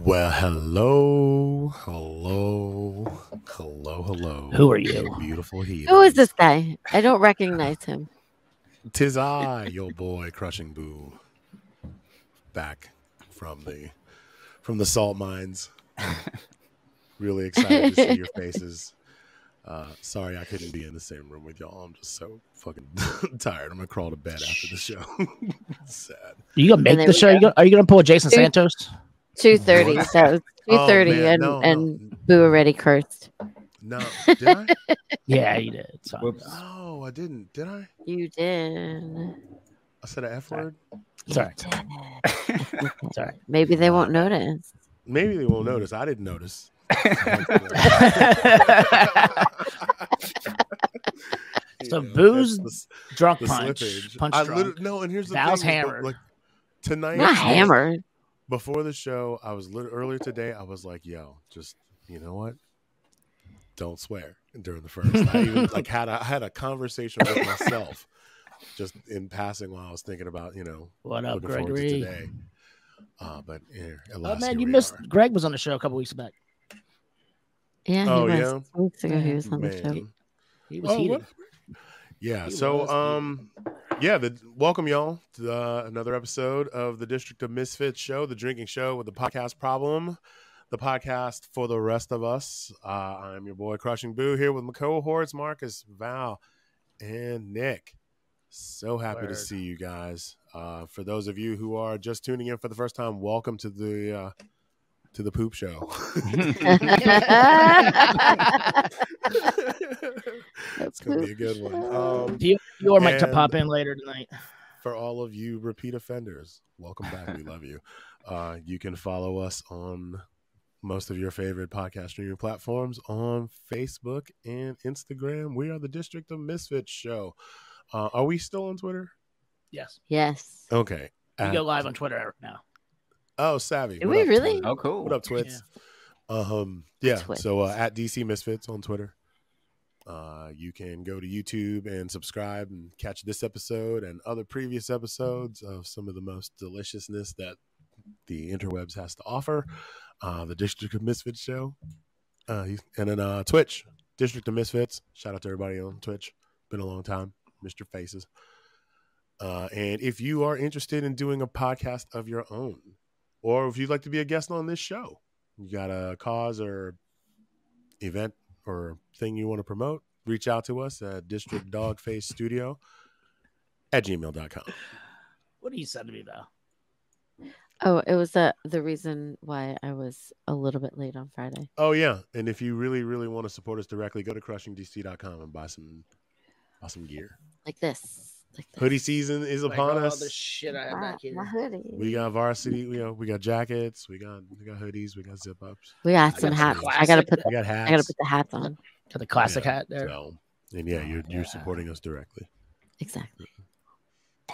Well, hello, hello, Oh, hello, hello. Who are you? Beautiful heel. Who is this guy? I don't recognize him. Tis I, your boy, crushing boo, back from the from the salt mines. really excited to see your faces. Uh, sorry, I couldn't be in the same room with y'all. I'm just so fucking tired. I'm gonna crawl to bed after the show. Sad. You gonna make there the we show? go. You gonna, are you gonna pull Jason Santos? Two thirty. What? So two Oh, thirty, man, and no, no. and Boo already cursed. No, did I? Yeah, you did. So. Whoops. No, Oh, I didn't. Did I? You did. I said an F Sorry. word. Sorry, sorry. Maybe they won't notice. Maybe they won't notice. I didn't notice. So Yeah, booze, that's Drunk the, the punch, slippage. punch I drunk. literally no, and here's the Val's thing, is, hammered. Like tonight, I'm not I was- hammered. Before the show, I was lit- earlier today. I was like, "Yo, just you know what? Don't swear during the first. I even like had a I had a conversation with myself, just in passing while I was thinking about you know What up, looking forward to Gregory? today. Uh, but here, at Oh last, man, here you we missed. are. Greg was on the show a couple weeks back. Yeah, he Oh, was. yeah? Two Weeks ago, he was on the Man. show. He was Oh, heated. what- Yeah. He so, was heated. um, yeah, the welcome y'all to uh, another episode of the District of Misfits show, the drinking show with the podcast problem, the podcast for the rest of us. Uh, I'm your boy Crushing Boo here with my cohorts Marcus, Val, and Nick. So happy to Word. see you guys. Uh, for those of you who are just tuning in for the first time, welcome to the uh, to the poop show. it's gonna be a good one. Um, Do you, you or might And- pop in later tonight. for all of you repeat offenders, welcome back. We love you. Uh, you can follow us on most of your favorite podcast streaming platforms on Facebook and Instagram. We are the District of Misfits Show. Uh, are we still on Twitter? Yes, yes. Okay. we At- go live on Twitter now. oh, savvy. Did What we up, really? Twitter? Oh, cool. What up, Twits? Um, yeah. Twits. So uh, at DC Misfits on Twitter. Uh, you can go to YouTube and subscribe and catch this episode and other previous episodes of some of the most deliciousness that the interwebs has to offer. Uh, the District of Misfits show, uh, he's- and then uh, Twitch, District of Misfits. Shout out to everybody on Twitch. Been a long time, Mister Faces. Uh, and if you are interested in doing a podcast of your own, or if you'd like to be a guest on this show, you got a cause or event or thing you want to promote, reach out to us at District Dogface Studio at gmail.com. What do you send to me though? Oh, it was uh, the reason why I was a little bit late on Friday. Oh, yeah. And if you really, really want to support us directly, go to crushingdc.com and buy some buy some gear. Like this. Like this. Hoodie season is upon Like, all us. the shit I have My, back here. my hoodie. we got varsity, you know, we got jackets, we got we got hoodies, we got zip ups, We got I some got hats. some I gotta classic- put. The, we got I gotta hats. put the hats on. Got the classic Yeah, hat there. So, and yeah, Oh, you're you're yeah. supporting us directly. Exactly.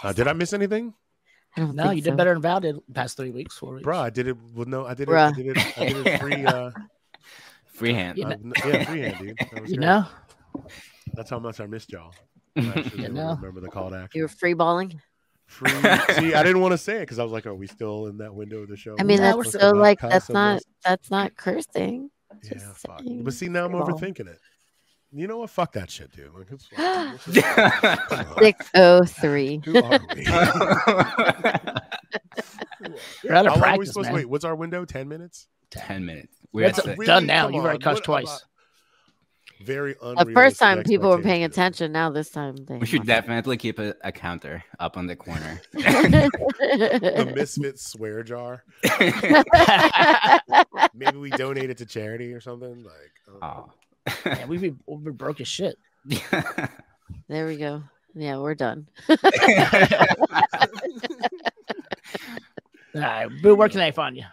Uh, did I miss anything, I don't No, think you so. did better than Val did past three weeks, four weeks. Bruh, I did it. Well, no, I did it. I Bruh. did it. I did it free. Uh, Freehand. You uh, yeah, freehand, dude. That was you great. know, that's how much I missed y'all. I actually You don't know. remember the call to action. You were free balling. Free. See, I didn't want to say it because I was like, "Are we still in that window of the show?" I mean, Yeah, that's we're so supposed to like cuss that's on not this? that's not cursing. Yeah, just fuck. saying. But see, now I'm Free ball. overthinking it. You know what? Fuck that shit, dude. Like, it's- Come on. Six oh three. Who are we? you're How out of long are we practice, supposed to man. wait? What's our window? Ten minutes. Ten minutes. We're at That's six. really- done now. You've already cussed cussed twice. Very The unrealistic first time people were paying expectations. attention. Now this time they. We should definitely keep a, a counter up on the corner. The Um, misfit swear jar. Maybe we donate it to charity or something. Like, I don't know. oh. Man, we've been, we've been broke as shit. there we go. Yeah, we're done. All right, boo, where can they find you?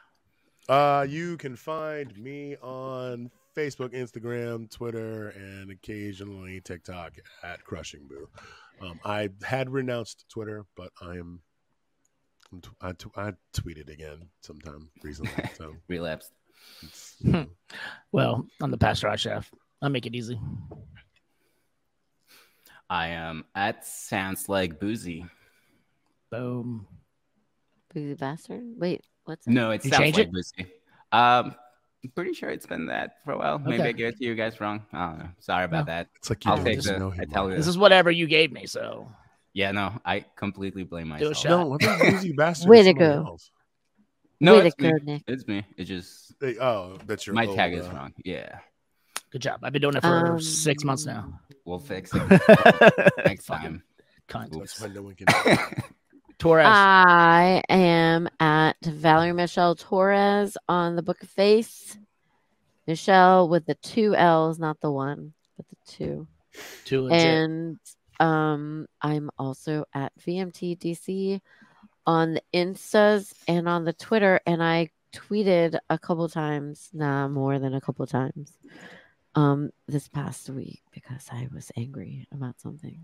Uh, you can find me on Facebook, Instagram, Twitter, and occasionally TikTok at Crushing Boo. Um, I had renounced Twitter, but I am. I'm tw- I, tw- I tweeted again sometime recently. So Relapsed. it's, you know, Hmm. Well, I'm the pastor I chef. I make it easy. I am at sounds like boozy. Boom. Boozy bastard. Wait, what's it? No, it You sounds change like it? boozy. Um, I'm pretty sure it's been that for a while. Maybe Okay. I gave it to you guys wrong. I don't know. Sorry about that. it's like you I'll don't take just the- know I him. tell like- you. This is whatever you gave me, so Yeah, no, I completely blame Do a myself. shot. No, what about Boozy Bastard? Way is to somebody go. else? No, Way to it's me. go, Nick. It's me. It just They- oh, that's your my old, tag is uh, wrong. Yeah, good job. I've been doing it for Um, six months now. we'll fix it next Fucking time. Cunt. That's Oops. why no one can. Torres. I am at Valerie Michelle Torres on the Book of Face. Michelle with the two L's, not the one, but the two. Too legit. And um, I'm also at VMTDC on the Instas and on the Twitter. And I tweeted a couple times, nah, more than a couple times um, this past week because I was angry about something.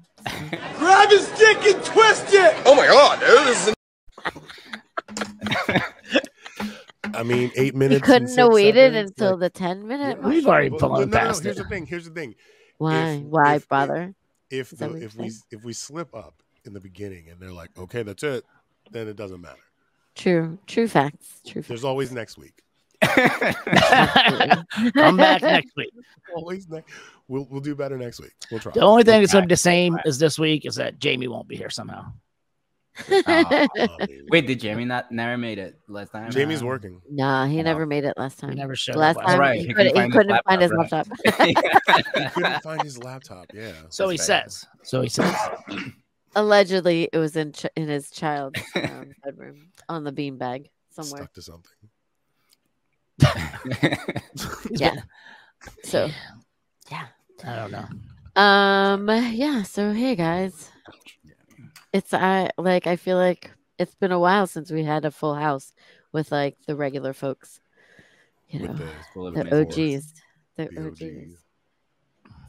Grab his dick and twist it! Oh my god, dude, this is I mean, eight We minutes. and couldn't six have waited seconds, until like- the 10 minute Yeah. mark. We've already Well, blown no, no, no, past Here's it. the thing. Here's the thing. Why? Why if- if- bother? If Is that the, what you're if we saying? if we slip up in the beginning and they're like, okay, that's it, then it doesn't matter. True. True facts. True facts. There's always next week. Come back next week. Always next. We'll we'll do better next week. We'll try. The only thing that's going to be the same as this week is that Jamie won't be here somehow. Oh. I mean, Wait, did Jamie not never made it last time? Jamie's Uh, working. nah, he No. never made it last He time. never showed Last up. time Right, he, he could, couldn't he find his couldn't find his laptop, laptop. He couldn't find his laptop. Yeah. So he That's right. says. So he says. Allegedly, it was in ch- in his child's um, bedroom on the beanbag somewhere. Stuck to something. He's Yeah. been- So, yeah. I don't know. Um. Yeah. So hey guys, it's I like I feel like it's been a while since we had a full house with like the regular folks, you know, With the, Full of the metaphors. OGs, the the OGs. OG.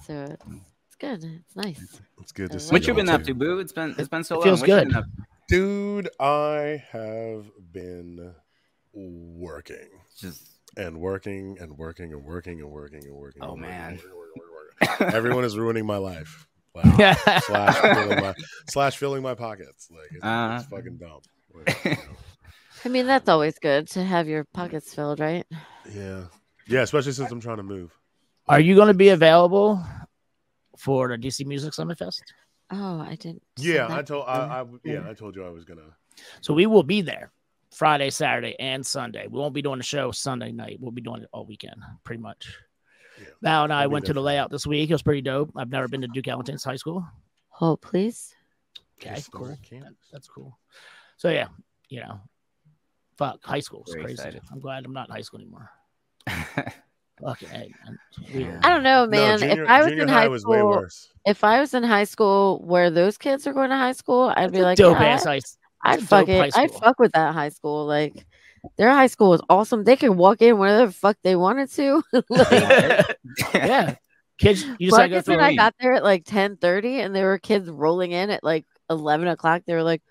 So it's, it's good. It's nice. It's good to see. What you y'all been up too. to, Boo? It's been it's been so uh, It long. feels What you good. been up- dude? I have been working. Just and working and working and working and working and working. Oh, and working, man. working, working, working, working. everyone is ruining my life. Wow. slash filling my slash filling my pockets. Like it's, Uh-huh. it's fucking dumb. Like, you know. I mean, that's always good to have your pockets filled, right? yeah, yeah. Especially since I'm trying to move. Are you going to be available for the DC Music Summit Fest? Oh, I didn't. send Yeah, I that Mm-hmm. told to you. I, I yeah I told you I was gonna. So we will be there Friday, Saturday, and Sunday. We won't be doing the show Sunday night. We'll be doing it all weekend, pretty much. Yeah. Val and I I'll be went there to the for layout this week. It was pretty dope. I've never been to Duke Ellington's high school. Hold, please. Okay, Just the cool. whole That, campus. that's cool. So yeah, you know, fuck high school is Very crazy. excited. I'm glad I'm not in high school anymore. Fucking hey, man, it's weird. I don't know, man. no, junior, if I was junior in high, high was way school, worse. if I was in high school where those kids are going to high school, I'd be like, dope "Yeah, ass high. I'd dope fuck high it. I'd school. fuck with that high school. Like, their high school is awesome. They could walk in wherever the fuck they wanted to. yeah, kids, you Marcus just gotta go through. and I the- got there at like ten thirty, and there were kids rolling in at like eleven o'clock. They were like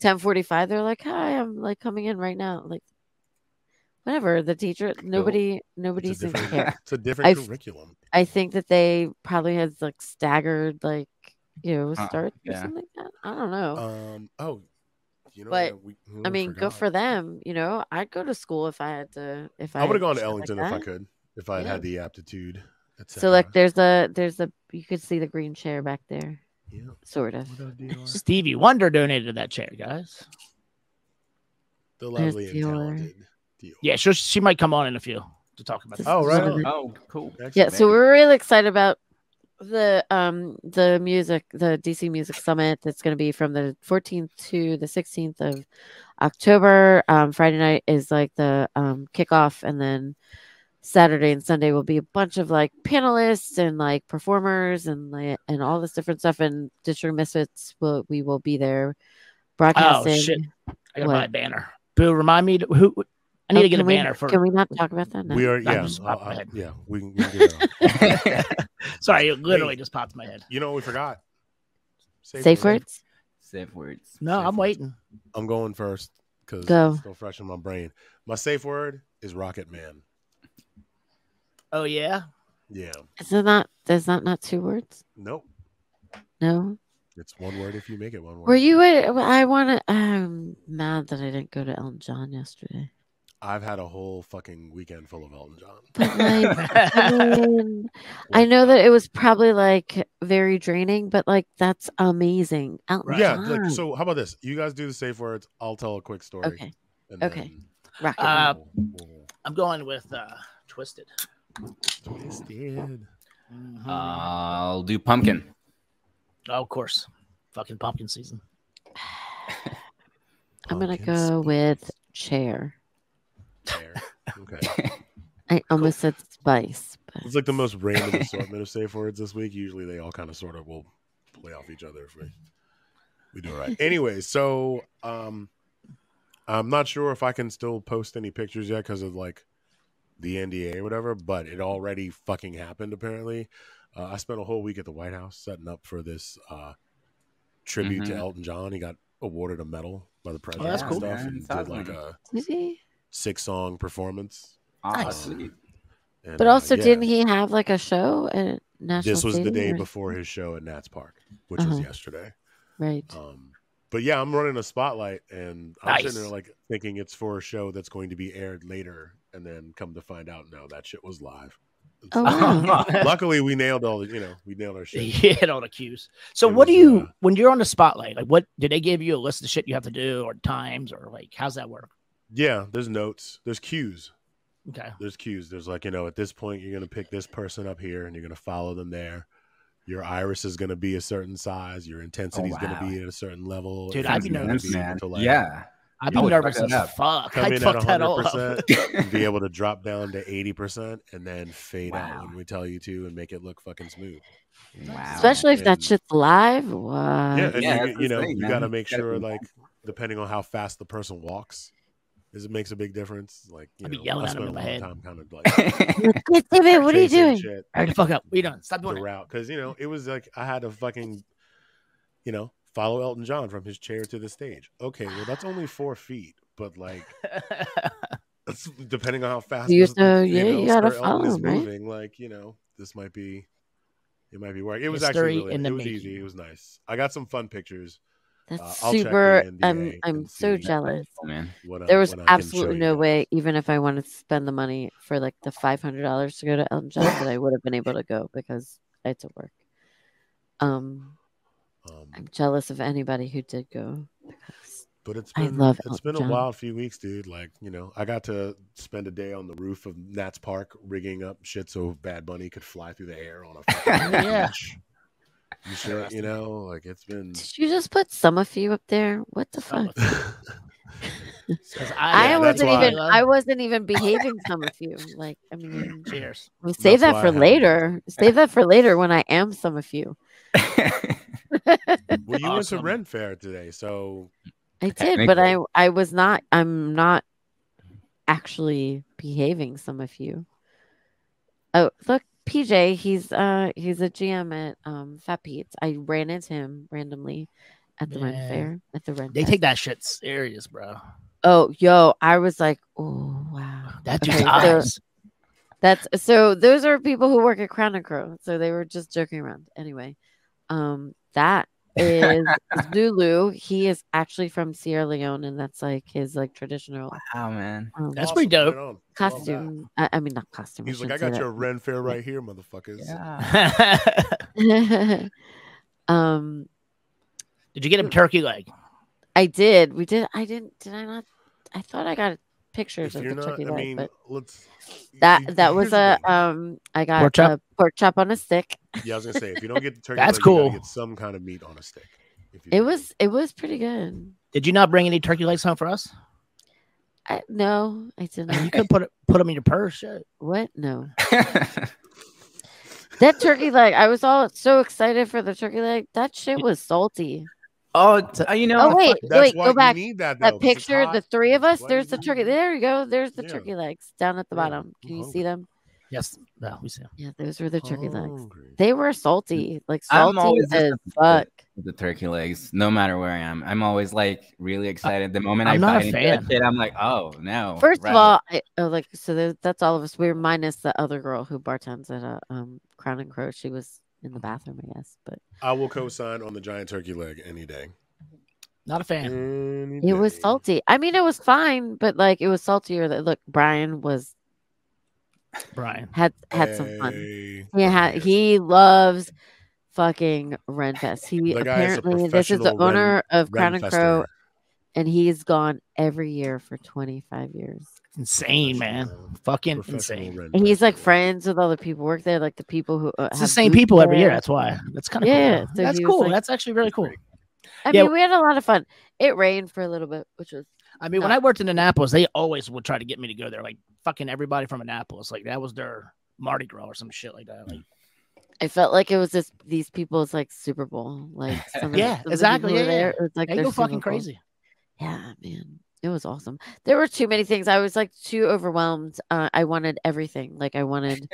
ten forty five. They're like, "Hi, I'm like coming in right now." Like, whatever. The teacher, nobody, nobody It's a seemed to different, care. it's a different I've- curriculum. I think that they probably had like staggered, like you know, Uh, starts or yeah. something like that. I don't know. Um. Oh, you know. But, what? we, I mean, forgot. good for them. You know, I'd go to school if I had to. If I I, would have had gone to shit like Ellington if I that. could, if I had Yeah. had the aptitude. et So cetera. like, there's a there's a you could see the green chair back there, yeah. sort of. What up, DR? Stevie Wonder donated that chair, guys. The There's lovely and Dior. talented Dior. Yeah, she she might come on in a few to talk about. Just Oh, right sort of- on. oh, cool. Yeah, so Maybe. we're really excited about the um the music, the DC Music Summit that's going to be from the 14th to the 16th of October. Um, Friday night is like the um, kickoff, and then Saturday and Sunday will be a bunch of like panelists and like performers and like, and all this different stuff. And Digital Misfits will we will be there broadcasting. Oh, shit. I gotta buy a What? banner. Boo, remind me to, who I need Oh, to get a can we- banner for. Can we not talk about that now? We are, That yeah, just I'll- popped my I'll- head. yeah. We can, we can get it on. Sorry, it literally Hey. just popped in my head. You know what we forgot? Safe words? Safe words. Safe No, I'm words. waiting. I'm going first because Go. it's still fresh in my brain. My safe word is Rocket Man. Oh yeah, Yeah. Is it not? Is that not two words? Nope. No. It's one word if you make it one word. Were you? At, uh, I want to. I'm mad that I didn't go to Elton John yesterday. I've had a whole fucking weekend full of Elton John. But like, I mean, I know that it was probably like very draining, but like that's amazing. Elton Yeah. John. Like, so how about this? You guys do the safe words. I'll tell a quick story. okay, and okay. then rocket. Uh, we'll- we'll- I'm going with uh, Twisted. Twisted. Mhm. I'll do pumpkin. oh, of course, fucking pumpkin season. I'm gonna Pumpkin go with chair. There. Okay. I almost said spice. But It's like the most random assortment of safe words this week. Usually they all kind of sort of will play off each other if we we do it right. anyway, so um I'm not sure if I can still post any pictures yet because of like the NDA or whatever, but it already fucking happened apparently. Uh, I spent a whole week at the White House setting up for this uh tribute to Mhm. Elton John. He got awarded a medal by the president that's and cool. stuff and That's did awesome. like a Did he? six song performance. Um, Ah, Nice. sweet. And, But uh, also, yeah. didn't he have like a show at National? this was the Stadium day or- before his show at Nats Park, which was Uh-huh. yesterday. Right. Um, but yeah, I'm running a spotlight, and I'm sitting there Nice. like thinking it's for a show that's going to be aired later, and then come to find out, no, that shit was live. Oh, wow. Wow. Luckily, we nailed all the, you know, we nailed our shit. You hit all the cues. So, It what was, do you uh, when you're on the spotlight? Like, what do they give you a list of shit you have to do, or times, or like how's that work? Yeah, there's notes, there's cues, Okay. there's cues. There's like, you know, at this point, you're gonna pick this person up here, and you're gonna follow them there. Your iris is gonna be a certain size. Your intensity is wow. gonna be at a certain level. Oh, Dude, and I'd be you're gonna nervous. able to, like, yeah. I'd I be would nervous fuck as that up. fuck. Come I'd in at fuck that all 100 up. percent. be able to drop down to 80% and then fade out Wow. when we tell you to and make it look fucking smooth. wow. Especially if that And- shit's live. Wow. yeah, and yeah, you- that's you, know, insane, you man. got to make Gotta sure be- like depending on how fast the person walks is it makes a big difference. Like, you I'd be know, yelling I at 'em spent in a my long head. time kind of like Hey, David, what are chasing you doing? shit Hurry the fuck up. What are you doing? Stop the doing it. route cuz you know, it was like I had to fucking you know, follow Elton John from his chair to the stage. Okay, well that's only 4 feet, but like That's depending on how fast You this- know, yeah, you gotta Sir Elton is follow 'em, right? moving, like you know, this might be, it might be work. It was History actually really, in the it was making. easy. It was nice. I got some fun pictures. Uh, That's I'll check the super. I'm NDA I'm and so see. jealous. man. When I- There was when I can show absolutely you no guys. way, even if I wanted to spend the money for like the five hundred dollars to go to Elton John, that I would have been able to go because I had to work. Um, Um, I'm jealous of anybody who did go. because- but it's I been, love it's Elton been John. a wild few weeks, dude. Like you know, I got to spend a day on the roof of Nats Park rigging up shit so Bad Bunny could fly through the air on a fucking Yeah. beach. You sure? You know, like it's been. Did you just put some of you up there? What the Some fuck? of you. 'Cause I Yeah, that's wasn't why- even. I wasn't even behaving. Some of you, like I mean, Cheers. well, save That's why that I for haven't. later. Save that for later when I am some of you. Well, you Awesome. went to Ren Fair today, so I did, Technically. but I I was not. I'm not actually behaving. Some of you. Oh, look, PJ. He's uh he's a GM at um Fat Pete's. I ran into him randomly at the Man. rent fair. At the rent. They fair. take that shit serious, bro. Oh, yo! I was like, oh wow. That dude's Okay, so- eyes. That's so. Those are people who work at Crown and Crow. So they were just joking around. Anyway, um, that is Zulu. He is actually from Sierra Leone, and that's like his like traditional wow, man. um, That's pretty dope. right on. Love that. costume. I, I mean, not costume. He's like, I got your Ren Fair right here, motherfuckers. Yeah. your. um, Did you get him turkey leg? I did. We did. I didn't. Did I not? I thought I got pictures If of you're the not, turkey I leg, mean, but let's. that that was a here's the um. I got Pork chop? a pork chop on a stick. thing. yeah, I was gonna say if you don't get the turkey, That's leg, you gotta cool. Get some kind of meat on a stick. If you It do. was it was pretty good. Did you not bring any turkey legs home for us? I, no, I did not. You could put it, put them in your purse. Shit. What? No. That turkey leg, I was all so excited for the turkey leg. That shit was salty. Oh, t- uh, oh, you know. Oh, wait, That's wait, why go you back. need that, though, That 'cause it's picture, hot. the three of us. Why do There's you the need turkey. it? There you go. There's the Yeah. turkey legs down at the Yeah, Oh, bottom. Can you see hungry. them? Yes. No, we see. him. Yeah, those were the turkey legs. Hungry. They were salty, like I'm salty always as disappointed. fuck. with the turkey legs, no matter where I am. I'm always like really excited. The moment I'm I not a bite into fan. that shit, I'm like, oh no. First right. of all, I, oh, like so there, that's all of us. We are minus the other girl who bartends at a um, Crown and Crow. She was in the bathroom, I guess, but I will co-sign on the giant turkey leg any day. Not a fan. Any it was day. salty. I mean, it was fine, but like it was saltier. That look, Brian was Brian. had had some fun. Hey, He had yes. he loves fucking Renfest. He The guy is a apparently this is the professional Ren- owner of Crown and Renfester. Crow, and he's gone every year for twenty five years. It's insane, man. Professional- Fucking professional insane. Ren And he's like Fester. friends with all the people who work there, like the people who uh, It's the have same booths people every year. there. That's why. That's kind of Yeah, cool. so That's he was cool. like- That's actually really cool. I Yeah. mean, we had a lot of fun. It rained for a little bit, which was I mean, when No. I worked in Annapolis, they always would try to get me to go there. Like fucking everybody from Annapolis, like that was their Mardi Gras or some shit like that. Like, I felt like it was just these people's like Super Bowl, like some of the- Yeah, some of the exactly, people who yeah, were yeah. there, it was like they their go Super fucking Bowl. crazy. Yeah, man, it was awesome. There were too many things. I was like too overwhelmed. Uh, I wanted everything. Like I wanted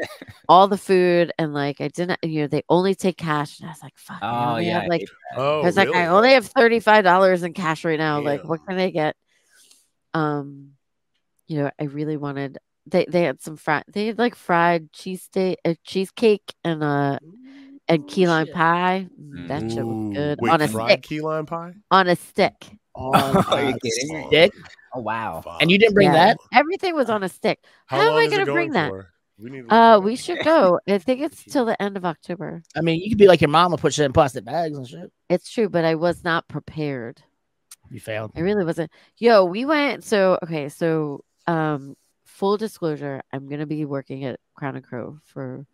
all the food, and like I didn't. You know, they only take cash, and I was like, "Fuck." I Oh only yeah. have, like Oh, I was like, I really? only have thirty five dollars in cash right now. Like, what Damn. can I get? Um, you know, I really wanted. They they had some fried. They had like fried cheesesteak, a cheesecake, and a and key lime shit. pie. Mm, That shit Ooh, was good Wait, on a fried stick. key lime pie? On a stick. Are you That's kidding me? fun. oh wow. Fun. And you didn't bring Yeah. that? Everything was on a stick. How, How am long I is it gonna bring going that? for? We need to look Uh, that we up. should go. I think it's till the end of October. I mean, you could be like your mom and put shit in plastic bags and shit. It's true, but I was not prepared. You failed. I really wasn't. Yo, we went. So okay, so um, full disclosure, I'm gonna be working at Crown and Crow for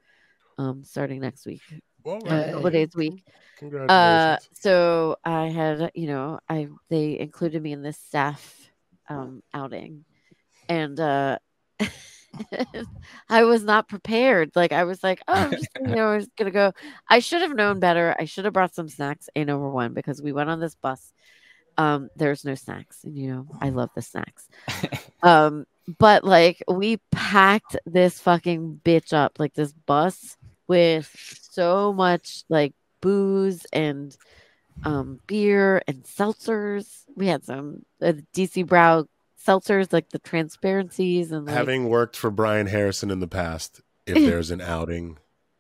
um starting next week, Well, uh, a there you couple go. days a week. Uh, Congratulations. so I had, you know, I they included me in this staff um outing, and uh, I was not prepared. Like I was like, oh, I'm just, you know, I'm just gonna go. I should have known better. I should have brought some snacks. A number one because we went on this bus. Um, there's no snacks, and you know, I love the snacks. um, but like we packed this fucking bitch up, like this bus with so much like booze and um, beer and seltzers. We had some uh, DC Brow seltzers, like the transparencies and like, Having worked for Brian Harrison in the past, if there's an outing,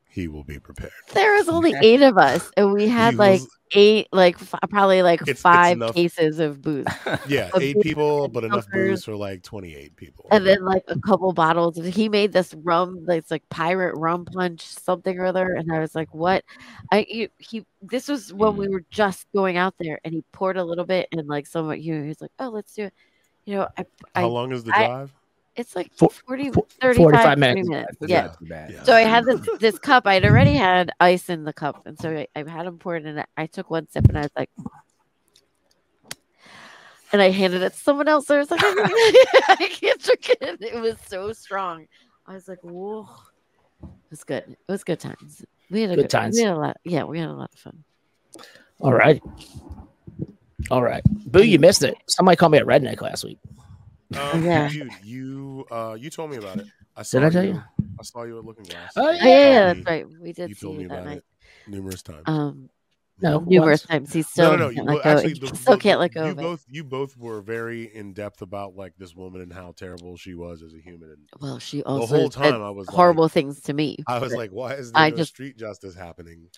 he will be prepared. there was only eight of us, and we had He like was- eight, like f- probably like It's- it's five enough. Oh, cases of booze, yeah, a eight beer people, but enough filters. booze for like 28 people. and then like a couple bottles. He made this rum, that's like pirate rum punch, something or other, and I was like, "What?" I you, he this was when Mm. we were just going out there, and he poured a little bit, and like someone you know, he's like, "Oh, let's do it." You know, I, How I long is the I- drive? It's like Fo- 40, fo- 35, 45 40 minutes. That's Yeah. not too bad. Yeah. So I had this this cup. I'd already had ice in the cup, and so I, I had him pour it in. I took one sip, and I was like, and I handed it to someone else. I was like, I can't drink it. It was so strong. I was like, whoa, it was good. It was good times. We had a Good good, times. We had a lot. Yeah, we had a lot of fun. All right. All right. Boo, you missed it. Somebody called me a redneck last week. Um, Yeah. Dude, you, uh, you told me about it. I saw I tell you? I saw you at Looking Glass. Oh, You Oh, yeah. yeah, yeah, told me- that's right. We did You see told me you that about night. it numerous times. Um, No. numerous times. He still no, no, no. can't well, let go. actually, he the- still the- can't let go. You of it. both, you both were very in depth about like this woman and how terrible she was as a human. And Well, she also the whole said time, I was horrible things to me. Like, I was but like, why is there I no just- street justice happening?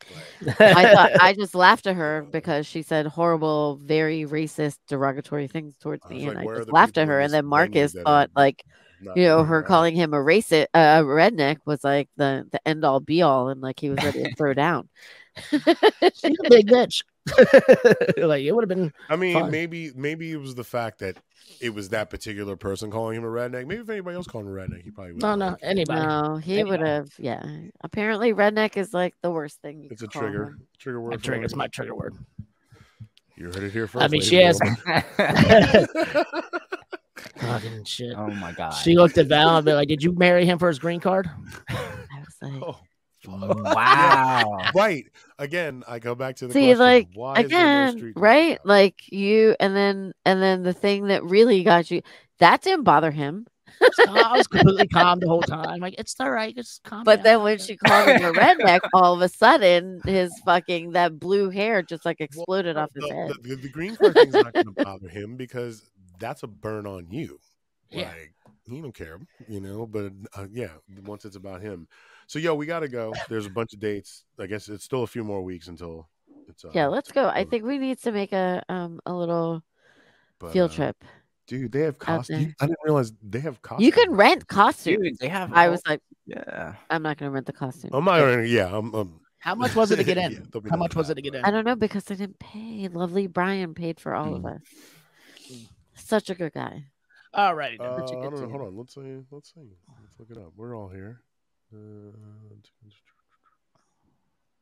Like, I thought I just laughed at her because she said horrible, very racist, derogatory things towards I was me, and like, I where are just the laughed at people in her. this And then venue Marcus that are thought, like, not you know, doing her right? calling him a racist, uh, a redneck was like the the end all be all, and like he was ready to throw down. She's a big bitch. like it would have been I mean, Fine. maybe maybe it was the fact that it was that particular person calling him a redneck. Maybe if anybody else called him a redneck, he probably would. no, Oh, no, anybody. no, he Anyway. would have. Yeah, apparently redneck is like the worst thing. You It's a could call trigger. him. Trigger word. My for trigger. Marcus. It's my trigger word. You heard it here first. I mean, ladies she and has gentlemen. fucking shit. oh my god. She looked at Val and be like, "Did you marry him for his green card?" I was like, oh, fuck? Wow. right. Again, I go back to the See, question, like why is there no again, street talk right? about it? Like you, and then and then the thing that really got you that didn't bother him. I was completely calm the whole time. Like it's all right, just calm. But down. then when she called him a redneck, all of a sudden his fucking that blue hair just like exploded off his the, head. The, the, the green card thing's not going to bother him because that's a burn on you. Yeah. Like he don't care, you know. But uh, yeah, once it's about him. So yo, we gotta go. There's a bunch of dates. I guess it's still a few more weeks until it's. Uh, Yeah, let's go. I over. think we need to make a um a little but, field uh, trip. dude. They have out costumes. there. I didn't realize they have costumes. You can rent costumes. Dude, they have. I all- was like, Yeah. I'm not gonna rent the costume. I'm not. gonna- Yeah, I'm. um, I'm how much was it to get Yeah, in? they'll be how down much for was that, it to get but- in? I don't know because I didn't pay. Lovely Brian paid for all Mm. of us. Mm. Such a good guy. All right. Uh, I then. don't know. Hold on. Let's see. Let's see. Let's look it up. We're all here. Uh,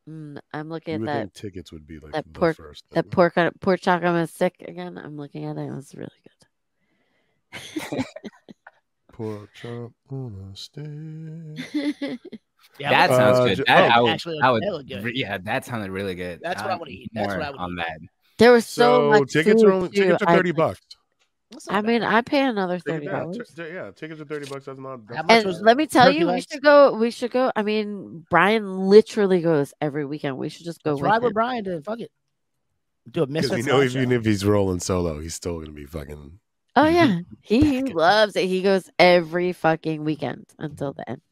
Mm, I'm looking You at would that think tickets would be like that the pork- first. thing. that pork on- pork chop on a stick again. I'm looking at it. It was really good. pork chop on a stick. Yeah, that I'm sounds Uh, good. ju- that, oh. I would, Actually, I would, that look good. re- yeah, that sounded really good. That's what I would wanna eat eat. That's what more I would on eat. that. There was so, So, much tickets food, are only tickets too. are I thirty was like- bucks. that's not I mean, bad. I pay another Take thirty it down. dollars. T- t- yeah, tickets are thirty bucks. That's not. That's How not much And bad. was- let me tell turkey you, legs? we should go. We should go. I mean, Brian literally goes every weekend. We should just go Let's with ride with him. Brian then. Fuck it. Do a Because we misfit. know slideshow. even if he's rolling solo, he's still gonna be fucking. Oh yeah, he Back it. loves it. He goes every fucking weekend until the end.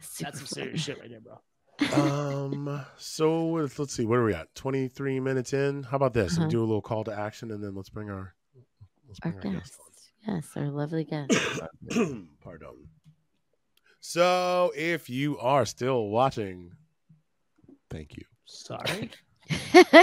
Super That's fun. some serious shit right there, bro. um. So let's, let's see. Where are we at? Twenty three minutes in. How about this? Uh-huh. Do a little call to action, and then let's bring our. Let's Our bring our guest guest, yes, our lovely guest. on. Pardon. So if you are still watching, thank you. Sorry. Oh,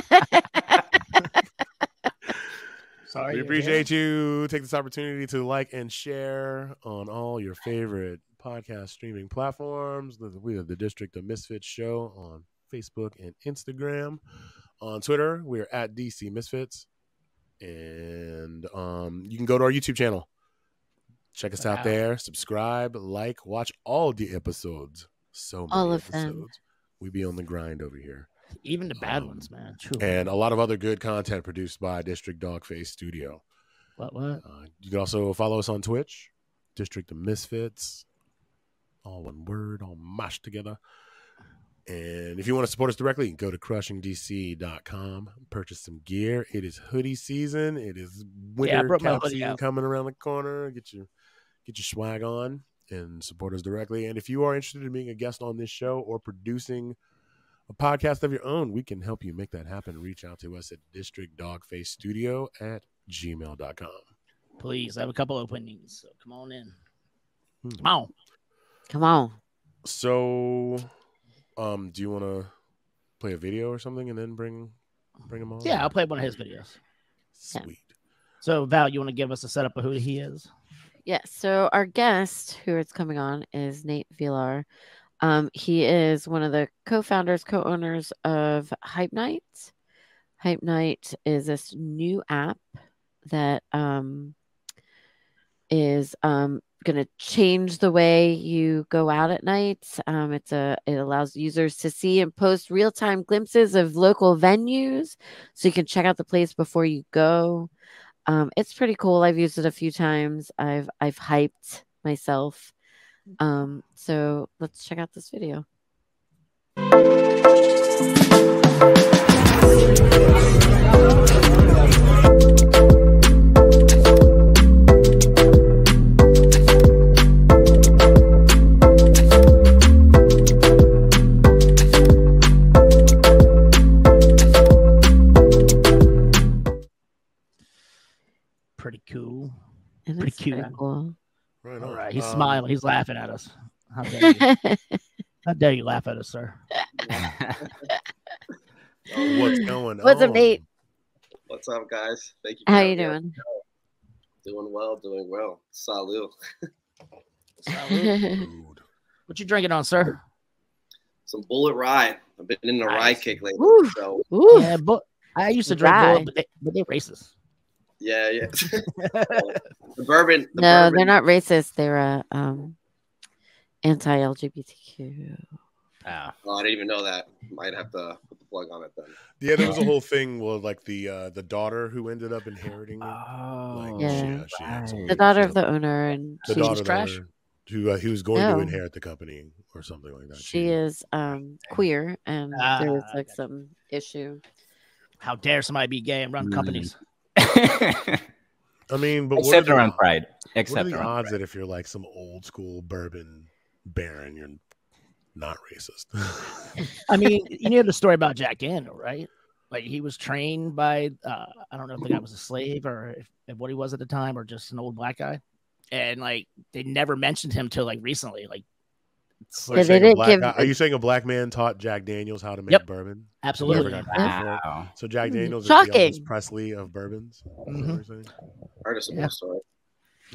Sorry. We you're appreciate you. Take this opportunity to like and share on all your favorite podcast streaming platforms. We are the District of Misfits Show on Facebook and Instagram. On Twitter, we are at DC Misfits. And um, you can go to our YouTube channel. Check us out Wow. there. Subscribe, like, watch all the episodes. So many All of them. episodes. We be on the grind over here. there. Even the bad Um, ones, man. Phew. And a lot of other good content produced by District Dogface Studio. What? What? Uh, you can also follow us on Twitch, District of Misfits, all one word, all mashed together. And if you want to support us directly, go to crushingdc.com, purchase some gear. It is hoodie season. It is Yeah, I winter brought my cap hoodie season out. coming around the corner. Get your get your swag on and support us directly. And if you are interested in being a guest on this show or producing a podcast of your own, we can help you make that happen. Reach out to us at districtdogfacestudio at gmail.com. Please, I have a couple openings. So come on in. Hmm. Come on. Come on. So, um, do you want to play a video or something and then bring bring him on? Yeah, I'll play one of his videos. Yeah. Oh. Sweet. So Val, you want to give us a setup of who he is? Yeah, so our guest who is coming on is Nate Villar. Um, he is one of the co-founders, co-owners of Hype Night. Hype Night is this new app that um, is um, going to change the way you go out at night. Um, it's a it allows users to see and post real-time glimpses of local venues, so you can check out the place before you go. Um, it's pretty cool. I've used it a few times. I've I've hyped myself. Um, so let's check out this video. Pretty cool. And Pretty it's pretty cute. cool. Right. All on. right. He's Um, smiling. He's laughing at us. How dare you? How dare you laugh at us, sir? What's going What's on? up, Nate? What's up, guys? Thank you. for How you having me. doing? Doing well, doing well. Salud. Dude. What you drinking on, sir? Some bullet rye. I've been in a rye Nice. kick lately. Woo. So Ooh, Yeah, but I used to drink Rye. Bullet, but they, but they racist. yeah, yeah. the bourbon. The no, bourbon, they're not racist. They're uh, um, anti LGBTQ. Oh, Ah. Oh, I didn't even know that. Might have to put the plug on it then. Yeah, there was a whole thing with like the uh, the daughter who ended up inheriting. it. Like, Oh, she- Yeah. yeah, she had some The The weird daughter shit. of the owner, and Oh. the she, daughter of the trash? owner who uh, he was going No. to inherit the company or something like that. she is um, queer, and there was Ah, like gotcha. some Mm, issue. How dare somebody be gay and run Mm. companies? I mean, but what Except are the- around Pride. What are Except the around odds that if you're like some old school bourbon baron, you're not racist? I mean, you know the story about Jack Daniel, right? Like he was trained by uh, I don't know if the guy was a slave or if, if what he was at the time, or just an old black guy. And like they never mentioned him till like recently. Like it's Are you they saying a didn't black give- guy- are you saying a black man taught Jack Daniels how to make Yep. bourbon? absolutely Never got Pride. paid for it. Wow. So Jack Mhm. Daniels is the Shocking. Elvis Presley of bourbons. Is that what Mhm. you're saying? Heard a support Yeah. story.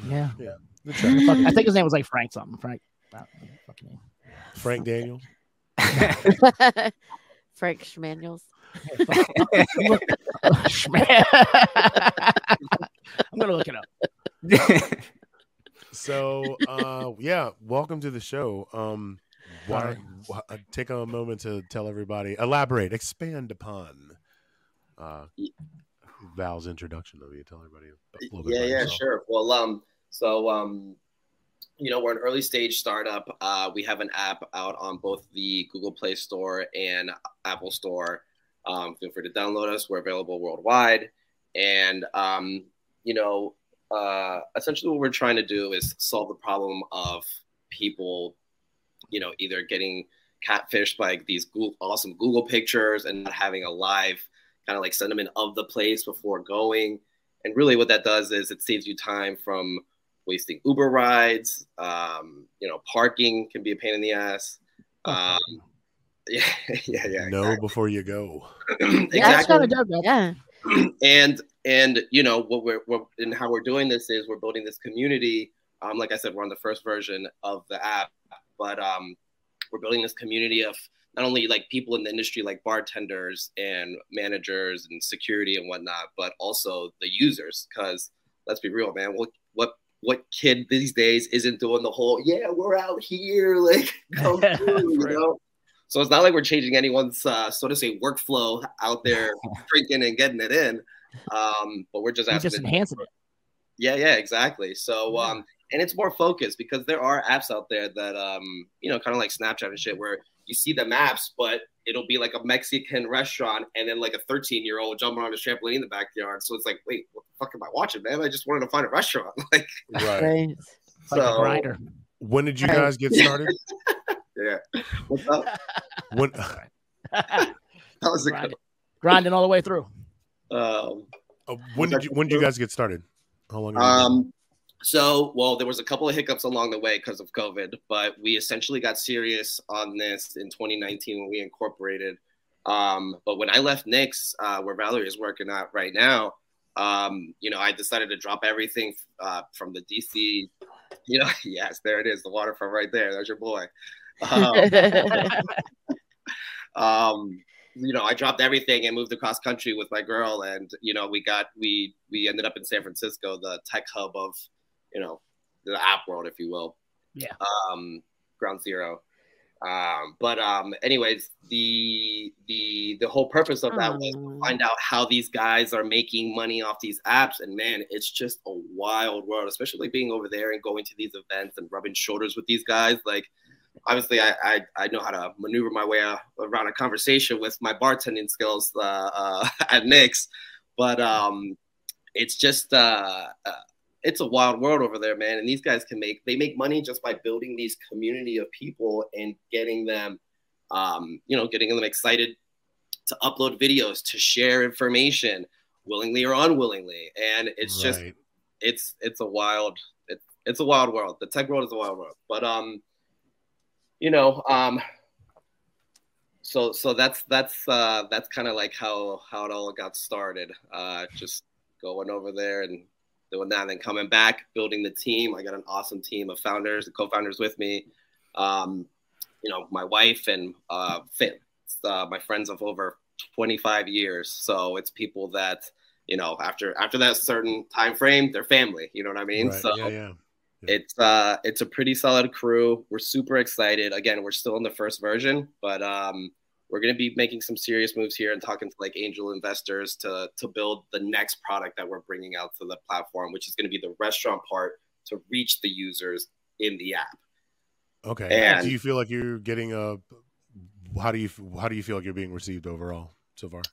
yeah. The Who the check. fuck- I think his name was like Frank something. Frank. uh, fucking name. Frank Daniels. Frank Schmanuels. I'm gonna look it up. So uh, yeah, welcome to the show. Um, why, Sorry. why, take a moment to tell everybody, elaborate, expand upon uh, Ye- Val's introduction of you. Tell everybody a little bit. yeah about yeah yourself. sure well um so um you know we're an early stage startup uh, we have an app out on both the google play store and apple store um, feel free to download us we're available worldwide and um, you know uh, essentially what we're trying to do is solve the problem of people you know either getting catfished by these google, awesome google pictures and not having a live kind of like sentiment of the place before going and really, what that does is it saves you time from wasting Uber rides. Um, you know, parking can be a pain in the ass. Um, yeah, yeah, yeah. know before you go. exactly. That's exactly. kinda dope, though. Yeah. and and you know what we're, what and how we're doing this is we're building this community. Um, like I said, we're on the first version of the app, but um, we're building this community of not only like people in the industry, like bartenders and managers and security and whatnot, but also the users. Because let's be real, man, what what what kid these days isn't doing the whole yeah we're out here like come through, you Right. know? So it's not like we're changing anyone's uh, so to say workflow out there drinking and getting it in. Um, but we're just He asking. just them- enhancing it. yeah, yeah, exactly. So, um, and it's more focused because there are apps out there that, um, you know, kind of like Snapchat and shit, where you see the maps, but it'll be like a Mexican restaurant and then like a 13 year old jumping on a trampoline in the backyard. So it's like, wait, what the fuck am I watching, man? I just wanted to find a restaurant. Like, Right. Right. Like a so grinder. When did you Right. guys get started? yeah, What's up? When that was a good. grinding, grinding all the way through. Um, uh, when did you when did you guys get started? How long? have you been- Um, so, well, there was a couple of hiccups along the way because of COVID, but we essentially got serious on this in 2019 when we incorporated. Um, but when I left Nix, uh, where Valerie is working at right now, um, you know, I decided to drop everything uh, from the DC. You know, yes, there it is, the waterfront right there. There's your boy. Um, um, you know, I dropped everything and moved across country with my girl, and you know, we got we we ended up in San Francisco, the tech hub of you know the app world, if you will. Yeah. Um, ground zero. Um, but um, anyways, the the the whole purpose of Oh. Mm. that was Aw. find out how these guys are making money off these apps. And man, it's just a wild world, especially like being over there and going to these events and rubbing shoulders with these guys. Like, obviously, I I, I know how to maneuver my way a- around a conversation with my bartending skills uh, uh, at Nick's, but um, it's just uh, uh, it's a wild world over there, man. And these guys can make they make money just by building these community of people and getting them, um, you know, getting them excited to upload videos, to share information, willingly or unwillingly. And it's just Right. it's it's a wild it, it's a wild world. The tech world is a wild world. But um, you know, um, so so that's that's uh, that's kind of like how how it all got started. Uh, just going over there and doing that, and then coming back, building the team. I got an awesome team of founders and co-founders with me. Um, you know, my wife and uh, fit, uh, my friends of over 25 years. So it's people that you know after after that certain time frame, they're family. You know what I mean? Right. So yeah, yeah. Yeah. It's uh, it's a pretty solid crew. We're super excited. Again, we're still in the first version, but um, we're gonna be making some serious moves here and talking to like angel investors to to build the next product that we're bringing out to the platform, which is gonna be the restaurant part to reach the users in the app. Okay. And- do you feel like you're getting a? How do you how do you feel like you're being received overall so far?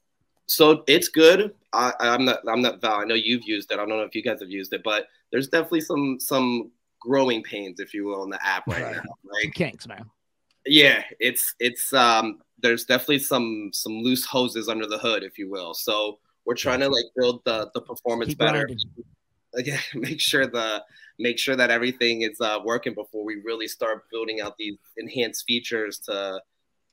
so it's good. I, I'm not. I'm not Val. I know you've used it. I don't know if you guys have used it, but there's definitely some some growing pains, if you will, in the app right, Right. now. Like, Kinks, man. yeah, it's it's um. There's definitely some some loose hoses under the hood, if you will. So we're trying to like build the the performance Keep better. grinding. Again, make sure the make sure that everything is uh, working before we really start building out these enhanced features to,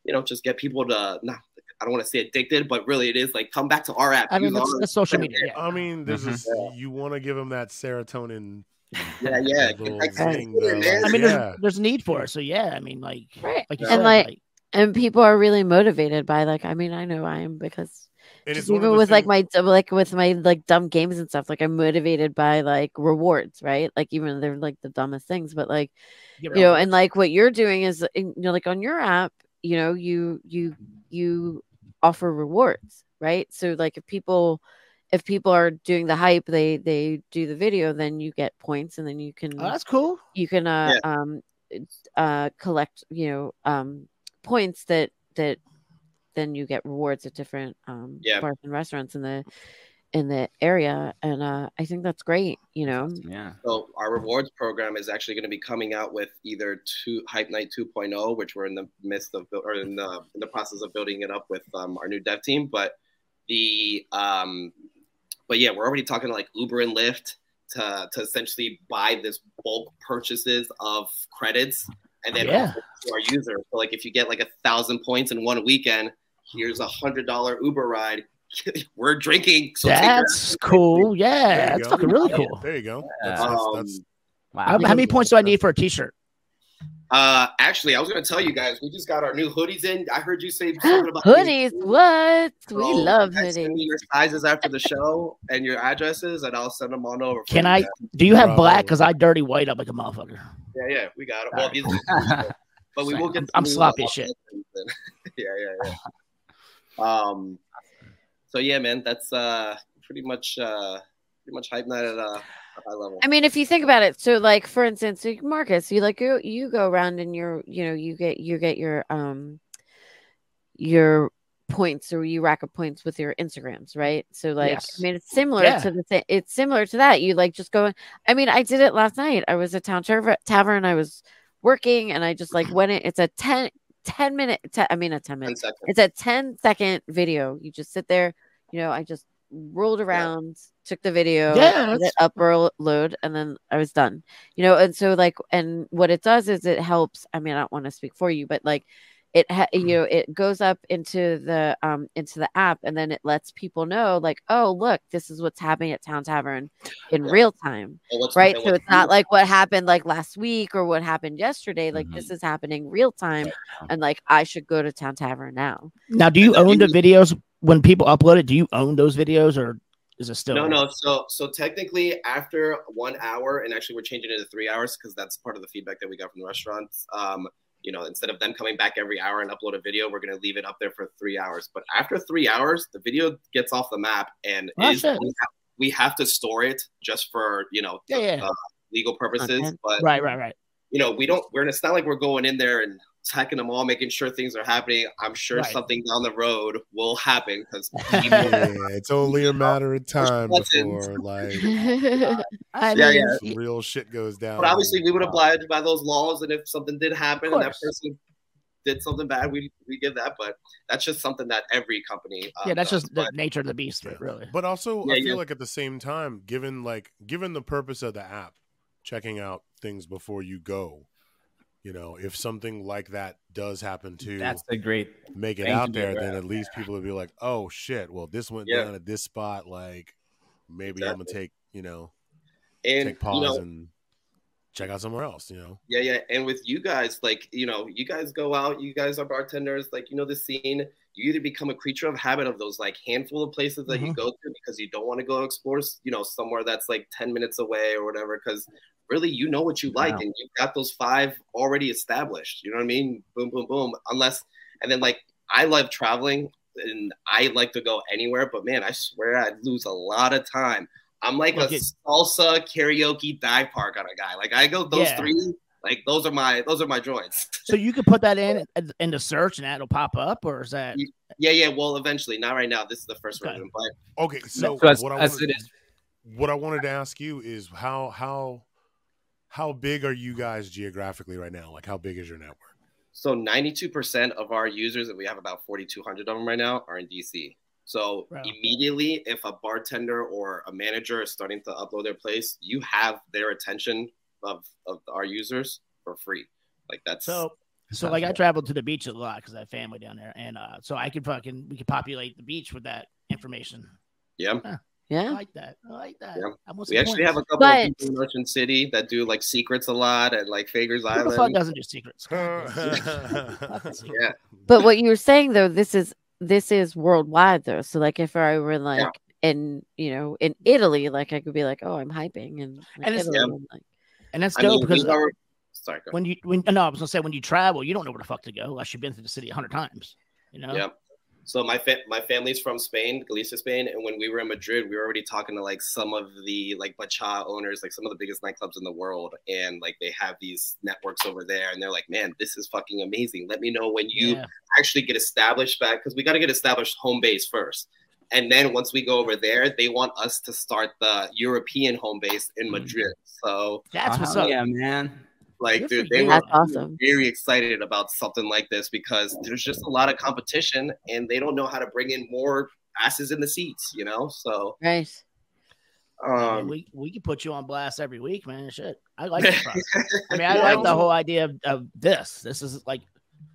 you know, just get people to not. I don't want to say addicted, but really it is like come back to our app. I mean, Use that's, our- that's social media. Yeah. Mm-hmm. I mean, there's is Mhm. you want to give them that serotonin. Yeah, yeah. little I- I- zing, though. I I mean, yeah. there's, there's need for it. So yeah, I mean, like, Right. like you And said, like- like, and people are really motivated by like. I mean, I know I am because And just one of even the with like things- my dumb- like with my like dumb games and stuff. Like I'm motivated by like rewards, right? Like even they're like the dumbest things, but like give it you know up. and like what you're doing is you know like on your app you know you you you offer rewards right so like if people if people are doing the hype they they do the video then you get points and then you can oh, that's cool. you can uh, um uh collect you know um points that that then you get rewards at different um Yeah. bars and restaurants in the in the area and uh i think that's great you know Yeah. So our rewards program is actually going to be coming out with either two Hype Night 2.0, which we're in the midst of buil- or in the in the process of building it up with um, our new dev team. But the um, but yeah, we're already talking to like Uber and Lyft to to essentially buy this bulk purchases of credits and then Yeah. offer it to our users. So like if you get like a thousand points in one weekend, here's a hundred dollar Uber ride. we're drinking, so take your that's cool. There Yeah, you that's go. fucking really cool. There you go. Yeah. That's, Um, that's, that's, How, Wow. how many points do I need for a T-shirt? Uh, actually, I was gonna tell you guys, we just got our new hoodies in. I heard you say something about hoodies what we So, love guys, send hoodies me Your sizes after the show and your addresses, and I'll send them on over. for Can you I- guys. Do you have black? Probably. Because I dirty white up like a motherfucker. Yeah, yeah, we got it. All Well, right. these are- but we will get. I'm some new, sloppy uh, as shit. yeah, yeah, yeah. Um. So yeah, man, that's uh pretty much uh pretty much hype night at uh, a high level. I mean, if you think about it, so like for instance, like, Marcus, you like you you go around and you're you know you get you get your um your points or you rack up points with your Instagrams, right? So like, Yes. I mean, it's similar Yeah. to the thing. It's similar to that. You like just go. I mean, I did it last night. I was at town Taver- tavern. I was working, and I just like went. In, it's a 10, 10 minute. te- I mean, a ten minute One second. it's a 10 second video you just sit there you know i just rolled around took the video Yeah, let that's- it upload and then i was done you know and so like and what it does is it helps i mean i don't want to speak for you but like it ha- Mm-hmm. you know it goes up into the um into the app and then it lets people know like oh look this is what's happening at town tavern in Yeah. real time And what's- right and so what's- it's not like what happened like last week or what happened yesterday like this Mm-hmm. is happening real time and like i should go to town tavern now Now, do you And then own the you- videos when people upload it? Do you own those videos, or is it still No, no. So, so technically, after one hour, and actually, we're changing it to three hours because that's part of the feedback that we got from the restaurants. Um, you know, instead of them coming back every hour and upload a video, we're going to leave it up there for three hours. But after three hours, the video gets off the map, and Oh, is, we, shit. have, we have to store it just for you know Yeah, yeah. Uh, legal purposes. Content. But Right, right, right. you know, we don't. We're it's not like we're going in there and checking them all, making sure things are happening. I'm sure Right. something down the road will happen because yeah, it's only a matter of time buttons. before like I Yeah, mean, some real shit goes down. But obviously, we would abide by those laws, and if something did happen and that course. person did something bad, we we give that. But that's just something that every company. um, yeah, that's does. just the But nature of the beast, really. But also, Yeah, I feel yeah. like at the same time, given like given the purpose of the app, checking out things before you go, you know, if something like that does happen to That's a great. make it thank out you, there, then yeah. at least people would be like, "Oh shit! Well, this went Yeah. down at this spot. Like, maybe I'm gonna Exactly. take you know and take pause you know, and check out somewhere else." You know, yeah, yeah. And with you guys, like you know, you guys go out, you guys are bartenders, like you know the scene. You either become a creature of habit of those like handful of places that you go to because you don't want to go explore, you know, somewhere that's like ten minutes away or whatever. Because really you know what you like Wow. and you've got those five already established you know what i mean boom boom boom unless and then like i love traveling and i like to go anywhere but man i swear i'd lose a lot of time i'm like Look a at- salsa karaoke dive park on a guy like i go those Yeah. three like those are my those are my joints So you could put that in in the search and that'll pop up, or is that yeah yeah well eventually not right now this is the first Okay. version but Okay, so So as- what I as wanted, it is. what I wanted to ask you is how how how big are you guys geographically right now? Like how big is your network? So 92% of our users, and we have about 4,200 of them right now, are in DC. So Wow. immediately, if a bartender or a manager is starting to upload their place, you have their attention of, of our users for free. Like that's so? So like I traveled to the beach a lot because I have family down there, and uh, so I could fucking we could populate the beach with that information. yeah. I Yeah. like that. I like that. Yeah. I want We some actually points. have a couple But- of people in Ocean City that do like secrets a lot and like Fager's Who the fuck Island. doesn't do secrets? Fucking secret. Yeah. But what you were saying though, this is this is worldwide though. So like if I were in like in you know in Italy, like I could be like, oh, I'm hyping and, like, And it's- Italy, Yeah. and, like, and that's I dope mean, because we are- sorry, go ahead. when you when no, I was gonna say when you travel, you don't know where the fuck to go. Unless you've been to the city a hundred times. You know. Yep. So my fa- my family's from Spain, Galicia, Spain, and when we were in Madrid, we were already talking to like some of the like bacha owners, like some of the biggest nightclubs in the world, and like they have these networks over there, and they're like, "Man, this is fucking amazing. Let me know when you Yeah. actually get established back, because we got to get established home base first, and then once we go over there, they want us to start the European home base in Madrid. So Mm. That's Oh, what's hell up. Yeah, man. like, Good for dude, they you. were that's awesome. very excited about something like this because there's just a lot of competition and they don't know how to bring in more asses in the seats, you know? So, Right. I mean, um, we we could put you on blast every week, man. Shit, I like this. process. I mean, I like the whole idea of, of this. This is like,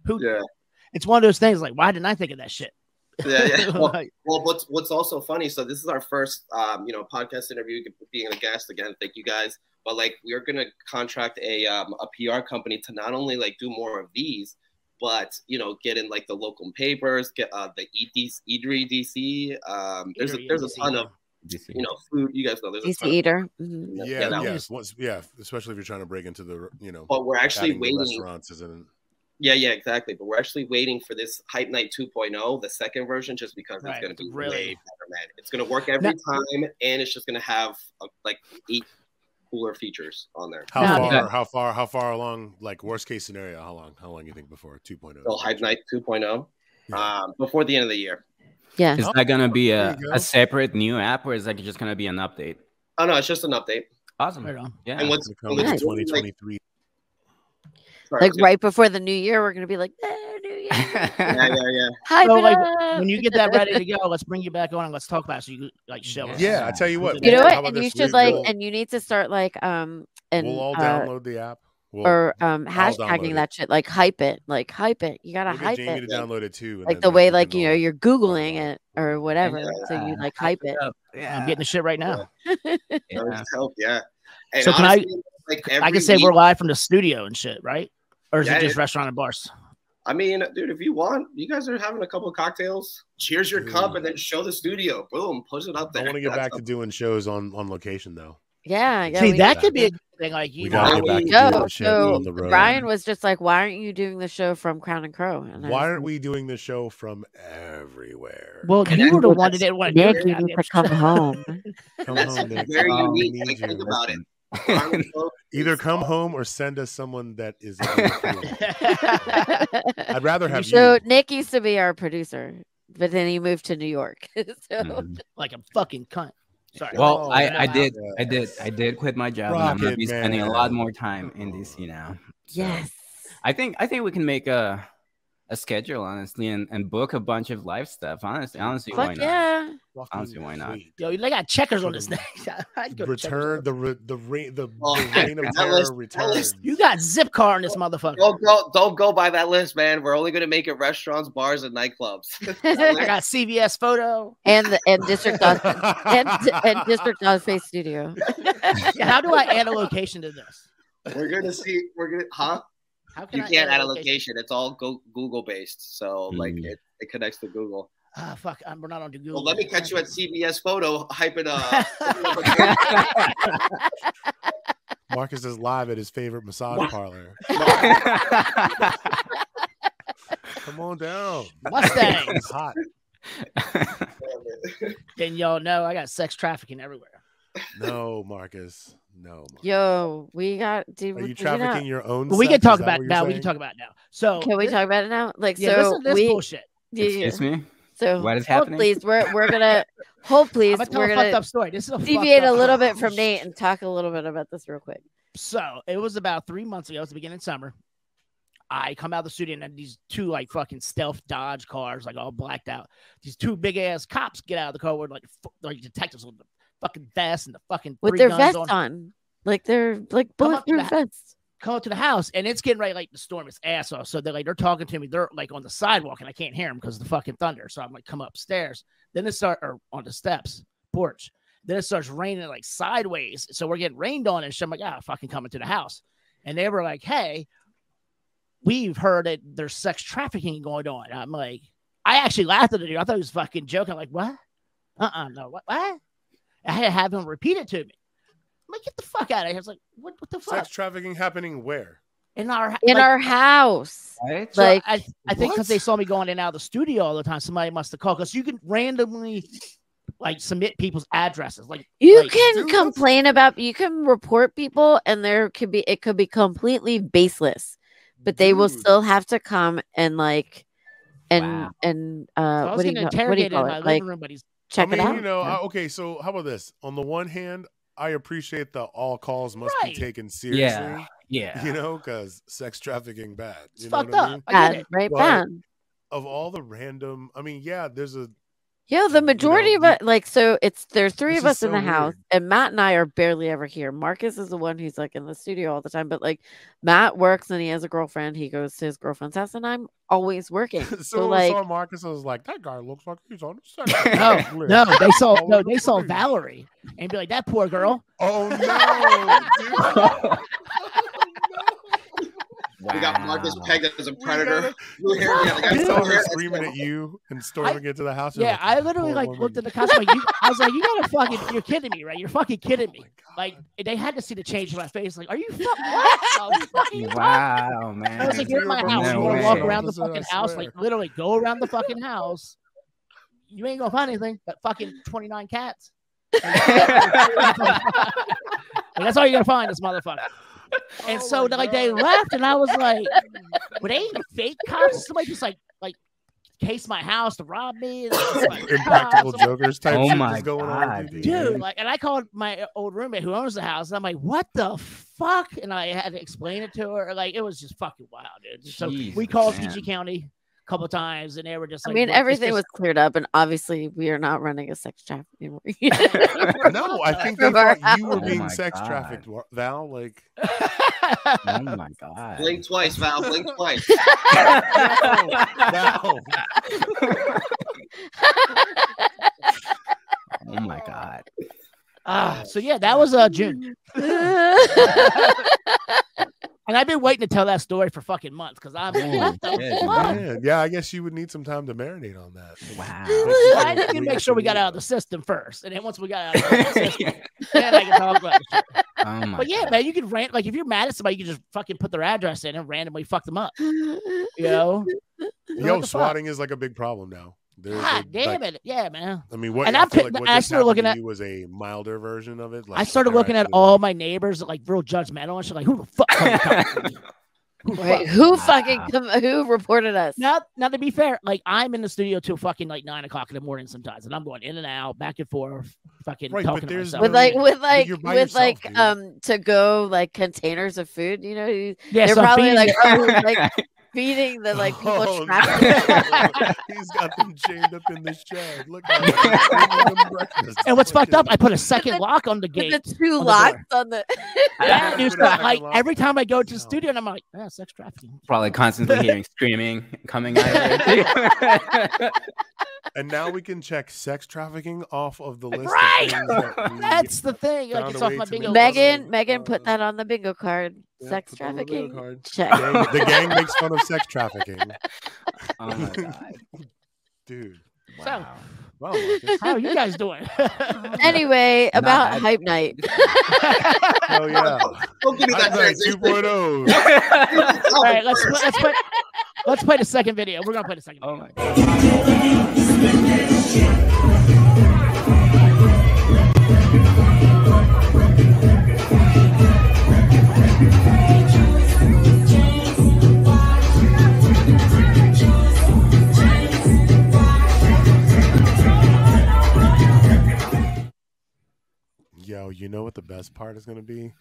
who? yeah, It's one of those things. Like, why didn't I think of that shit? yeah, yeah. Well, Like, well, what's, what's also funny. So this is our first, um, you know, podcast interview being a guest again. Thank you guys. But like, we're going to contract a, um, a PR company to not only like do more of these, but you know, get in like the local papers, get uh, the EDC, EDRI DC. Um, there's a, Eatery there's a ton and of DC. you know food. You guys know there's a DC ton of Eater. Mm-hmm. Mhm. Yeah, yeah, that yeah, was- once- yeah, especially if you're trying to break into the you know but we're actually adding the waiting. restaurants isn't Yeah, yeah, exactly. But we're actually waiting for this Hype Night 2.0, the second version, just because Right, it's going to be really. way better, man. It's going to work every time, and it's just going to have uh, like eight cooler features on there. how No, far that- how far how far along like worst case scenario how long how long you think before oh? 2.0 So Hype Night 2.0 Yeah. um, before the end of the year. Yeah. Is that gonna be Oh, There a, you go. a separate new app, or is that just gonna be an update? Oh no, it's just an update. Awesome. right on. Yeah. And what's, It's gonna and come in what's really, like, 2023 sorry, I Like was gonna- right before the new year, we're gonna be like, eh, new year. Yeah, yeah, yeah. Hype So, it like, up. When you get that ready to go, let's bring you back on and let's talk about it so you can, like show us. yeah i tell you what you know how what? about And you this? should We- like, we'll- and you need to start like, um, and we'll all uh, download the app we'll, or um, I'll download hashtagging it. that shit, like hype it, like hype it. You gotta we'll get hype Jamie it, to download it too and like then the we way, can like you know, all- you're googling it or whatever. So you like hype it. I'm getting the shit right now. That would help, yeah. And So can I- honestly, Like every I can say week- we're live from the studio and shit, right? Or is Yeah, it just it- restaurant and bars? I mean, dude, if you want, you guys are having a couple of cocktails. Cheers your cup and then show the studio. Boom, push it up i there. want to get That's back to doing shows on on location though Yeah, yeah. See, we that need could to be a good thing. Like, you we know, gotta how get back we to go. doing shit So on the road Brian was just like, "Why aren't you doing the show from Crown and Crow?" And I why was aren't like, we doing the show from everywhere well, you were the Well, one that that's didn't want to do Nick, it. you need to come home. come That's home Nick. very Oh, we unique. need Like, you. think about it. either come home or send us someone that is in the field. i'd rather have you so Nick used to be our producer, but then he moved to New York. so Mhm. like a fucking cunt. Sorry. Well, Oh, I, no, I no. did, I did, I did quit my job, and I'm gonna Rocket be spending a lot Man. more time in DC now. So, yes, I think, I think we can make a a schedule honestly, and, and book a bunch of live stuff. Honestly, honestly, why fuck not? yeah. Fucking Honestly, why not? sweet. Yo, they got checkers on this thing. I'd go to checkers. Return the re, the re, the, Oh, the reign of that terror list- returns. list- You got zip car in this motherfucker. Don't go, don't go by that list, man. We're only going to make it restaurants, bars, and nightclubs. I got CVS photo. and the and District Dog and, and District Dog Face Studio. How do I add a location to this? we're going to see. We're going to, huh? How can You I can't add a location. It's all go- Google based. So, like, Mm. it, it connects to Google. Ah, fuck. I'm, we're not on Google. Well, let me catch you Oh, at CBS Photo hyping up. Marcus is live at his favorite massage parlor. Come on down. Mustang. It's hot. then y'all know I got sex trafficking everywhere. No, Marcus. No. Marcus. Yo, we got. Did, Are you we- did we not- trafficking your own? But we sex? can Is talk that what about it you're now. We saying? can talk about it now. So Can we talk about it now? Like, so Yeah, listen to this we. bullshit. yeah, yeah. Excuse me. So What is hold, happening? please, we're we're gonna hold, please. I'm gonna tell We're a fucked gonna up story. This is a fucked deviate a up little story. bit from Nate and talk a little bit about this real quick. So it was about three months ago. It was the beginning of summer. I come out of the studio and then these two like fucking stealth Dodge cars, like all blacked out. These two big ass cops get out of the car with like f- like detectives with the fucking vests and the fucking With three their guns vests on. like they're like Come up to bulletproof the- vests. Come up to the house and it's getting ready like the storm is ass off. So they're like they're talking to me. They're like on the sidewalk and I can't hear them because of the fucking thunder. So I'm like come upstairs. Then it start or on the steps porch. Then it starts raining like sideways. So we're getting rained on and shit. I'm like ah fucking coming to the house. And they were like hey we've heard that there's sex trafficking going on. I'm like, I actually laughed at the dude. I thought he was fucking joking. I'm like, what? Uh uh no, what? What? I had to have him repeat it to me. I'm like, get the fuck out of here. I was like, what, what the fuck? Sex trafficking happening where? In our, In like, our house. Right? so like- I, I think What? because they saw me going in and out of the studio all the time, somebody must have called because you can randomly like submit people's addresses. Like, You like, can dude, that's- complain about you can report people and there could be it could be completely baseless, but they will Dude. still have to come and like and Wow. and so I uh was what do you getting know, what do you interrogated in call my it? living Like room, but he's check I mean, it out. you know, Yeah. I- okay, so how about this? On the one hand, I appreciate the all calls must Right. be taken seriously, Yeah. Yeah. you know, because sex trafficking bad. it's You know fucked what I up. mean? I get Bad, it. right? But- Bad. Of all the random, I mean, yeah, there's a Yeah, you the know, majority we- of us, like, so it's there's three This of is us in so the house, weird. and Matt and I are barely ever here. Marcus is the one who's like in the studio all the time, but like Matt works and he has a girlfriend. He goes to his girlfriend's house, and I'm always working. so, so, I like, saw Marcus, I was like, that guy looks like he's on the sex trafficking No, list. no, they saw Oh, no, they saw dude. Valerie and be like, that poor girl. Oh no, dude. Wow. We got Marcus pegged as a We predator. gotta- Blue hair, we got the guy I with saw blue hair. her screaming at you and storming into the house. You're Yeah, like, I "Oh, literally poor like woman." looked at the cops. Like, you, I was like, "You gotta fucking, you're kidding me, right? You're fucking kidding me." Oh my God. Like, they had to see the change in my face. Like, are you fucking? What? I was fucking- Wow, man. I was like, Yeah, "You're in my bro, house. no you wanna walk way. around the Officer, I fucking house? swear. Like, literally, go around the fucking house. You ain't gonna find anything but fucking twenty nine cats. Like, that's all you're gonna find, this motherfucker." And Oh so, my like, they God. left, and I was like, "Were they fake cops? Somebody just like, like, case my house to rob me?" And I was like, "Nah, impractical somebody- jokers type Oh shit my that's going on. God, with you, dude like and i called my uh, old roommate who owns the house and i'm like what the fuck and i had to explain it to her like it was just fucking wild dude so we Jesus, called man. PG county a couple times and they were just I like mean, "Look, it's everything just- was cleared up, and obviously, we are not running a sex trafficking. ring. No, I think they From our thought you were house. Oh being my sex God. trafficked, Wa- Val. Like, oh my god. Blink twice, Val. Blink twice. Val, Oh my god. Ah, so yeah that was uh june and i've been waiting to tell that story for fucking months because i'm Holy what the shit, fuck? man. man, yeah, I guess you would need some time to marinate on that. Wow. Well, I need to make sure we got out of the system first, and then once we got out of the system, then I can talk about it. Oh my But yeah, god. man, you could rant like if you're mad at somebody, you can just fucking put their address in and randomly fuck them up. You know? Yo, the fuck? swatting is like a big problem now. They're, God they're, damn like- it. Yeah, man. I mean, what? And I I'm feel pit- like what I just started looking happened to at- you was a milder version of it. Like, I started they're looking at actually, all like- my neighbors like real judgmental and shit, like who the fuck called the cops? Who the Right, fuck? who fucking come, who reported us? Now, now to be fair, like I'm in the studio till fucking like nine o'clock in the morning sometimes, and I'm going in and out, back and forth, fucking Right, but talking to there's myself. with like with like you're with by yourself, like dude. um to go like containers of food. You know, you- yeah, they're so probably Phoenix- like, oh, like feeding the like people Oh, trapped. no. He's got them chained up in the shed. Look at him. Giving them breakfast. and what's Look fucked up? at I put a second the- lock on the With gate. the two door. locks on the That Yeah, dude's put a not second like lock. every time I go to the No. studio and I'm like, yeah, sex trafficking. Probably constantly hearing screaming coming out of it. And now we can check sex trafficking off of the list. Of Right! things that we That's the thing. Like Found it's a off way my to bingo. make list. Uh, Megan Megan uh, put that on the bingo card. Yeah, Sex put on the bingo trafficking. card. Check. Gang, the gang makes fun of sex trafficking, oh my god. dude. So- Wow. Wow, Marcus. How are you guys doing? Anyway, Nah, about I- hype night. Hell yeah. Don't give me that Hindsight transition. 2.0. All right, let's let's play, let's play the second video. We're gonna play the second. oh Video. my. Oh, Yo, you know what the best part is going to be?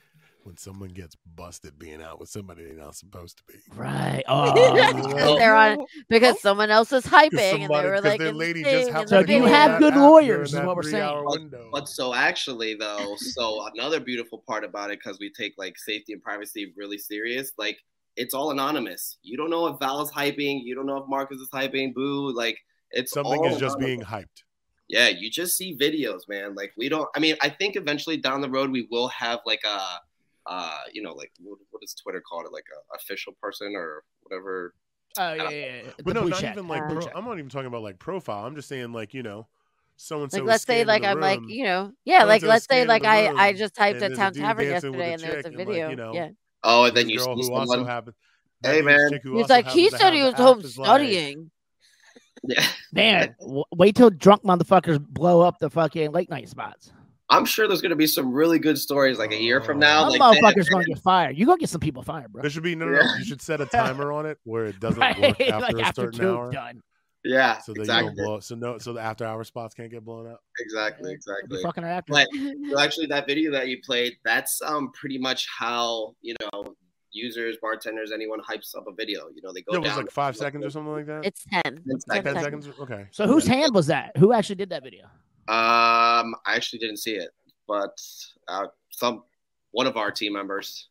When someone gets busted being out with somebody they're not supposed to be. Right. Oh. because they're on because someone else is hyping and they Somebody- were 'cause like, their in lady sync, just and happened So to they're do you be in being have that happy. good app during lawyers, is that what we're saying. three-hour But- window. But so actually though, so another beautiful part about it because we take like safety and privacy really serious. Like it's all anonymous. You don't know if Val's hyping. You don't know if Marcus is hyping. Boo! Like it's Oh. Something all is just anonymous. being hyped. Yeah, you just see videos, man. Like we don't. I mean, I think eventually down the road we will have like a, uh, you know, like what, what is Twitter called it? Like a official person or whatever. Oh yeah, yeah, yeah. The But no, blue not check, even like. the blue Pro- check. I'm not even talking about like profile. I'm just saying like you know, so and so. Like let's say like I'm like you know yeah Someone like says let's say scan like the I room, I just typed and at there's a Town dude Tavern dancing with yesterday a and there's a chick, and, like, video you know, yeah Oh, and then you girl see who also someone. happened. Hey, man. he's like he said he was home studying Yeah. Man, w- wait till drunk motherfuckers blow up the fucking late night spots. I'm sure there's gonna be some really good stories like a year from now. Some Like motherfuckers man, gonna get fired. You gonna get some people fired, bro. There should be no, no, no. You should set a timer on it where it doesn't work Right? after like a after certain two hour, done. yeah, so that you don't exactly, blow. So no, so the after hour spots can't get blown up. exactly, They'll be exactly. fucking her after. But So actually, that video that you played, that's um pretty much how you know users, bartenders, anyone hypes up a video. You know, they go Yeah, it was down like five seconds or something like that. it's ten. Ten Ten Ten seconds. seconds. Okay. so whose hand was that? Who actually did that video? Um, I actually didn't see it, but uh, some one of our team members,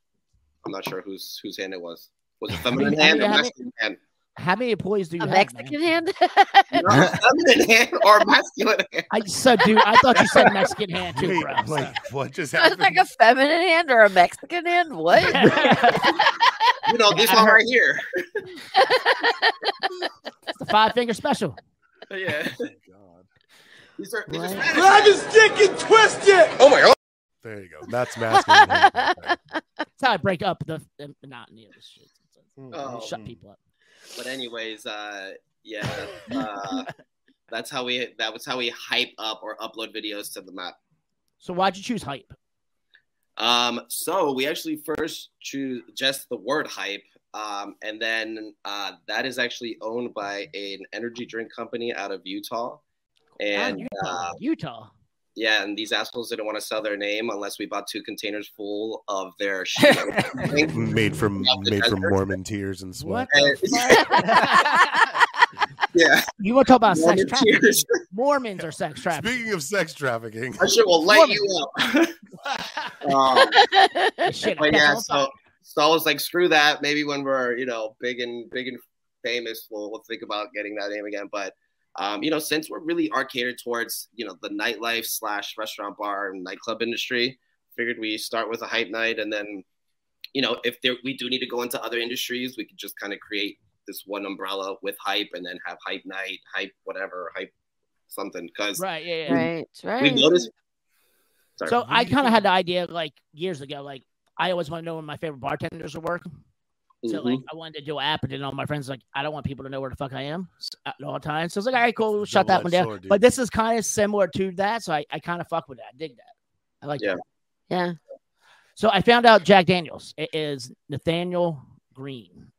I'm not sure whose whose hand it was. Was it feminine I hand mean, or I haven't- masculine hand? How many employees do you a have? Mexican man? hand No, feminine hand or masculine hand? I so dude, I thought you said Mexican hand too, Wait, bro. like what just So it's happened? like a feminine hand or a Mexican hand what That's You know, this I one heard- right here. the five finger special. yeah, Oh God. these are these are What? Spanish. Live is getting twisted. Oh my god. There you go. That's masculine. hand. Okay. That's how I break up the the monotony of this shit. Oh. Shut people up. But anyways, uh, yeah, that's, uh, that's how we that was how we hype up or upload videos to the map. So why'd you choose hype? Um, so we actually first choose just the word hype, um, and then uh, that is actually owned by an energy drink company out of Utah. And Utah. uh, Utah. yeah, and these assholes didn't want to sell their name unless we bought two containers full of their shit. and, made from Yeah, the made from desert. Mormon tears and sweat. What the fuck? yeah, You want to talk about Mormon sex trafficking? tears. Mormons are sex trafficking. Speaking of sex trafficking, That shit will light you up. um, Shit, but that's yeah, all fine. so so I was like, screw that. Maybe when we're you know big and big and famous, we'll, we'll think about getting that name again. But um, you know, since we're really are catered towards you know the nightlife slash restaurant bar and nightclub industry, figured we start with a hype night, and then you know if there we do need to go into other industries, we could just kind of create this one umbrella with hype, and then have hype night, hype whatever, hype something. Because right, yeah, yeah. right right we noticed. Sorry. So I kind of had the idea like years ago, like I always want to know where my favorite bartenders are working. So Mhm. like I wanted to do an app, and then all my friends like I don't want people to know where the fuck I am s- at all times. So I was like, all right, cool, we'll shut that one down. Double-edged sword, But dude. this is kind of similar to that, so I, I kind of fuck with that. I dig that. I like Yeah. that. yeah So I found out Jack Daniels i- is Nathaniel Green.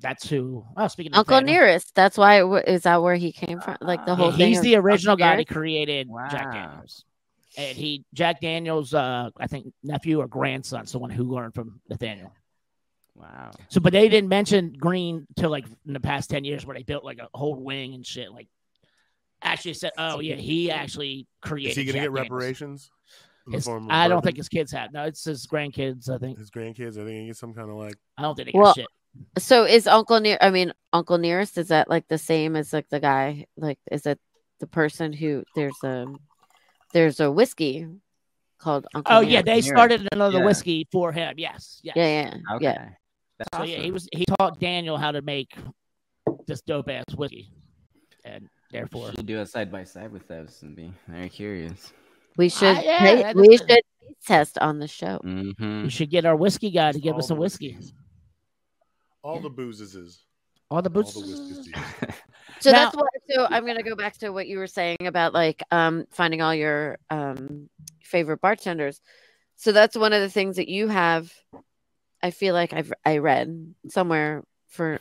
That's who. Oh, speaking of Uncle Nathaniel, Nearest that's why it wa- is that where he came from like the Ah. whole Yeah, thing he's of the original Uncle guy that Nearest? created Jack Wow. Daniels. And he Jack Daniels, uh, I think nephew or grandson, someone who learned from Nathaniel. Wow. So, but they didn't mention Green till like in the past ten years, where they built like a whole wing and shit. Like, actually said, "Oh yeah, he actually created." is he going to Jack get Daniels." reparations? in the His- form of I don't bourbon? think his kids have. No, it's his grandkids. I think. his grandkids. I think he gets some kind of like I don't think they got Well, oh, shit. so is Uncle Near I mean Uncle Nearest is that like the same as like the guy like is it the person who there's a there's a whiskey called Uncle Oh yeah, Nearest. they Nearest. started another Yeah. whiskey for him. Yes, yes. yeah yeah Okay. yeah That's So yeah, he awesome. was he taught Daniel how to make this dope ass whiskey, and therefore Should do a side by side with those and be very curious. We Ah, should yeah, taste- that we is- should taste test on the show. hmm We should get our whiskey guy to give All us some the whiskey. whiskeys. All the boozes is. All the All boots. the whiskeys. So Now- that's why. So I'm going to go back to what you were saying about like um, finding all your um, favorite bartenders. So that's one of the things that you have. I feel like I've I read somewhere for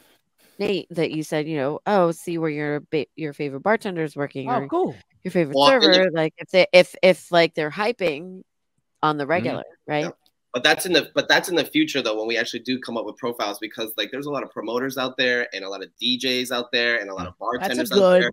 Nate that you said you know oh see where your ba- your favorite bartender is working Oh, or cool. your favorite Well, and server like if they if if like they're hyping on the Mm-hmm. regular right Yeah. But that's in the but that's in the future though when we actually do come up with profiles because like there's a lot of promoters out there and a lot of DJs out there and a lot of bartenders out good- there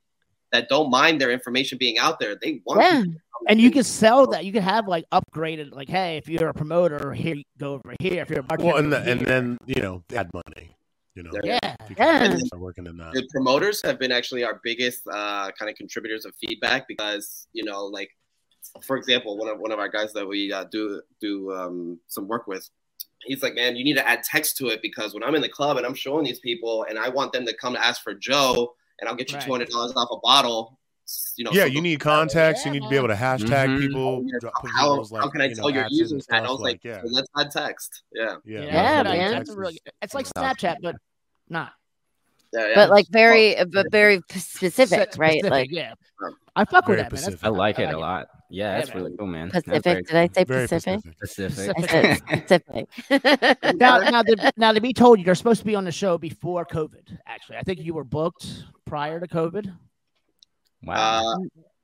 that don't mind their information being out there. They want yeah people to come And you and- can sell that. You can have like upgraded, like, hey, if you're a promoter, here go over here. If you're a bartender, Well, and go the, and here. then you know they had money. You know, Yeah. yeah, If you Yeah. can start working in that. the promoters have been actually our biggest uh, kind of contributors of feedback because you know like for example one of one of our guys that we uh, do do um, some work with he's like man you need to add text to it because when i'm in the club and i'm showing these people and i want them to come ask for joe and i'll get you Right. $200 off a bottle you know yeah, so you need contacts. Yeah, you need to be able to hashtag Mm-hmm. Mhm. people. Oh, Yeah, drop- put how, people's, how can i you know, tell your accents and users that and i stuff, was like, yeah, "Well, let's add text yeah yeah, Yeah, that's what man. Texas- It's, really, it's like Texas. Snapchat, but not yeah, yeah. but like very but very p- specific Spe- right specific, like yeah. I fuck with Very that, man. That's- specific. I like it I like a it. lot. Yeah, Yeah, that's man. really cool, man. That's very Pacific did I say Very Pacific specific. Pacific. I said Pacific now, now, to, now, to be told, you're supposed to be on the show before COVID. Actually, I think you were booked prior to COVID, wow. uh,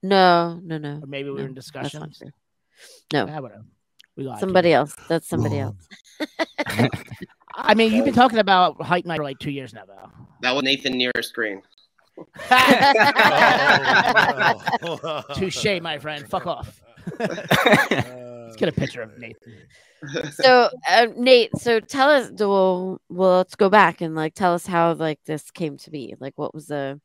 No, no, no. or maybe we were in That's not discussions. true. No. Ah, whatever. We got Somebody else. That's somebody Wrong. else. I mean, you've been talking about hype night for like two years now, though. that was nathan near a screen Oh, wow. Touche, my friend. Fuck off. Let's get a picture of Nathan. So, um, Nate, so tell us, well, well, let's go back and like tell us how like this came to be. Like, what was the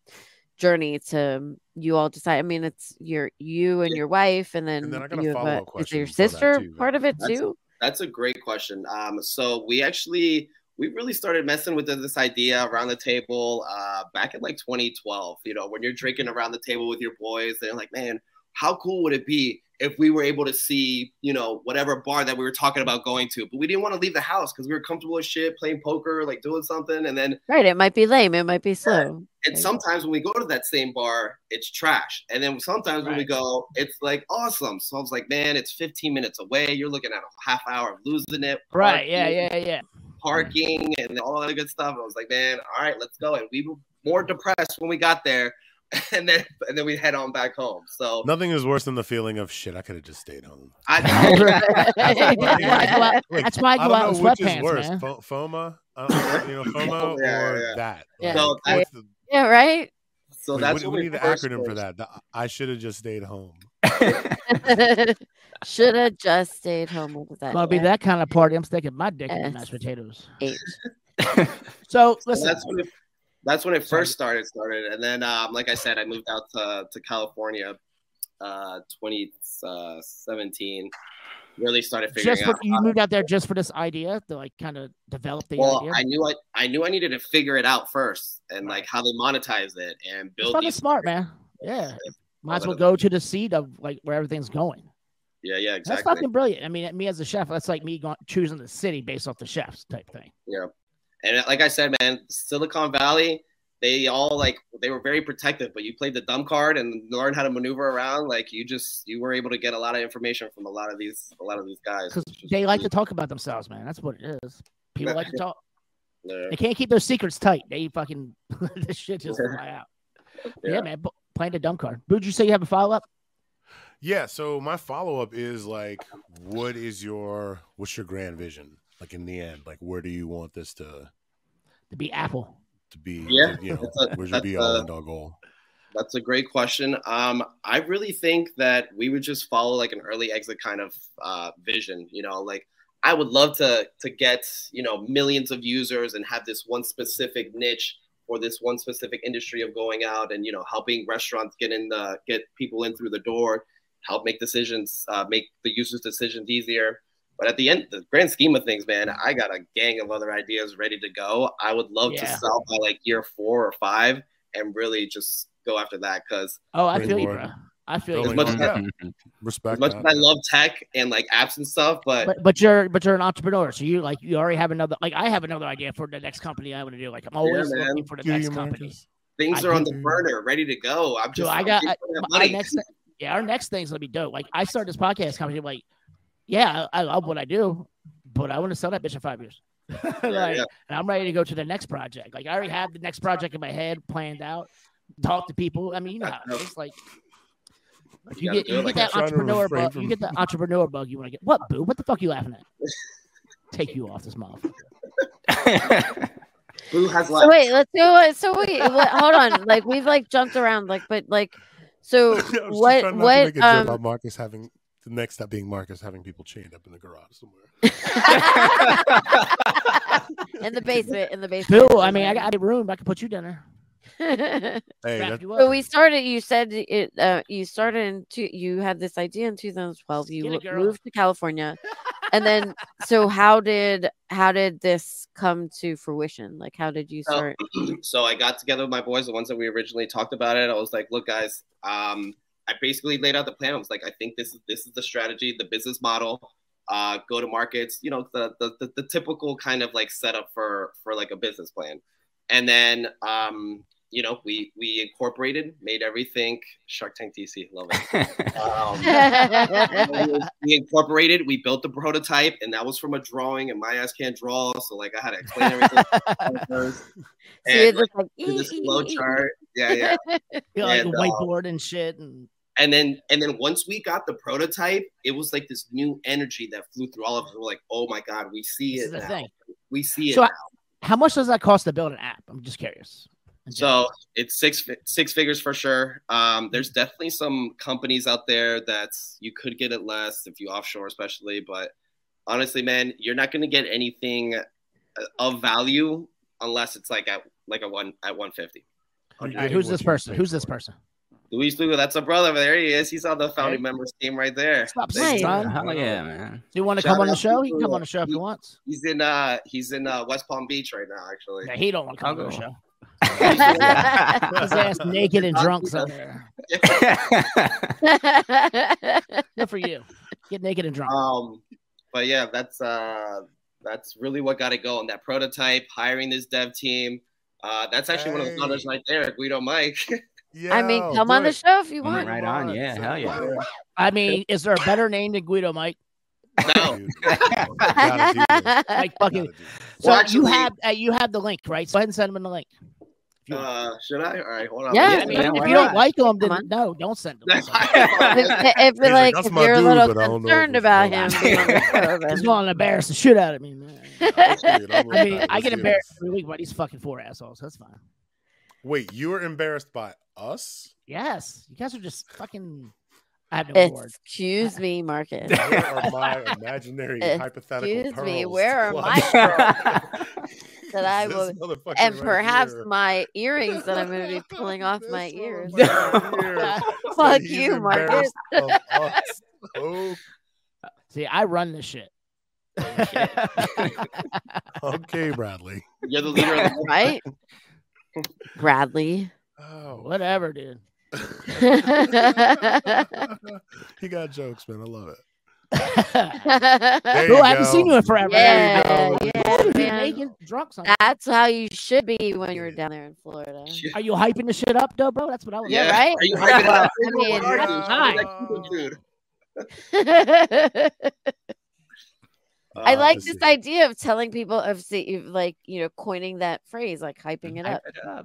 journey to you all decide? I mean, it's your you and your wife, and then, And then I got a you have follow-up is question your for that, sister too, but- part of it That's- too? That's a great question. Um, so we actually we really started messing with this idea around the table uh, back in like 2012. You know, when you're drinking around the table with your boys, they're like, man, how cool would it be if we were able to see, you know, whatever bar that we were talking about going to? But we didn't want to leave the house because we were comfortable as shit, playing poker, like doing something, and then Right. It might be lame. It might be slow. and sometimes when we go to that same bar, it's trash. And then sometimes when we Right. go, it's like awesome. So I was like, man, it's 15 minutes away. You're looking at a half hour of losing it. Right? Yeah, parking, yeah, yeah. Parking and all that good stuff. I was like, man, all right, let's go. And we were more depressed when we got there. And then and then we head on back home. So Nothing is worse than the feeling of shit. I could have just stayed home. I, Well, Like, That's why I I go out don't in know which is sweatpants, worse, man. Fo- FOMA, I don't know, you know, FOMA, Yeah, or yeah. that. Yeah. Like, So I- what's the- yeah. Right. so like, that's what, when we need an first acronym for started. that. The, I should have just stayed home. Should have just stayed home. What was that? Gonna be Yeah, that kind of party. I'm sticking my dick in the Yes. mashed potatoes. H. So So listen, that's when it, that's when it first started. Started, and then um, like I said, I moved out to, to California, uh, 2017. Really started figuring just for, out. you moved out there just for this idea to like kind of develop the well, idea. I knew I I knew I needed to figure it out first, and like how they monetize it and it's build fucking these. smart, man. Yeah, might as well go to the seed of like where everything's going. Yeah, yeah, That's exactly. fucking brilliant. I mean, me as a chef, that's like me going, choosing the city based off the chefs type thing. Yeah. And uh, like I said, man, Silicon Valley, they all like they were very protective, but you played the dumb card and learned how to maneuver around. Like you just you were able to get a lot of information from a lot of these a lot of these guys. because they like to talk about themselves, man. That's what it is. People like to talk. Yeah. They can't keep their secrets tight. They fucking this shit just fly out. Yeah, Yeah. man. bu- Playing the dumb card. Boo, did you say you have a follow up? Yeah. So my follow up is like, what is your what's your grand vision? Like in the end, like where do you want this to To be Apple. to be? Yeah, You know, that's a- where's your that's be all a- end all goal? That's a great question. Um, I really think that we would just follow like an early exit kind of uh, vision. You know, like I would love to to get you know millions of users and have this one specific niche for this one specific industry of going out and you know helping restaurants get in the get people in through the door, help make decisions, uh, make the users' decisions easier. But at the end, the grand scheme of things, man, Mm-hmm. I got a gang of other ideas ready to go. I would love Yeah. to sell by like year four or five and really just go after that because Oh, I Praise feel the you, Lord. bro. I feel As you. much yeah. Respect. As much as that. I love tech and like apps and stuff, but, but, but you're but you're an entrepreneur, so you like you already have another like I have another idea for the next company I want to do. Like I'm always man. looking for the Do next you, Marcus? company. things I are on do- the burner, ready to go. I'm Dude, just I I'm got just I, putting up my money. next thing, yeah, our next thing's gonna be dope. Like I started this podcast company, like, yeah, I, I love what I do, but I want to sell that bitch in five years. like, yeah. and I'm ready to go to the next project. Like I already have the next project in my head planned out. Talk to people. I mean, you know, how it is. like. Like you gotta get do you it get like that. that Trying to entrepreneur refrain bug. from- You get that entrepreneur bug. You want to get what, boo? What the fuck you laughing at? Take you off this motherfucker. Who has So left? wait, let's go. So wait, what, hold on. Like we've like jumped around, like but like so I was just what trying not to make what a joke um about Marcus having the next step being Marcus having people chained up in the garage somewhere. um, in the basement in the basement. Boo! I mean, I got a room. I can put you down there. got. Hey, Wrap that, you But up. we started. You said it. Uh, you started in. Two, you had this idea in 2012. You Get a w- girl. moved to California, and then so how did how did this come to fruition? Like how did you Oh. start? so I got together with my boys, the ones that we originally talked about it. I was like, look, guys, um, I basically laid out the plan. I was like, I think this is this is the strategy, the business model, uh, go to markets, you know, the, the the the typical kind of like setup for for like a business plan. And then um, you know, we we incorporated, made everything Shark Tank DC, love it. Um, we we incorporated, we built the prototype, and that was from a drawing, and my ass can't draw, so like I had to explain everything. so you had And, like, this like do this ee, ee, flow ee, ee. chart. Yeah, yeah. You know, like And, a uh, whiteboard and shit, and And then and then once we got the prototype, it was like this new energy that flew through all of us. We're like, oh my god, we see this it is the now. thing. We see it So I- now. How much does that cost to build an app? I'm just curious. So it's six fi- six figures for sure. Um, there's definitely some companies out there that's you could get it less if you offshore, especially. But honestly, man, you're not gonna get anything uh, of value unless it's like at like a one at 150. you're All right, getting who's what this you person? paid Who's this for. person? Luis Lugo, that's a brother. There he is. He's on the founding members team right there. Stop Thank you. saying that. Hell Oh, yeah, man. Do you want to Shout come on out the to, show? He can come on the show if he uh, wants. He's in uh he's in uh West Palm Beach right now actually. Yeah, he don't want to come on the I'll show. Yeah. His ass naked and I'll drunk do that. somewhere. Good for you. Get naked and drunk. Um but yeah, that's uh that's really what got it going. That prototype, hiring this dev team. Uh that's actually one of the founders Hey. right there, Guido Mike. Yeah, I mean, come on the show if you Come want. right on, yeah, hell Oh, yeah. I mean, is there a better name than Guido, Mike? No. Like fucking. So Well, you actually- have uh, you have the link, right? So go ahead and send him the link. If you want. uh should I? All right, hold on. Yeah, Yeah, I man, mean, if why you don't not? like him, Come then on. no, don't send him. if, if, like, like, "That's if my you're a dude, little but I don't know if concerned it's about him, relevant." being on the show, then- He's gonna embarrass the shit out of me, man. I mean, I get embarrassed every week by these fucking four assholes. That's fine. Wait, you were embarrassed by us? Yes, you guys are just fucking. I have no words. excuse me, Marcus. Where are my imaginary hypothetical Excuse me, pearls where are clutched? my That I This will, motherfucker and right perhaps here. my earrings that I'm going to be pulling off This my ears. motherfucker here Fuck said he's you, Marcus. embarrassed of us. Oh, See, I run this shit. okay, Bradley. You're the leader of the Right, Bradley. Oh, Whatever, dude. he got jokes, man. I love it. Boo, There yeah, you I haven't seen go. you in forever. There yeah, you man. Naked, drunk. Something. That's how you should be when you're down there in Florida. Yeah, Are you hyping the shit up, though, bro? That's what I was. Yeah, right? Are you Yeah, hyping it up? well, I mean, Who are you? hi. Who's that dude? Oh, Oh, I Uh, like let's this see. idea of telling people of see, like you know coining that phrase like hyping it up.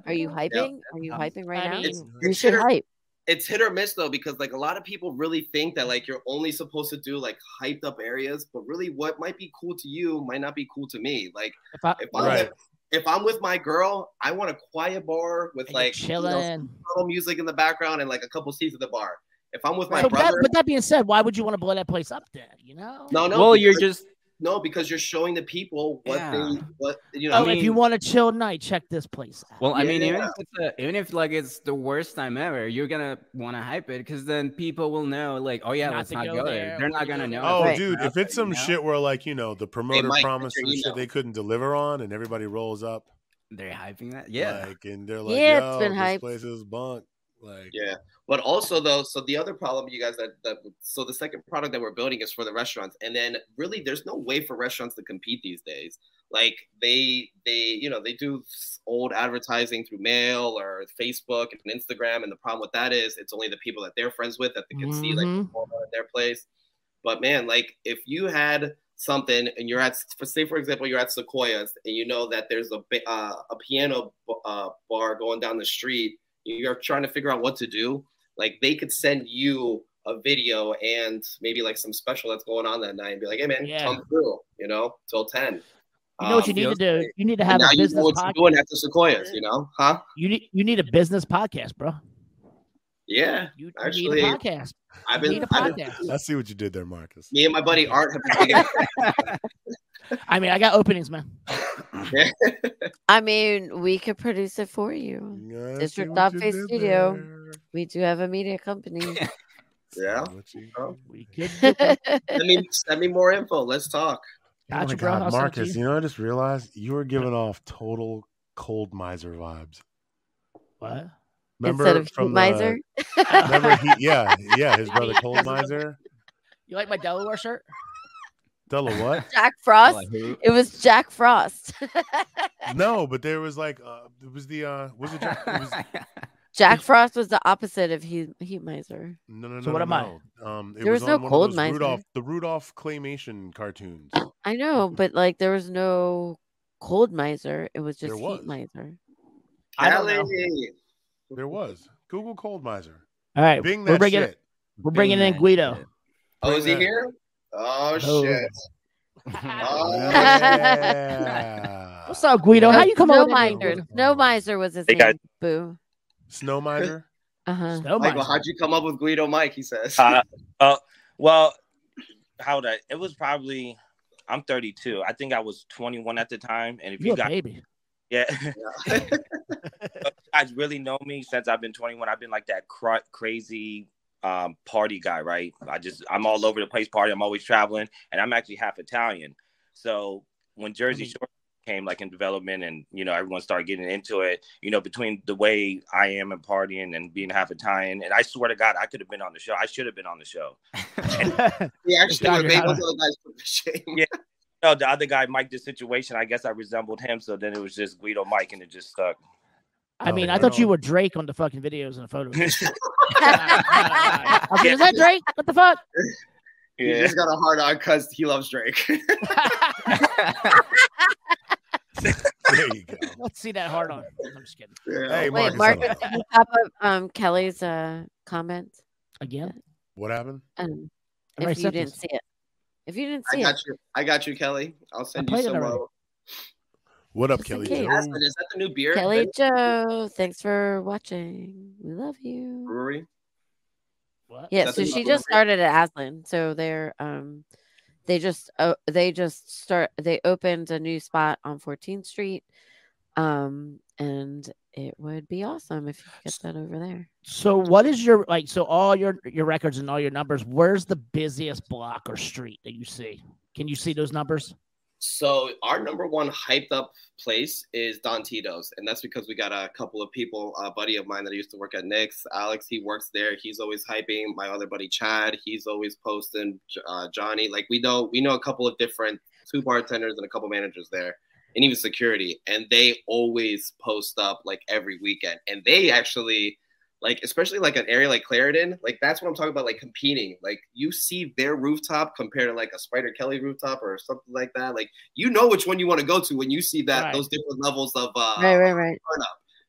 Are you hyping? Are you Um, hyping right I now? mean- It's, you it's should hit or, hype. it's hit or miss though, because like a lot of people really think that like you're only supposed to do like hyped up areas, but really what might be cool to you might not be cool to me. Like If I, if I'm Right. with, if I'm with my girl, I want a quiet bar with like like you know, chilling. subtle music in the background and like a couple seats at the bar. If I'm with my so, that, brother, but that being said, why would you want to blow that place up then? You know? no, no, well, you're because- just no because you're showing the people what Yeah. they what you know. Oh, I mean, if you want a chill night, check this place out. Well, I Yeah, mean, yeah, even yeah. if it's a, even if like it's the worst time ever, you're gonna want to hype it because then people will know, like, oh yeah, Not let's to not go go there. there, They're what not do you gonna do? know. Oh, Right. dude, if it's some shit where like you know the promoter Mike, promised check some your shit email. they couldn't deliver on, and everybody rolls up, they're hyping that. Uh, Yeah, like, and they're like, Yeah, "Yo, it's been this hyped. place is bunk." Like, Yeah. But also though, so the other problem you guys that, that so the second product that we're building is for the restaurants. And then really there's no way for restaurants to compete these days. Like they they you know, they do s- old advertising through mail or Facebook and Instagram and the problem with that is it's only the people that they're friends with that they can see like Mhm. what's going on in their place. But man, like if you had something and you're at for say for example you're at Sequoia's and you know that there's a ba- uh, a piano b- uh, bar going down the street you're trying to figure out what to do, like they could send you a video and maybe like some special that's going on that night and be like, hey man, Yeah. come through, you know, till 10. You know what you Um, need to feels do? You need to and have a now you know business what podcast. you're doing after Sequoias, you know, huh? You need you need a business podcast, bro. Yeah. You, you need Actually, a podcast. I've You been, need a I've been- podcast. I see what you did there, Marcus. me and my buddy Art have been thinking, I mean, I got openings, man. I mean, we could produce it for you. Yeah, I see District what Dog you Face did Studio. there. We do have a media company. yeah. See what you Oh. did We there. could do it. Send I me, send me more info. Let's talk. Oh my Gotcha, bro. God, I'll send it to Marcus, you. you know, I just realized you were giving off total cold miser vibes. What? Remember Instead of heat from miser, The, remember he, yeah, yeah, his brother Cold Because of- Miser. You like my Delaware shirt? Oh, Della what? Jack Frost. Like, who- It was Jack Frost. No, but there was like, uh, it was the, uh, was it? Jack- It was, Jack Frost was the opposite of heat, heat miser. no, no, no. So what no, am I? no. Um, it There was, was no on one Cold of those Miser. Rudolph, the Rudolph claymation cartoons. I know, but like there was no cold miser. It was There just was. heat miser. I don't know. Allie. There was Google Cold Miser. All right, Bing we're that bringing shit. we're bringing in Guido. Oh, is he Bring that. here? Oh, No. shit. Oh, Yeah. What's up, Guido? How Uh, you come Snow over? miser. here? Snow miser was his Hey, name. guys. Boo. Snow Miser. Uh huh. Snow Michael, miser. how'd you come up with Guido Mike? He says. Uh, uh, well, how would I? It was probably I'm 32. I think I was 21 at the time, and if You you a got baby? yeah, Yeah. I really know me since I've been 21. I've been like that cra- crazy um, party guy, right? I just I'm all over the place party. I'm always traveling, and I'm actually half Italian. So when Jersey Mm-hmm. Shore came like in development, and you know everyone started getting into it, you know between the way I am and partying and being half Italian, and I swear to God, I could have been on the show. I should have been on the show. He actually Dr. would make Howard. those other guys put to shame. Yeah. No, the other guy, Mike, the situation, I guess I resembled him. So then it was just Guido Mike and it just stuck. I Oh, mean, yeah. I thought you were Drake on the fucking videos and the photos. I I was like, is that Drake? What the fuck? He yeah. just got a hard on because he loves Drake. There you go. Let's see that hard on. I'm just kidding. Yeah. Hey, Marcus. Wait, uh, Marcus, hello. did you pop up um, Kelly's uh, comment? Again, What happened? Um, I already if you said didn't this. see it, if you didn't I see got it, you. I got you, Kelly. I'll send you played it some. already. Uh, What up, Just in Kelly? case. Joe? Aspen, is that the new beer? Kelly The Joe, thanks for watching. We love you. brewery. What? Yeah, That's so a she lovely just rate. started at Aslan. So they're um they just uh, they just start they opened a new spot on 14th Street. Um and it would be awesome if you could get that over there. So what is your like? So all your your records and all your numbers. Where's the busiest block or street that you see? Can you see those numbers? So our number one hyped up place is Don Tito's, and that's because we got a couple of people. A buddy of mine that used to work at Nick's, Alex, he works there. He's always hyping. My other buddy Chad, he's always posting. Uh, Johnny, like we know, we know a couple of different two bartenders and a couple managers there, and even security, and they always post up like every weekend. And they actually, like especially like an area like Clarendon, like that's what I'm talking about. Like competing, like you see their rooftop compared to like a Spider Kelly rooftop or something like that. Like you know which one you want to go to when you see that Right. those different levels of uh, right, right, right.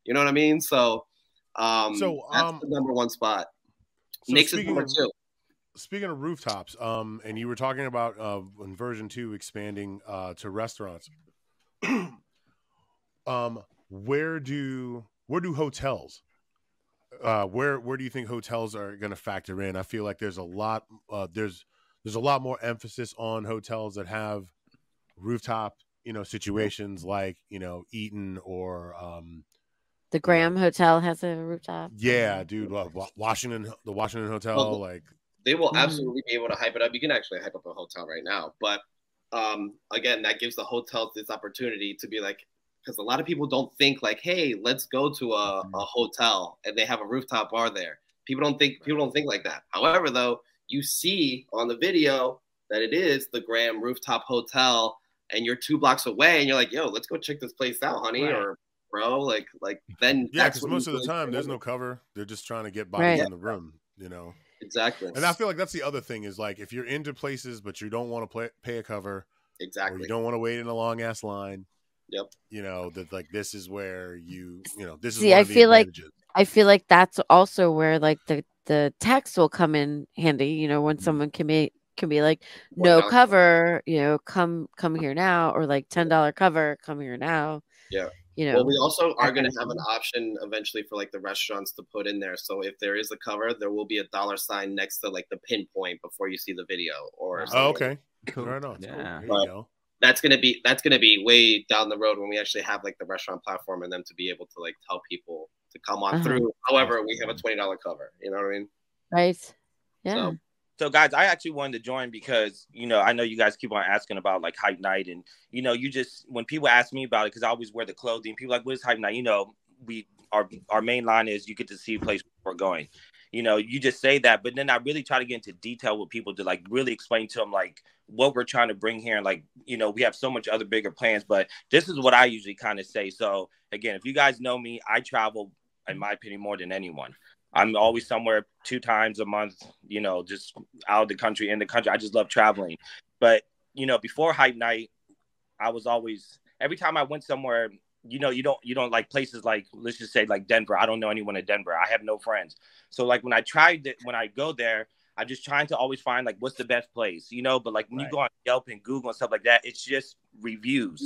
you know what I mean? So, um, So, that's um, the number one spot. So Nick's is speaking number of- two. Speaking of rooftops, um, and you were talking about uh, in version two expanding uh, to restaurants. um, where do where do hotels? Uh, where where do you think hotels are going to factor in? I feel like there's a lot uh, there's there's a lot more emphasis on hotels that have rooftop you know situations like you know Eaton or um, The Graham Hotel has a rooftop. yeah, dude, uh, Wa- Washington the Washington Hotel Well, like They will Mm. Mhm. absolutely be able to hype it up. You can actually hype up a hotel right now, but um, again, that gives the hotels this opportunity to be like, because a lot of people don't think like, hey, let's go to a, Mm-hmm. a hotel and they have a rooftop bar there. People don't think people don't think like that. However, though, you see on the video that it is the Graham rooftop hotel, and you're two blocks away, and you're like, yo, let's go check this place out, honey, Right. or bro, like, like then Yeah, that's because when most you of really- the time there's no cover. They're just trying to get bodies Right. in the room, you know. exactly And I feel like that's the other thing is like if you're into places but you don't want to play, pay a cover or exactly you don't want to wait in a long ass line. Yep. You know that like this is where you you know this is. See, one I of the feel like- advantages. I feel like that's also where like the the text will come in handy. You know, Mm-hmm. when someone can be can be like, What no now? cover, you know, come come here now, or like ten dollar cover, come here now. Yeah. You know, Well, we also are that going kind to have an option eventually for like the restaurants to put in there. So if there is a cover, there will be a dollar sign next to like the pinpoint before you see the video or Oh, Oh, something. okay. Cool. Right on. Yeah. There But- you go. That's going to be that's going to be way down the road when we actually have like the restaurant platform and them to be able to like tell people to come on Uh-huh. through. However, we have a twenty dollar cover. You know what I mean? right? Yeah. So- So guys, I actually wanted to join because you know I know you guys keep on asking about like hype night, and you know you just when people ask me about it because I always wear the clothing. People like, what is hype night? You know, we our our main line is you get to see a place we're going. You know, you just say that, but then I really try to get into detail with people to like really explain to them like what we're trying to bring here, and like you know we have so much other bigger plans, but this is what I usually kind of say. So again, if you guys know me, I travel in my opinion more than anyone. I'm always somewhere two times a month, you know, just out of the country, in the country. I just love traveling. But, you know, before hype night, I was always every time I went somewhere, you know, you don't you don't like places like let's just say like Denver. I don't know anyone in Denver. I have no friends. So like when I tried it when I go there, I'm just trying to always find like what's the best place, you know, but like when Right. you go on Yelp and Google and stuff like that, it's just reviews.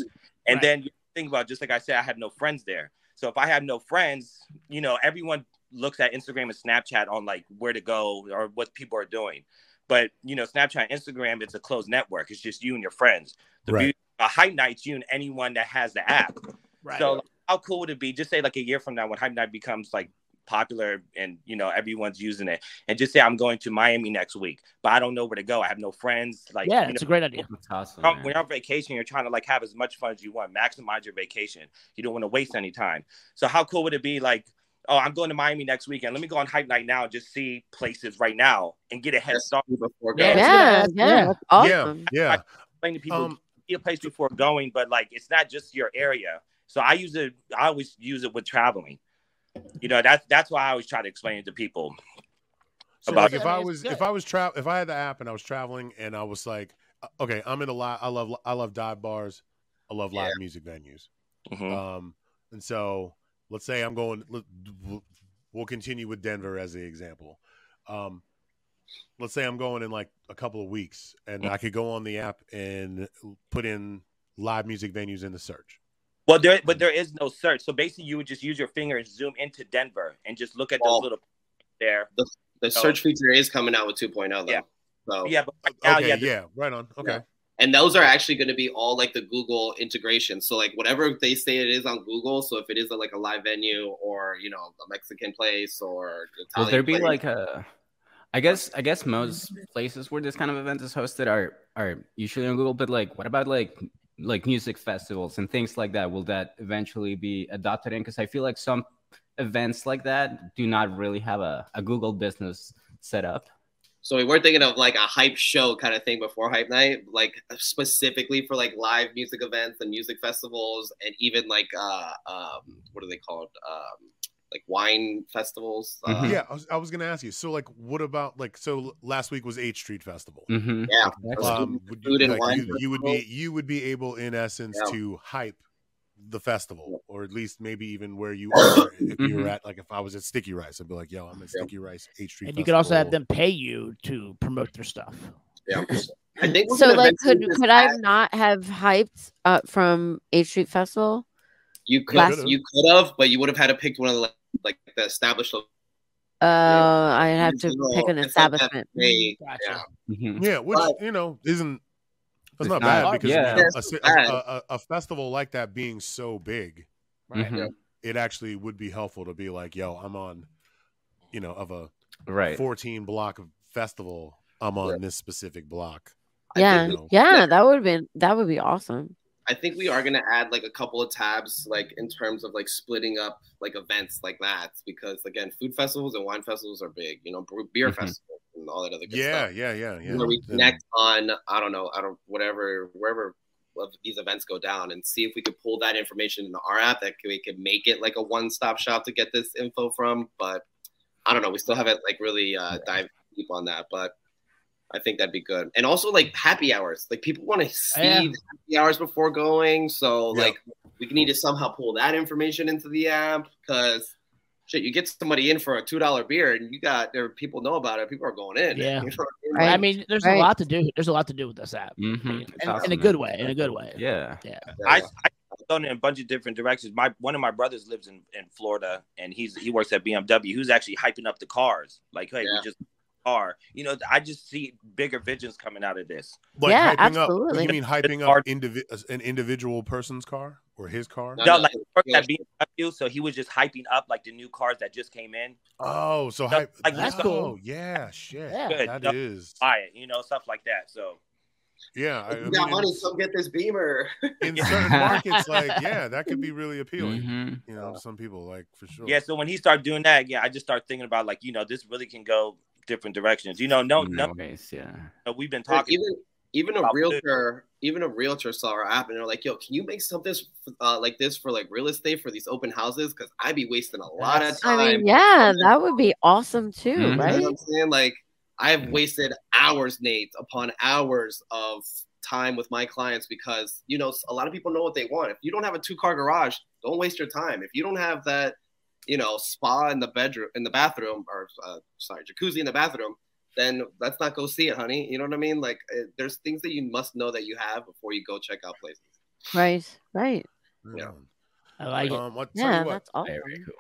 And Right. then you think about just like I said, I have no friends there. So if I have no friends, you know, everyone looks at Instagram and Snapchat on like where to go or what people are doing. But you know, Snapchat, Instagram, it's a closed network. It's just you and your friends. The Right. beauty of hype night's you and anyone that has the app. Right. So like, how cool would it be? Just say like a year from now when hype night becomes like popular and you know everyone's using it, and just say I'm going to Miami next week, but I don't know where to go. I have no friends. Like yeah, you it's know, a great idea. That's awesome. come- when man. you're on vacation, you're trying to like have as much fun as you want, maximize your vacation. You don't want to waste any time. So how cool would it be like, oh, I'm going to Miami next weekend. Let me go on hype night now and just see places right now and get a head Yes. start. Before Yeah, going. it's a good yeah, ask, yeah. yeah, that's awesome. Yeah. Yeah. Explain to people Um, be a place before going, but like it's not just your area. So I use it. I always use it with traveling. You know, that's that's why I always try to explain it to people. So About- like if I mean, I it's was good. if I was tra- if I had the app and I was traveling and I was like, uh, okay, I'm in a lot. I love I love dive bars. I love live music venues. Mhm. Um, and so let's say I'm going. let- we'll- We'll continue with Denver as the example. Um, let's say I'm going in like a couple of weeks, and I could go on the app and put in live music venues in the search. Well, there but there is no search. So basically, you would just use your finger and zoom into Denver and just look at those Well- little there. The search feature is coming out with 2.0 though. Yeah. So Yeah, but right now, Okay, yeah, yeah, right on. Okay, And those are actually going to be all like the Google integration. So like whatever they say it is on Google. So if it is like a live venue or you know a Mexican place or Italian Will there be place, like a? I guess I guess most places where this kind of event is hosted are are usually on Google. But like, what about like like music festivals and things like that? Will that eventually be adopted in? Because I feel like some events like that do not really have a, a Google business set up. so we were thinking of like a hype show kind of thing before hype night, like specifically for like live music events and music festivals and even like uh um what are they called um like wine festivals. Mhm. Uh, yeah. I was, I was gonna ask you. So like, what about like? So l- last week was H Street Festival. Mm-hmm. Yeah. Exactly. Well, um, food- would food you, and like, wine you, you would be festival. you would be able in essence Yeah. to hype the festival or at least maybe even where you are if you Mm-hmm. were Mhm. at like if i was at sticky rice i'd be like yo i'm at Yeah. sticky rice h street and you could also have Festival." them pay you to promote their stuff. Yeah. I think we're So gonna like, could eventually just could I not have hyped up from H Street Festival? You could Last- you could have, but you would have had to pick one of the like, like the established locations. Oh, I have to No, pick an it's not that establishment. great. Gotcha. Yeah. Mhm. Mm-hmm. yeah which But- you know isn't that's It's not not- bad because you yeah. know, It's a si- bad. a, a, a festival like that being so big Right. Mhm. it actually would be helpful to be like yo i'm on you know of a Right. 14 block festival i'm on Yeah. this specific block I Yeah, think- yeah, that would have been that would be awesome. I think we are gonna add like a couple of tabs, like in terms of like splitting up like events like that, because again, food festivals and wine festivals are big. You know, bre- beer Mhm. festivals and all that other good Mm-hmm. yeah, stuff. yeah, yeah, yeah. Where we Then- connect on, I don't know, I don't whatever wherever of these events go down, and see if we could pull that information into our app that we could make it like a one-stop shop to get this info from. But I don't know, we still haven't like really uh, dive deep on that, but. I think that'd be good. And also like happy hours. Like people want to see Yeah. the happy hours before going. So Yeah. like we need to somehow pull that information into the app because shit, you get somebody in for a two dollar beer and you got there people know about it. People are going in. Yeah. You know what I mean? Right. I mean, there's Right. a lot to do. There's a lot to do with this app. Mhm. It's In, awesome, in a man. good way. In a good way. Yeah. I, I go in a bunch of different directions. My one of my brothers lives in, in Florida, and he's he works at BMW. Who's actually hyping up the cars? Like, hey, Yeah. we just are. You know, I just see bigger visions coming out of this. Like Yeah, hyping Up, absolutely. you mean hyping Hard- up indivi- uh, an individual person's car or his car? No, No, no, like he worked yeah. at BMW, so he was just hyping up like the new cars that just came in. Oh, so No, hype. like, that's oh, cool. yeah, shit. Yeah. Good. That No. is. Buy it, you know, stuff like that. So Yeah, I, I you mean, got in- money, come get this beamer. in Yeah. certain markets, like yeah, that could be really appealing. Mm-hmm. Mhm. You know, to some people, like for sure. yeah, so when he started doing that, yeah, I just start thinking about like, you know, this really can go different directions. You know, no, no, Nice, yeah. no we've been Dude, talking. even even a about food. realtor, even a realtor saw our app and they're like, "Yo, can you make something uh, like this for like real estate for these open houses? Because I'd be wasting a lot of Yes. time." Mm-hmm. I mean, yeah, that would be awesome too, Mhm. You know right? what I'm saying? Like I've Mhm. wasted hours, Nate, upon hours of time with my clients because you know a lot of people know what they want. If you don't have a two car garage, don't waste your time. If you don't have that, you know, spa in the bedroom, in the bathroom, or uh, sorry, jacuzzi in the bathroom, then let's not go see it, honey. You know what I mean? Like eh, there's things that you must know that you have before you go check out places. Right, right. Yeah. I like it. Um, what, tell Yeah, you what, that's awesome. Very cool.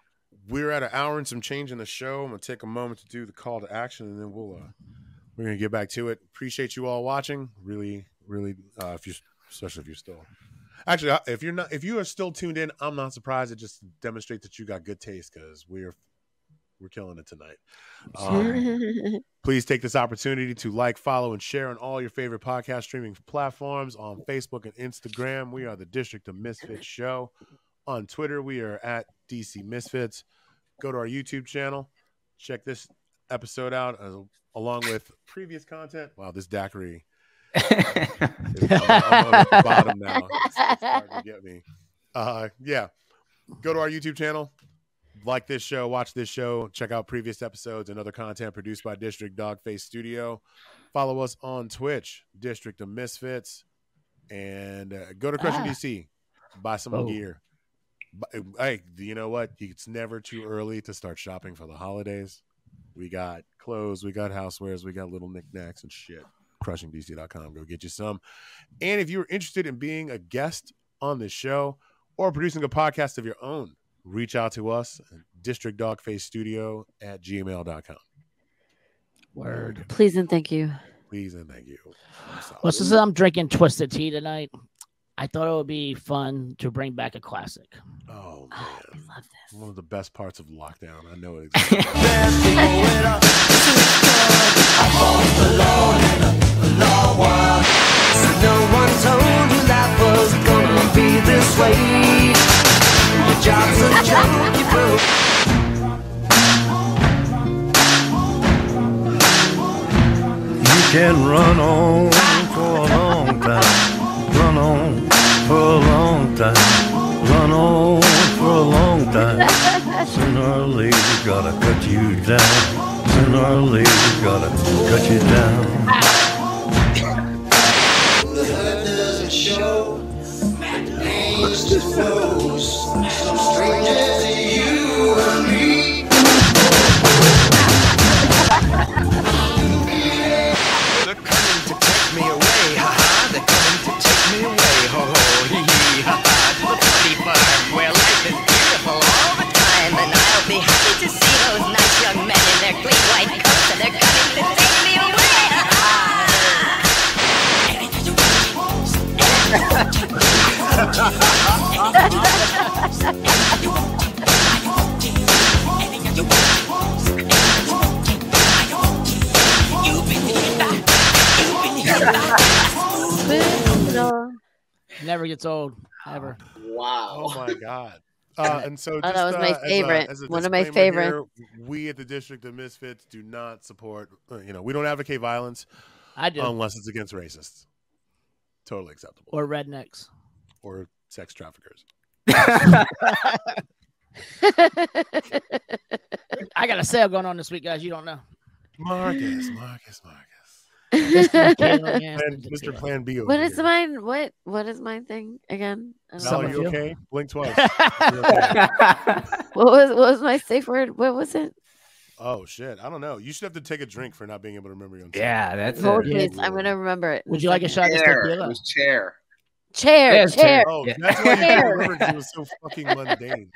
we're at an hour and some change in the show. I'm gonna take a moment to do the call to action, and then we'll uh, we're gonna get back to it. Appreciate you all watching. Really, really. Uh, if you, especially if you're still, actually, uh, if you're not, if you are still tuned in, I'm not surprised. It just demonstrates that you got good taste because we're we're killing it tonight. Um, Please take this opportunity to like, follow, and share on all your favorite podcast streaming platforms on Facebook and Instagram. We are the District of Misfits Show. On Twitter, we are at DC Misfits. Go to our YouTube channel, check this episode out uh, along with previous content. Wow, this daiquiri is I'm, I'm at the bottom now. It's, it's hard to get me. Uh, yeah, go to our YouTube channel, like this show, watch this show, check out previous episodes and other content produced by District Dogface Studio. Follow us on Twitch, District of Misfits, and uh, go to Crushing Ah. DC. Buy some Oh. gear. Bu- Hey, you know what? It's never too early to start shopping for the holidays. We got clothes, we got housewares, we got little knickknacks and shit. CrushingDC.com. Go get you some. And if you're interested in being a guest on this show or producing a podcast of your own, reach out to us, District Dogface Studio at gmail.com. Word. Please and thank you. Please and thank you. I'm sorry. Well, since I'm drinking twisted tea tonight, I thought it would be fun to bring back a classic. Oh, Oh, I man. love One this. of the best parts of lockdown. I know it exists. No one told you life was gonna be this way. Your job's a joke, you broke. You can run on for a long time. Run on for a long time. Run on for a long time. Sooner or later, gotta cut you down. Sooner or later, gotta cut you down. They're coming to take me away, ha-ha. They're coming to take me away, ho-ho, hee-hee, ha-ha. To the funny farm where life is beautiful all the time. And I'll be happy to see those nice young men in their clean white coats. And they're coming to take me away, ha-ha. never gets old. Ever. Wow. Oh my god. Uh, and so, Oh, just, that was my uh, as a- favorite. as a One of my disclaimer favorite. here, we at the District of Misfits do not support. uh, You know, we don't advocate violence I do. unless it's against racists. Totally acceptable. or rednecks. or sex traffickers. I got a sale going on this week, guys. You don't know. Marcus, Marcus, Marcus. Kayla what Plan, Anderson, Mr. Kayla. Plan B over is here. mine? What what is mine thing again? I don't Val, Some are of know. you you. okay? Blink twice. You're okay. That's What was what was my safe word? What was it? Oh shit! I don't know. You should have to take a drink for not being able to remember your own. Yeah, that's Hold it. please, I'm gonna remember it. in Would you like a second. shot of Chair. It tequila? was chair. Chair, Yes, chair. chair. Oh, Yeah. that's why you couldn't remember 'cause it was so fucking mundane,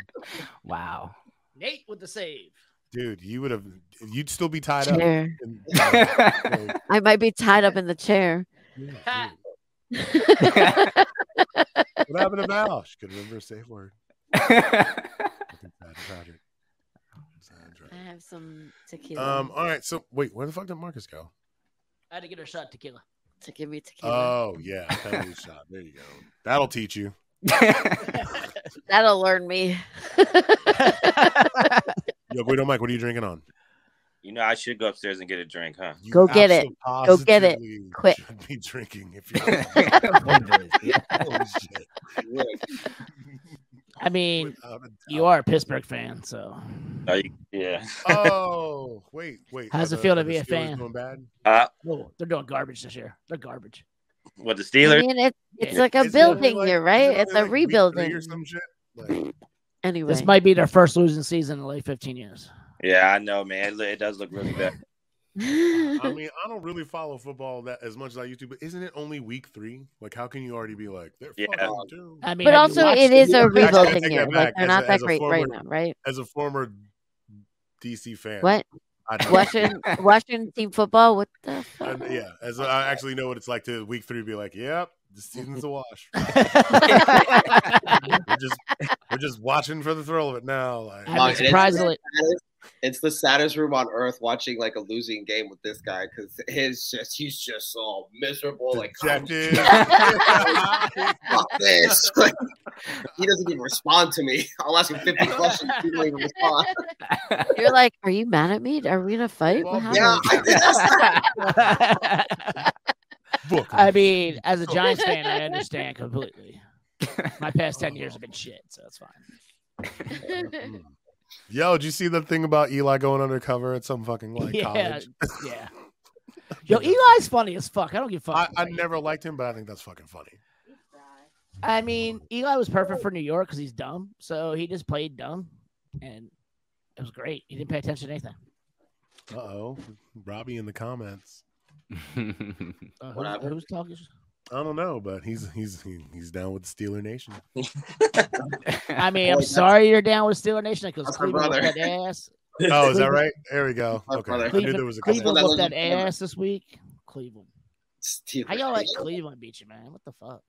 Wow. Nate with the save. dude. You would have. You'd still be tied up. Chair. in- That's I might be tied up in the chair. Yeah, dude. what happened to Val? She could remember a safe word. Fucking sad project. Sad I project. have some tequila Um. All right. So wait, where the fuck did Marcus go? I had to get her a shot of tequila. to give me tequila. Oh yeah, penalty shot. There you go. That'll teach you. That'll learn me. Yo, Guido Mike, what are you drinking on? You know, I should go upstairs and get a drink, huh? You Go get it. absolutely Go get it. positively Quick. Should be drinking if you're. Holy shit. Yeah. I mean, Without a you are a Pittsburgh fan, so Are you- yeah. doubt. Oh wait, wait. How's are it feel to are be a Steelers fan? Doing bad? Uh, Whoa, they're doing garbage this year. They're garbage. With the I Steelers, mean, it, it's Yeah. like a Is it only building like- here, is it right? only It's like a week three rebuilding. or some shit. Like, Anyway, This might be their first losing season in like 15 years. yeah, I know, man. It, lo- it does look really bad. I mean, I don't really follow football that as much as I used to, but isn't it only week three? Like, how can you already be like they're Yeah. fucking doomed? I mean, but have you also watched it the- is a Actually, I take rebuilding that year. back. Like they're As not a- that as a great right former- now, right? As a former DC fan, What I don't- Washington Washington team football? What the I- fuck? yeah, as a, I actually know what it's like to week three be like, yep, the season's a wash. we're just we're just watching for the thrill of it now. Like, I mean, Mark, it is- surprisingly, saddest- It's the saddest room on earth watching like a losing game with this guy because his just he's just all miserable. Like "Come dejected. fuck this. Like, he doesn't even respond to me. I'll ask him 50 questions. He don't even respond. You're like, are you mad at me? Are we in a fight? Well, What Yeah, happened? I did that. Book I mean, as a Giants fan, I understand completely. My past 10 years have been shit, so that's fine. Mm. Yo, did you see that thing about Eli going undercover at some fucking like yeah, college? yeah. Yo, Eli's funny as fuck. I don't give a fuck. I, I never liked him, but I think that's fucking funny. I mean, Eli was perfect for New York because he's dumb. So he just played dumb, and it was great. He didn't pay attention to anything. Uh oh, Robbie in the comments. Uh, What who's, happened? who's talking? I don't know, but he's he's he- he's down with the Steeler Nation. I mean, Boy, I'm that's- sorry you're down with Steeler Nation because That's her Cleveland whooped brother. that ass. Oh, is that right? There we go. My Okay, brother. I knew Cleveland, there was a Cleveland comment. Cleveland whooped that legend. ass this week. Cleveland. Steelers. How y'all let Cleveland beat you, man? What the fuck?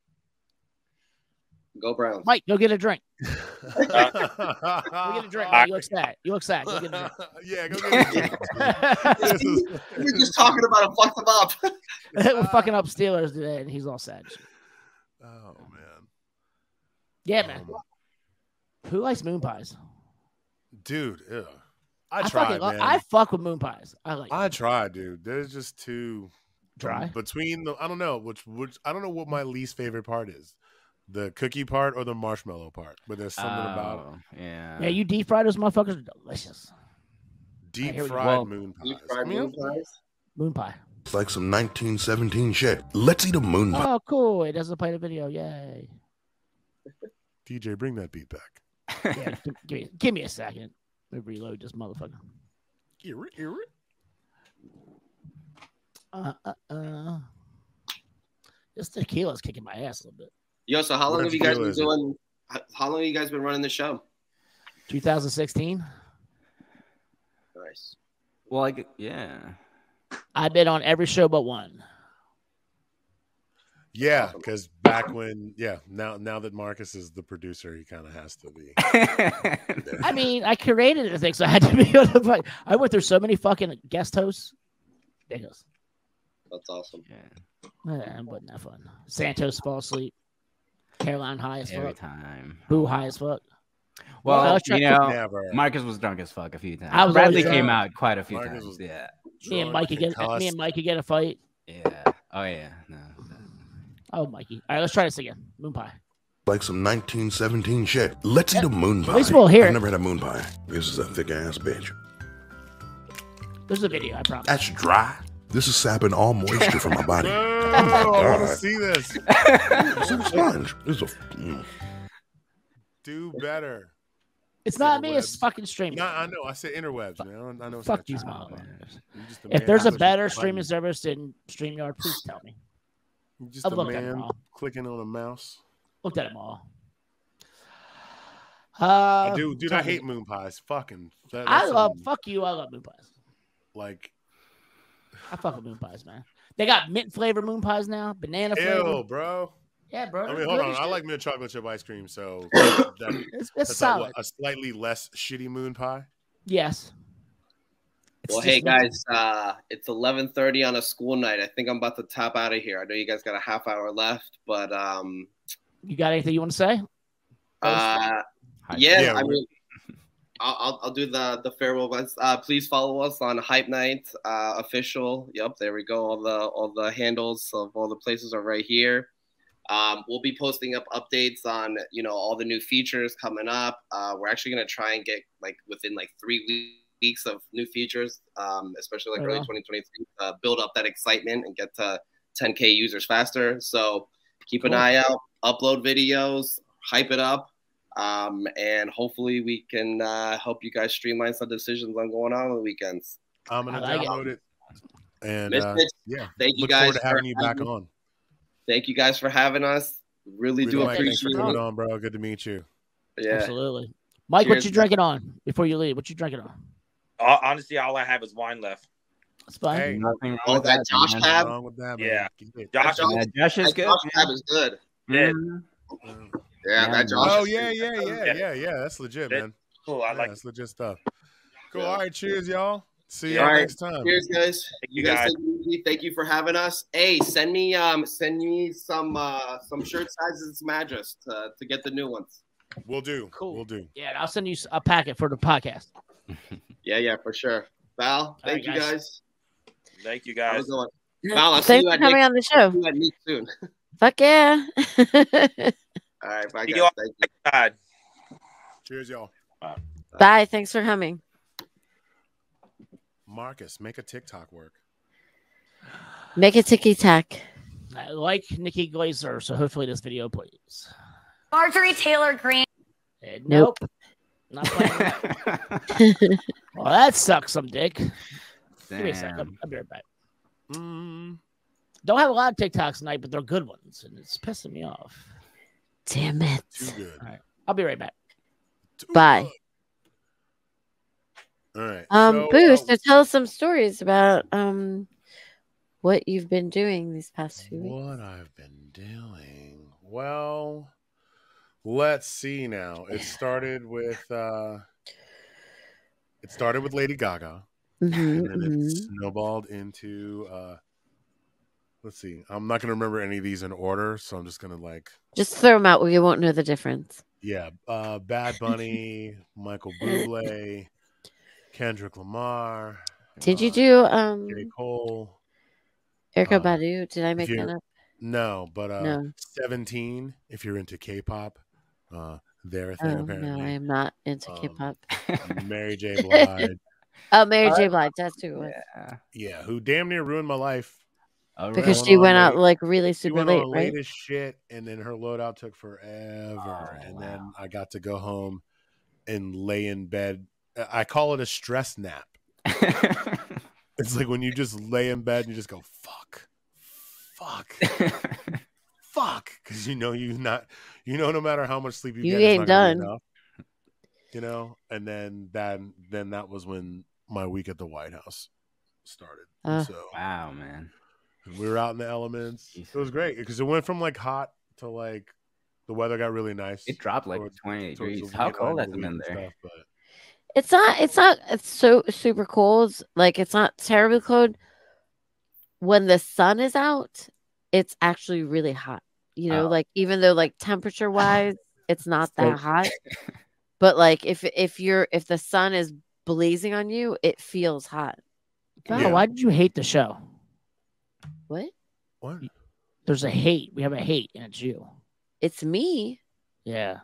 Go Browns. Mike, go get a drink. Go get a drink. Mike. You look sad. You look sad. Go get a yeah, go get drink. this is, We We're just talking about him. Fuck them up. We're fucking up Steelers today, and he's all sad. Oh man, Yeah, man. Um, Who likes moon pies? dude. Ew. I, fucking tried, lo- man. I fuck with moon pies. I like I tried, dude. There's just too dry. between the. I don't know which which I don't know what my least favorite part is, the cookie part or the marshmallow part. But there's something about Oh, yeah. Yeah, you deep fry those motherfuckers are delicious. deep hear you. fried Well, moon You pies. fried I mean, moon pies? Moon pie. It's like some 1917 shit. Let's eat a moon pie. Oh, cool. It doesn't play the video. Yay. DJ, bring that beat back. Yeah, gi- give, me, give me a second. Let me reload this motherfucker. Uh, uh, uh. This tequila's kicking my ass a little bit. Yo, so how What long have you guys been tequila doing? How how long have you guys been running the show? 2016. Nice. Well, I g- yeah. I've been on every show but one. Yeah, because back when, yeah, now now that Marcus is the producer, he kind of has to be. there. I mean, I created the thing, so I had to be on the fuck. I went through so many fucking guest hosts. Ridiculous. That's awesome. yeah. Eh, Yeah, it wasn't that fun. Santos fall asleep. Caroline high as every fuck. time. Boo high as fuck. Well, I was you trying- know, Never. Marcus was drunk as fuck a few times. I was Bradley always drunk. came out quite a few Marcus times. was- Yeah, me Drunk, and Mike get me and Mike get a fight. yeah. Oh yeah. No. Oh, Mikey. All right, let's try this again. Moon pie. Like some 1917 shit. Let's eat a moon pie. At least we'll hear I've it. never had a moon pie. This is a thick ass bitch. There's a video, I promise. That's dry. This is sapping all moisture from my body. Oh, I want to God. see this. It's like a sponge. This is a. mm. Do better. It's not me, it's Interwebs. fucking streaming. No, I know. I said interwebs, man. I know. It's Fuck not these true. motherfuckers. You're just If man there's a pushing better button. streaming service than StreamYard, please tell me. You're just I've a looked at them man all. clicking on a mouse. Looked at them all. Uh, I do, dude. I Tommy, hate moon pies. Fucking. that- I that's love some, fuck you. I love moon pies. like I fuck with moon pies, man. They got mint flavored moon pies now, banana ew, flavor. bro. Yeah, bro. I they're mean, hold good on. as I shit. like mint chocolate chip ice cream, so that, it's, it's that's like, solid. what, a slightly less shitty moon pie. yes. It's Well, just hey mint- guys, uh, it's 11:30 on a school night. I think I'm about to top out of here. I know you guys got a half hour left, but um, you got anything you want to say? uh, Hi. yeah, Yeah, I we- mean, I'll, I'll, I'll do the the farewell. ones. Uh, please follow us on Hype Night uh, official. Yep, there we go. All the all the handles of all the places are right here. Um, we'll be posting up updates on you know all the new features coming up. Uh, we're actually gonna try and get like within like three we- weeks of new features, um, especially like Oh, early wow. 2023, uh, build up that excitement and get to 10k users faster. So keep an Cool. eye out. Upload videos, hype it up, um, and hopefully we can uh, help you guys streamline some decisions on going on on the weekends. I'm gonna I like it. download it. And Miss uh, Mitch, yeah, thank you look guys forward to having you back having- on. Thank you guys for having us. Really do Mike, thanks for appreciate coming it. on, bro. Good to meet you. Yeah. Absolutely. Mike, what Cheers, you guys. drinking on before you leave? What you drinking on? Ho- Honestly, all I have is wine left. That's fine. Hey, Um, Nothing wrong Oh, with that Josh man. Pab? What's wrong with that, man? Yeah. Get it. Josh, Josh- Yeah, Josh is That good. Josh man. Tab is good. Yeah. Mhm. Yeah, Yeah, that Josh. Oh is yeah, good. yeah, yeah, Yeah. yeah, yeah. That's legit, That- man. cool. I Yeah, like that's legit stuff. Cool. Yeah. All right. Cheers, y'all. See Yeah. y'all All right. next time. Cheers, guys. Thank You you, guys, guys. take it easy. thank you for having us. Hey, send me um, send me some uh, some shirt sizes and some address to, to get the new ones. We'll do. Cool. We'll do. Yeah, and I'll send you s- a packet for the podcast. Yeah, yeah, for sure. Val, thank right, you guys. guys. Thank you Have a guys. good one. Val, I'll see Thanks you for at coming Nick, on the show. you at Nick soon. Fuck yeah. All right, bye You guys. are- Thank you. God. Cheers, y'all. Bye. Thanks for coming. Marcus, make a TikTok work. Make a ticky tack. I Uh, like Nikki Glazer, so hopefully this video plays. Marjorie Taylor Greene. Eh, Nope. Not playing. well, that sucks some dick. Give me a second. Damn. I'll be right back. Mm. Don't have a lot of TikToks tonight, but they're good ones, and it's pissing me off. Damn Too it. good. I'll be right back. Too Bye. good. All right. Um, so, Boo, so uh, tell us some stories about um what you've been doing these past few weeks. what I've been doing. Well, let's see now. It started with uh it started with Lady Gaga Mhm, and then it mhm. snowballed into uh let's see. I'm not going to remember any of these in order, so I'm just going to like Just throw them out where you won't know the difference. yeah, uh Bad Bunny, Michael Bublé, Kendrick Lamar. Did you uh, do um J. Cole? Erica um, Badu? Did I make you- that up? No, but uh, No. 17 if you're into K-pop. Uh, they're a Oh thing no, I apparently. am not into Um, K-pop. Mary J. Blige. Oh, Mary J. Blige, that's who it was. Yeah. yeah, who damn near ruined my life. All Because Going she on went out late. like really She super went late, on right? late as shit, and then her loadout took forever. Oh, and then I got to go home and lay in bed. I- I call it a stress nap. It's like when you just lay in bed and you just go, fuck, fuck, fuck. Because you know you not you know no matter how much sleep you, You get, it's ain't not gonna be done. enough. You know, and then that then that was when my week at the White House started. Uh, so wow, man. we were out in the elements. It was great because it went from like hot to like the weather got really nice. It dropped like Towards- 20 towards the degrees. How weekend cold and has the it week been and there? stuff, but It's not. It's not. It's so super cold. Like it's not terribly cold. When the sun is out, it's actually really hot. you know Oh. like even though like temperature wise it's not So- that hot but like if if you're if the sun is blazing on you it feels hot God, Yeah. why did you hate the show? what What? There's a hate. We have a hate, and it's you. it's me Yeah.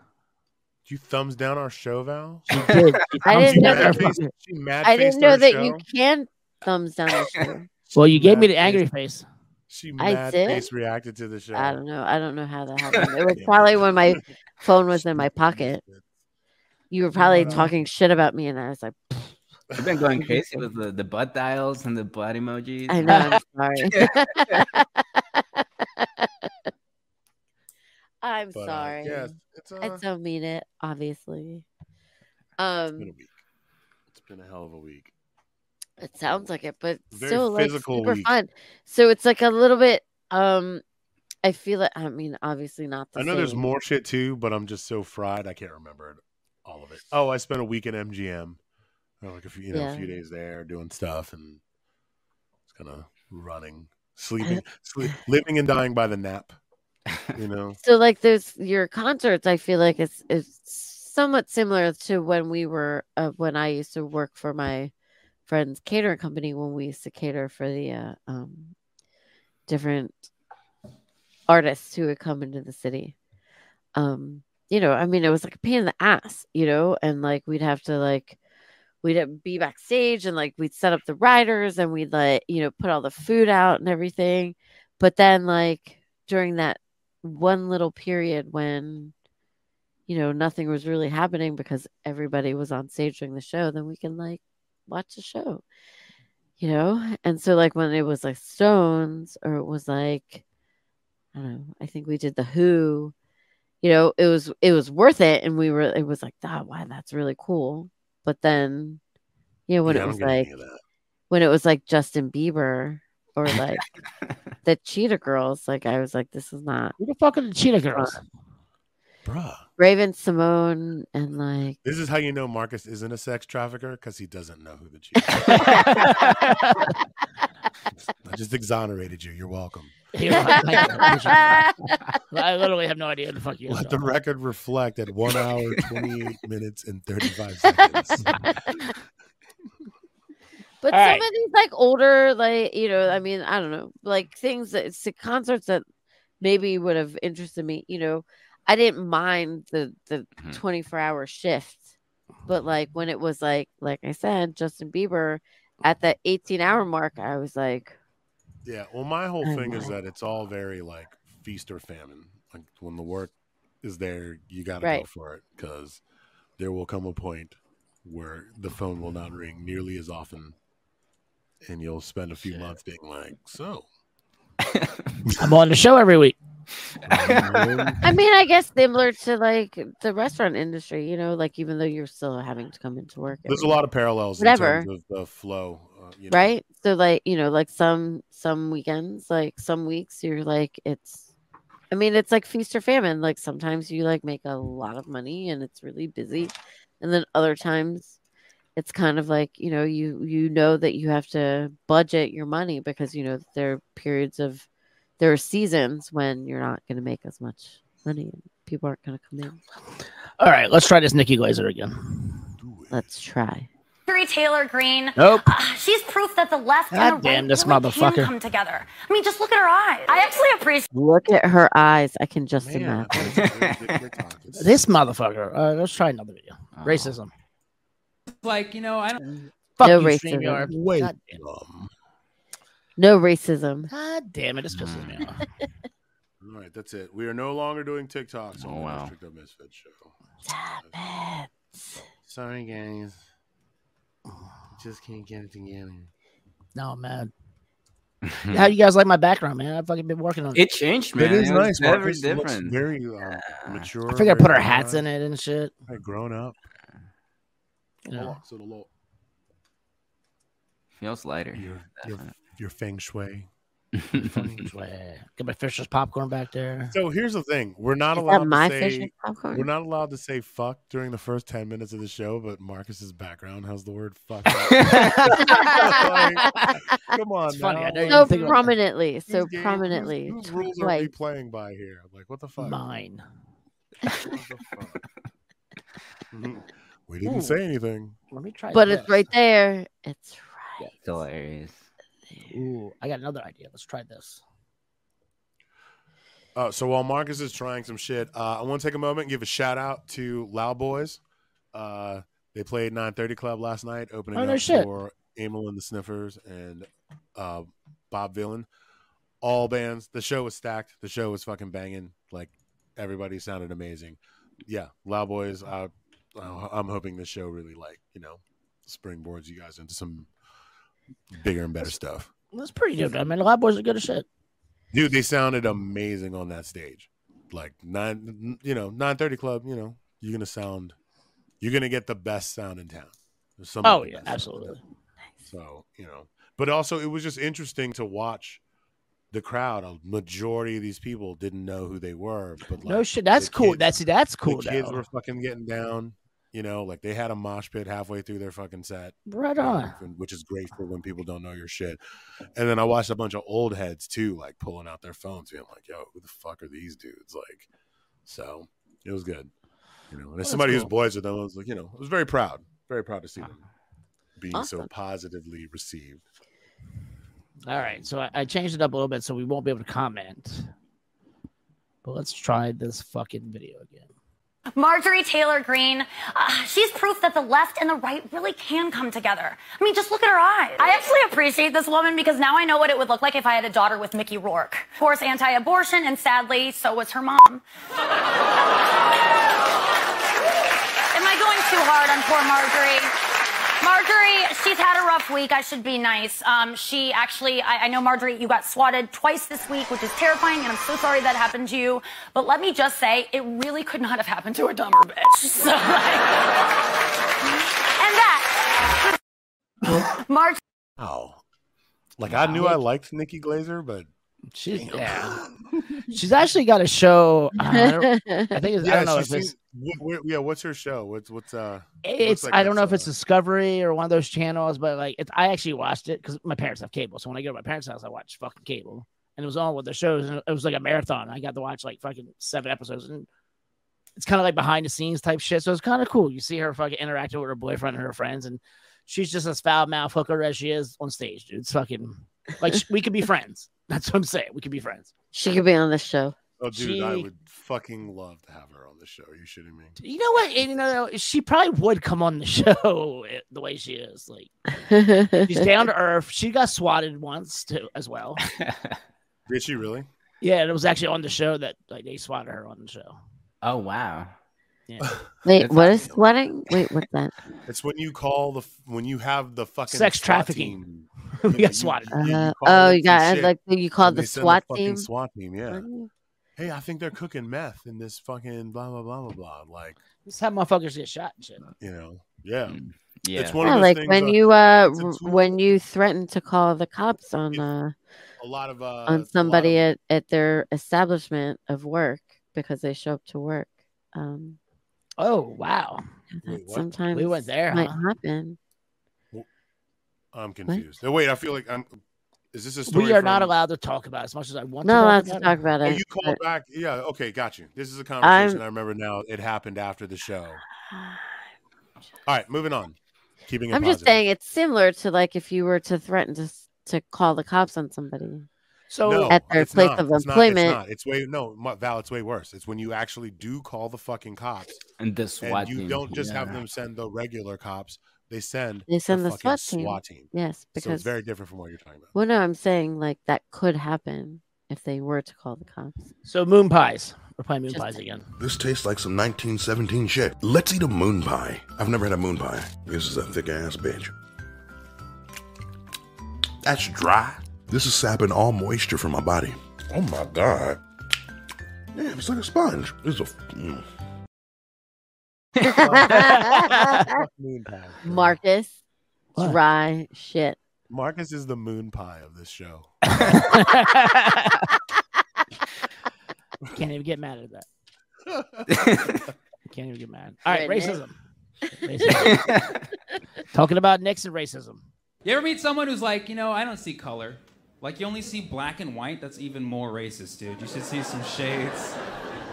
You thumbs down our show, Val? You did. You I thumbs didn't know down our that- fucking- She mad i didn't know that you can thumbs down the show Well, you gave me the Mad angry face. She I mad did? face reacted to the show. i don't know i don't know how that happened it was Yeah. probably when my phone was in my pocket you were probably Wow. talking shit about me and i was like I've been going crazy with the, the butt dials and the butt emojis. I know. I'm sorry. I'm But, uh, sorry. yeah, it's, uh, I don't mean it, obviously. it's been a Um, week. It's been a hell of a week. it sounds like it, but Very still like physical super week. fun. So it's like a little bit. Um, I feel it. I mean, obviously not. The I know there's same. more shit too, but I'm just so fried I can't remember it, all of it. Oh, I spent a week in MGM, or like a few, you know, a Yeah. few days there doing stuff and it's kind of running, sleeping, sleep, living and dying by the nap. You know, So like there's your concerts. I feel like it's it's somewhat similar to when we were uh, when I used to work for my friend's catering company when we used to cater for the uh, um, different artists who would come into the city. Um, you know, I mean, it was like a pain in the ass, you know, and like we'd have to like we'd have- be backstage and like we'd set up the riders and we'd like you know put all the food out and everything, but then like during that one little period when you know nothing was really happening because everybody was on stage during the show then we can like watch the show you know and so like when it was like stones or it was like i don't know i think we did the who you know it was it was worth it and we were it was like ah, wow that's really cool but then you know when Yeah, I it don't was get any like of that. when it was like Justin Bieber or like the Cheetah Girls, like I was like, this is not Who the fuck are the Cheetah Girls? bruh, Raven Simone and like this is how you know Marcus isn't a sex trafficker because he doesn't know who the chief. is. I just exonerated you. You're welcome. You're like, I literally have no idea who the fuck you guys Let the are. record reflect at one hour, 28 minutes, and 35 seconds. But All some right. of these like older, like you know, I mean, I don't know, like things that it's the concerts that maybe would have interested me. You know, I didn't mind the the Mm-hmm. Mhm. twenty four hour shift, but like when it was like like I said, Justin Bieber at the eighteen hour mark, I was like, Yeah. Well, my whole I thing is know. that it's all very like feast or famine. Like when the work is there, you got to go Right. for it because there will come a point where the phone will not ring nearly as often. And you'll spend a few months being like, so. I'm on the show every week. um, I mean, I guess similar to like the restaurant industry, you know, like even though you're still having to come into work, there's a every lot of parallels Whatever. in terms of the flow. Uh, you know, right so like you know like some some weekends like some weeks you're like it's i mean it's like feast or famine like sometimes you like make a lot of money and it's really busy and then other times it's kind of like you know you you know that you have to budget your money because you know there are periods of there are seasons when you're not going to make as much money and people aren't going to come in All right, let's try this Nikki Glazer again. do it. let's try Marjorie Taylor Greene. Nope. Ah, she's proof that the left God and the damn right this really motherfucker. can come together. I mean, just look at her eyes. I actually appreciate look at her eyes i can just Man, imagine This motherfucker. Uh, let's try another video. Oh. Racism. like you know i don't Fuck No you, racism. StreamYard. Wait, God damn. um, no racism God damn it, this Mm. pisses me off. all right, that's it. We are no longer doing TikToks on Oh, the wow. District of Misfit show. Sorry, guys. Just can't get it together. No, man. How do you guys like my background, man? I've fucking been working on it. it changed, man. it is was nice. Very Marcus looks different. very um, mature. I think I put our hats in it and shit. it. Grown up. you know. Lots of the lo- Feels lighter. Your, your, your feng shui. Get my Fisher's popcorn back there. So here's the thing: we're not Is that allowed to my fish say and popcorn? we're not allowed to say fuck during the first ten minutes of the show. But Marcus's background has the word fuck. come on, It's funny, I now. didn't So even think about that. prominently, so Whose game- prominently, Whose, whose rules are we like- playing by here? I'm like, what the fuck? Mine. we didn't Ooh. say anything. Let me try. but this. it's right there. It's Hilarious. Ooh, I got another idea. Let's try this. Uh, so while Marcus is trying some shit, uh, I want to take a moment and give a shout out to Loud Boys. Uh, they played 930 Club last night, opening Oh, no up shit. for Emil and the Sniffers and uh, Bob Villain. All bands. The show was stacked. The show was fucking banging. Like everybody sounded amazing. Yeah, Loud Boys. I, I- I'm hoping this show really like you know springboards you guys into some bigger and better stuff. That's pretty good. I mean, a lot of boys are good as shit. Dude, they sounded amazing on that stage. Like nine, you know, nine thirty club. You know, you're gonna sound, you're gonna get the best sound in town. There's some of Oh the yeah, best sound in absolutely. so, you know, but also it was just interesting to watch the crowd. A majority of these people didn't know who they were, but like, No shit. That's the cool. kids- that's that's cool. The kids though. were fucking getting down. You know, like they had a mosh pit halfway through their fucking set. Right you know, on. and- Which is great for when people don't know your shit. And then I watched a bunch of old heads too, like pulling out their phones, being like, "Yo, who the fuck are these dudes?" Like, so it was good. You know, and as that's somebody who's cool. Ah, boys with them, I was like, you know, I was very proud, very proud to see them being so Awesome. positively received. All right, so I, I changed it up a little bit, so we won't be able to comment. But let's try this fucking video again. Marjorie Taylor Greene, uh, she's proof that the left and the right really can come together. I mean, just look at her eyes. I actually appreciate this woman because now I know what it would look like if I had a daughter with Mickey Rourke. Of course, anti-abortion, and sadly, so was her mom. Am I going too hard on poor Marjorie? Marjorie, she's had a rough week. I should be nice. Um, she actually, I, I know, Marjorie, you got swatted twice this week, which is terrifying, and I'm so sorry that happened to you. But let me just say, it really could not have happened to a dumber bitch. So, like, and that. Marjorie. Oh, like I knew I liked Nikki Glazer, but she's yeah. She's actually got a show. I, don't, I think it's, I don't know if she it's seemed- what- what- yeah, what's her show? What's what's uh? it looks it's like I don't it's, uh, know if it's Discovery or one of those channels, but like it's, I actually watched it because my parents have cable. So when I go to my parents' house, I watch fucking cable, and it was on with the shows, and it was like a marathon. I got to watch like fucking seven episodes, and it's kind of like behind the scenes type shit. So it's kind of cool. You see her fucking interacting with her boyfriend and her friends, and she's just as foul mouth hooker as she is on stage, dude. It's fucking like sh- we could be friends. That's what I'm saying. We could be friends. She could be on this show. Oh, dude, I She- would fucking love to have her on the show. Are you shitting me? You know what? And, You know she probably would come on the show eh, the way she is. Like she's down to earth. She got swatted once too, as well. Did she really? Yeah, and it was actually on the show that like they swatted her on the show. Oh wow. Yeah. Wait, what is sweating? Wait, what's that? It's when you call the when you have the fucking Sex SWAT trafficking. team. We Yeah, got you- swatted. you- you Uh, call oh, them you some got- shit, like, you called and they the send SWAT fucking team? SWAT team, yeah. Mm. Hey, I think they're cooking meth in this fucking blah blah blah blah blah. Like That's how motherfuckers get shot and shit. you know, yeah, Yeah. It's one Yeah, of those like things when that- you uh it's a r- tool. when you threaten to call the cops on uh a lot of uh, on somebody at, at their establishment of work because they show up to work. Um Oh wow. Wait, what? sometimes We went there, might huh? happen. I'm confused. Oh, wait, I feel like I'm. Is this a story? We are not from- allowed to talk about it as much as I want Not allowed to to talk talk about about it. Oh, it. you call but back? Yeah. Okay, got you. This is a conversation I remember now. It happened after the show. All right, moving on. Keeping it I'm just positive. saying it's similar to like if you were to threaten to s- to call the cops on somebody. So no, at their it's place not. of It's not- employment. It's, not. it's way no, Ma- Val. It's way worse. It's when you actually do call the fucking cops, And the SWAT and you team, don't just have yeah. them send the regular cops. They send They send the fucking SWAT team. Yes, so it's because- very different from what you're talking about. Well, no, I'm saying like that could happen if they were to call the cops. So moon pies. We're playing moon pies again. This tastes like some 1917 shit. Let's eat a moon pie. I've never had a moon pie. This is a thick ass bitch. That's dry. This is sapping all moisture from my body. Oh my god. Yeah, it's like a sponge. This is a. mm. Marcus, dry shit. Marcus is the moon pie of this show. Can't even get mad at that. Can't even get mad. All right, Right, Nick. racism. racism. Talking about Nixon racism. You ever meet someone who's like, you know, I don't see color. Like, you only see black and white? That's even more racist, dude. You should see some shades.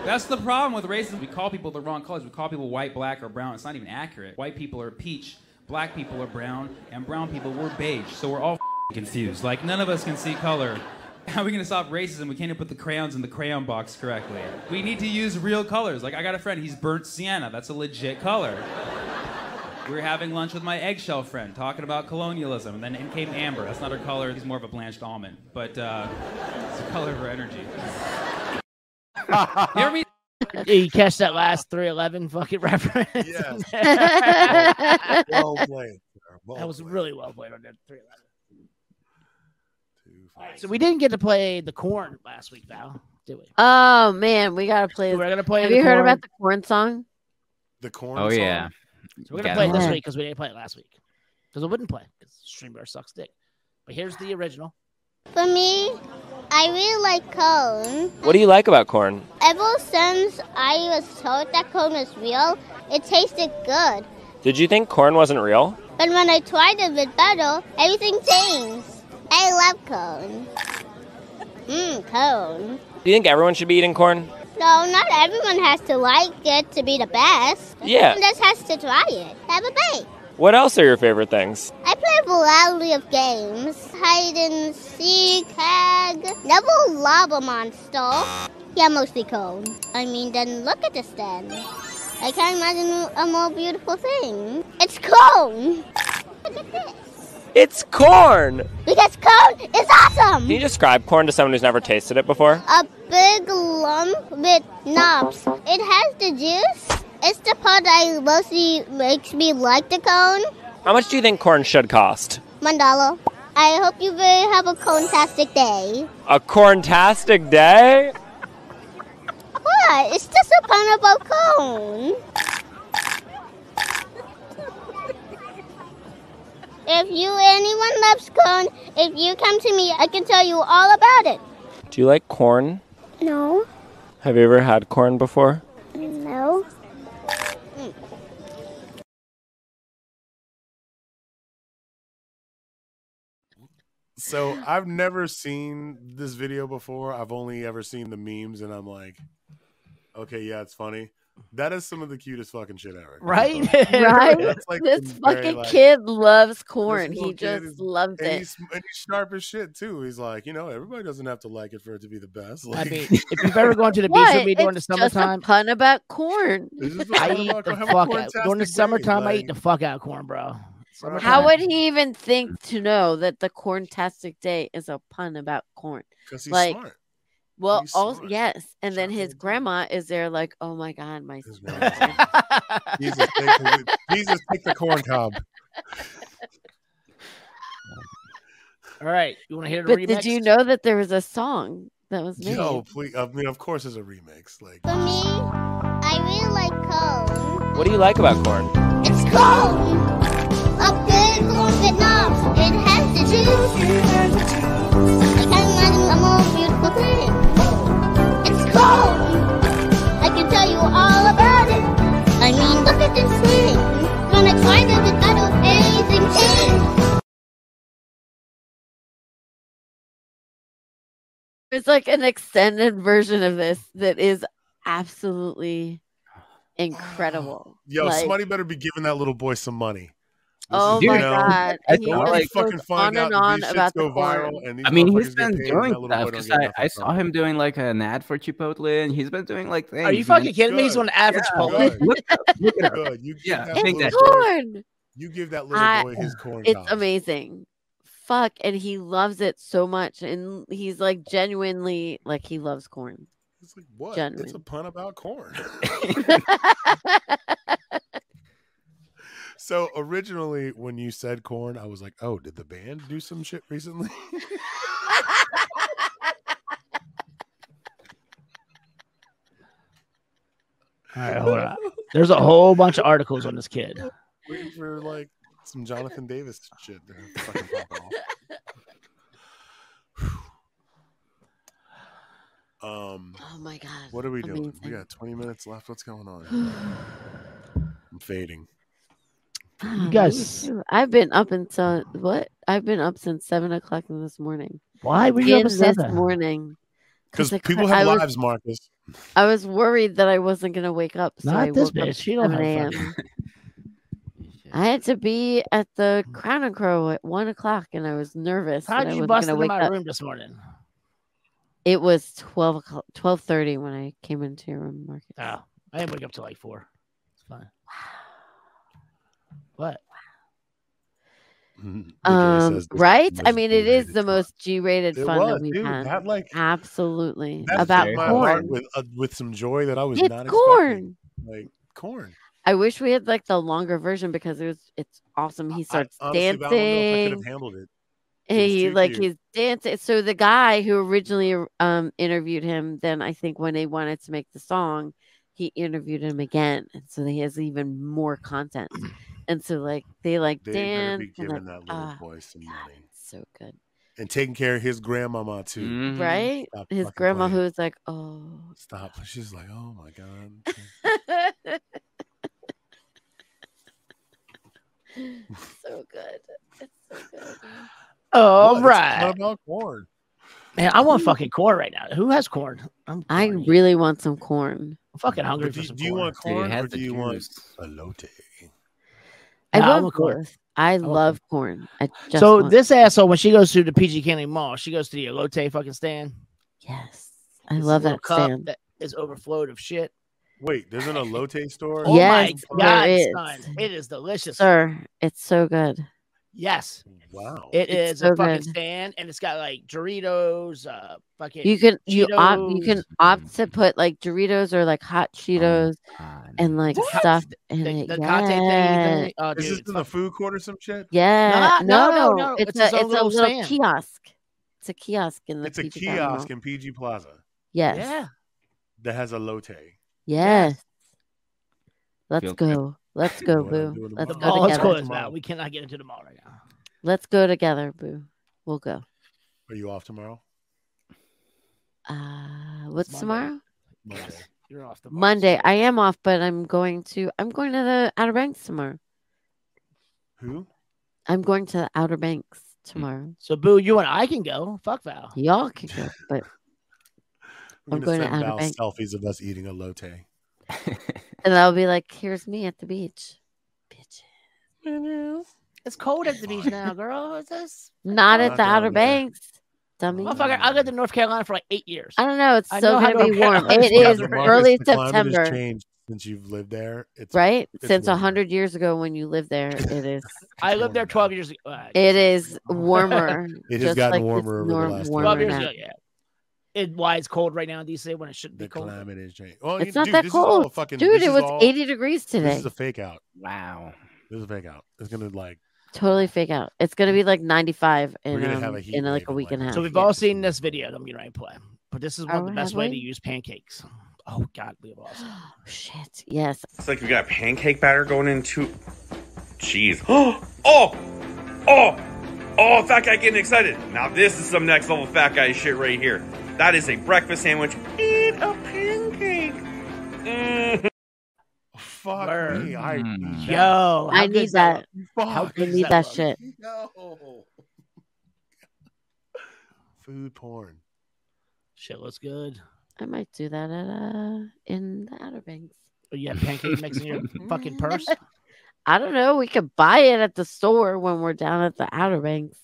That's the problem with racism. We call people the wrong colors. We call people white, black, or brown. It's not even accurate. White people are peach, black people are brown, and brown people were beige. So we're all confused. Like, none of us can see color. How are we gonna stop racism? We can't even put the crayons in the crayon box correctly. We need to use real colors. Like, I got a friend, he's burnt sienna. That's a legit color. We were having lunch with my eggshell friend, talking about colonialism, and then in came Amber. That's not her color; it's more of a blanched almond, but uh, it's a color for energy. you ever meet you catch that last 311 fucking reference? Yes. Well played, sir. Well that was really well played on that 311. All right, so we didn't get to play the corn last week, Val, did we? Oh man, we gotta play. We're gonna play Have the you heard corn. about the corn song? The corn. Oh, song. yeah. So we're gonna Got play it this it. week because we didn't play it last week because I wouldn't play because Streamyard sucks dick. But here's the original. For me, I really like cone. What do you like about corn? Ever since I was told that cone was real, it tasted good. Did you think corn wasn't real? But when I tried it with butter, everything changed. I love cone. Mmm, cone. Do you think everyone should be eating corn? No, not everyone has to like it to be the best. Yeah. Everyone just has to try it. Have a bite. What else are your favorite things? I play a variety of games. Hide and seek, tag, Neville Lava Monster. Yeah, mostly cone. I mean, then look at this then. I can't imagine a more beautiful thing. It's cone! It's corn! Because cone is awesome! Can you describe corn to someone who's never tasted it before? a big lump with knobs. It has the juice. It's the part that mostly makes me like the cone. How much do you think corn should cost? Mandala. I hope you will have a cone-tastic day. A corntastic day? What? It's just a pineapple cone. If you anyone loves cone, if you come to me, I can tell you all about it. Do you like corn? No. Have you ever had corn before? No. So I've never seen this video before. I've only ever seen the memes, and I'm like, okay, yeah, it's funny. That is some of the cutest fucking shit ever. Right? Right? That's like this some very, fucking like- kid loves This corn. He little kid just is- loved and it. He's, and he's sharp as shit too. He's like, you know, everybody doesn't have to like it for it to be the best. I Like, mean, if you've ever gone to the beach with me during the It's just summertime, a pun about corn. I eat the fuck out. During the summertime, I eat the fuck out corn, bro. How would he even think to know that the corntastic day is a pun about corn? 'Cause he's smart. Well, He's also smart. yes, and then his grandma is there, like, oh my god, my son." Jesus, take the, Jesus, take the corn cob. All right, you want to hear the But remix? did you know that there was a song that was made? No, please. I mean, of course, it's a remix. Like, For me, I really like cone. What do you like about corn? It's cone. A big lump with knobs. It has the juice. I can't imagine a more beautiful thing. It's cone. I can tell you all about it. I mean, look at this thing. When I tried it, it got amazing taste. There's like an extended version of this that is absolutely incredible. yo, Like, somebody better be giving that little boy some money. This Oh is, you my know, God, I and he want just to fucking goes find on and out on these about shits the go viral. corn. And these I mean, motherfuckers he's get been paid, and doing that little stuff boy don't because get I, nothing I from saw him doing like an ad for Chipotle, and he's been doing like things. Are you fucking kidding me? He's doing ads for Chipotle. Look it up, look it up. Good. You give Yeah, that take little that. boy- You give that little I- boy his corn. It's cob. amazing. Fuck, and he loves it so much, and he's like genuinely like he loves corn. It's like what? It's a Genuine. pun about corn. so originally, when you said corn, I was like, "Oh, did the band do some shit recently?" All right, hold on. There's a whole bunch of articles on this kid. Waiting for like some Jonathan Davis shit to fucking pop off. Um, oh my god! What are we doing? We Amazing. got 20 minutes left. What's going on? I'm fading. Ah, guys- me too. I've been up until what? I've been up since seven o'clock in this morning. Why were you up In at this seven? morning? Because I people cou- have I was- lives, Marcus. I was worried that I wasn't gonna wake up. So Not I this woke up bitch. She don't 7 have a.m.. I had to be at the Crown and Crow at one o'clock, and I was nervous. that How'd I you wasn't bust gonna into wake my up. room this morning? It was twelve o'clock, twelve thirty when I came into your room, Marcus. Oh, I didn't wake up till like four. It's fine. What? Um, says this right? was I mean, it is the most G-rated It fun was, that we've dude. had. Um, That, like- absolutely That about filled my heart corn. with uh, with some joy that I was It's not corn. expecting. Like corn. I wish we had like the longer version because it was it's awesome. He starts Honestly, but I don't know if I could dancing. have handled it. and he too like cute. he's dancing. So the guy who originally um interviewed him, then I think when they wanted to make the song, he interviewed him again, and so he has even more content. And so like they like They're gonna dance. be and, giving like, that little ah, boy some money. So good. And taking care of his grandmama too. Mm-hmm. Mm-hmm. right? Stop His fucking grandma playing. who's like, oh. Stop. She's like, oh my god. so good. It's so good. All What? It's right. not about corn. Man, I want fucking corn right now. Who has corn? I'm I really want some corn. I'm fucking hungry But do, for some do you corn. want corn or do you want elote? I Nah, I love want corn. corn. I love corn. I just so want- this asshole, when she goes to the PG County Mall, she goes to the elote fucking stand. Yes, I love that cup stand. that is overflowed of shit. Wait, there's an elote store? Oh Yes, my there is. god, son, it is delicious. Sir, it's so good. Yes, Wow. it It's is so a fucking good. stand, and it's got like Doritos, uh, fucking. You can you opt you Cheetos. Oh can opt to put like Doritos or like hot Cheetos and like stuff in The- it. the yes. content thing, the- oh, Is this dude, in the food court or some shit? yeah. No, No, no, no, no. It's, It's a his it's own a little little stand. kiosk. It's a kiosk in the It's a PG County Mall. kiosk in PG Plaza Yes. Yeah. that has elote. Yes. Let's Feel- go. Let's You go, know what I'm Boo. doing Let's tomorrow? go Oh, let's together. go as well. We cannot get into the mall right now. Let's go together, Boo. We'll go. Are you off tomorrow? Uh, what's Monday. tomorrow? Monday. You're off the mall. Monday. I am off, but I'm going to I'm going to the Outer Banks tomorrow. Who? I'm going to the Outer Banks tomorrow. So, Boo, you and I can go. Fuck Val. Y'all can go, but We're I'm gonna going to send Outer Val Banks, selfies of us eating elote. and I'll be like, "Here's me at the beach." It's cold at the beach now, girl. Is this? Mm-hmm. Not Not at the down Outer there. Banks, dummy. Motherfucker, I lived in North Carolina for like eight years. I don't know. It's I still know how going to be North warm. Carolina It is weather Marcus, early the climate has September. changed since you've lived there. It's right? it's Since a warmer. hundred years ago, when you lived there, it is I lived there 12 years ago. Uh, it is warmer. It has just gotten like it's warmer over the norm- last warmer 12 years now. ago, yeah. It, why it's cold right now in DC when it shouldn't The be cold. climate has changed. Well, It's you- not dude, that this is all a cold, fucking- dude. this It is was all- eighty degrees This today. is a fake out. Wow. This is a fake out. It's gonna like Totally fake out. It's going to be like ninety-five in We're gonna have um, a heat in wave like a in, week like, and a half. So we've yeah. all seen this video that I'm getting ready to play, but this is one of Oh, the best have way we? to use pancakes. Oh God, we have awesome. shit. Yes. It's like we got pancake batter going into. Jeez. Oh! Oh! Oh! Oh! Fat guy getting excited. Now this is some next level fat guy shit right here. That is a breakfast sandwich. Eat a pancake. Mm. fuck Word. me. I Mm. Yo, I how need good's that? Fuck. How I good is need that that look? shit. No. Food porn. Shit looks good. I might do that at uh in the Outer Banks. Oh, You have pancake mix in your fucking purse. I don't know. We could buy it at the store when we're down at the Outer Banks.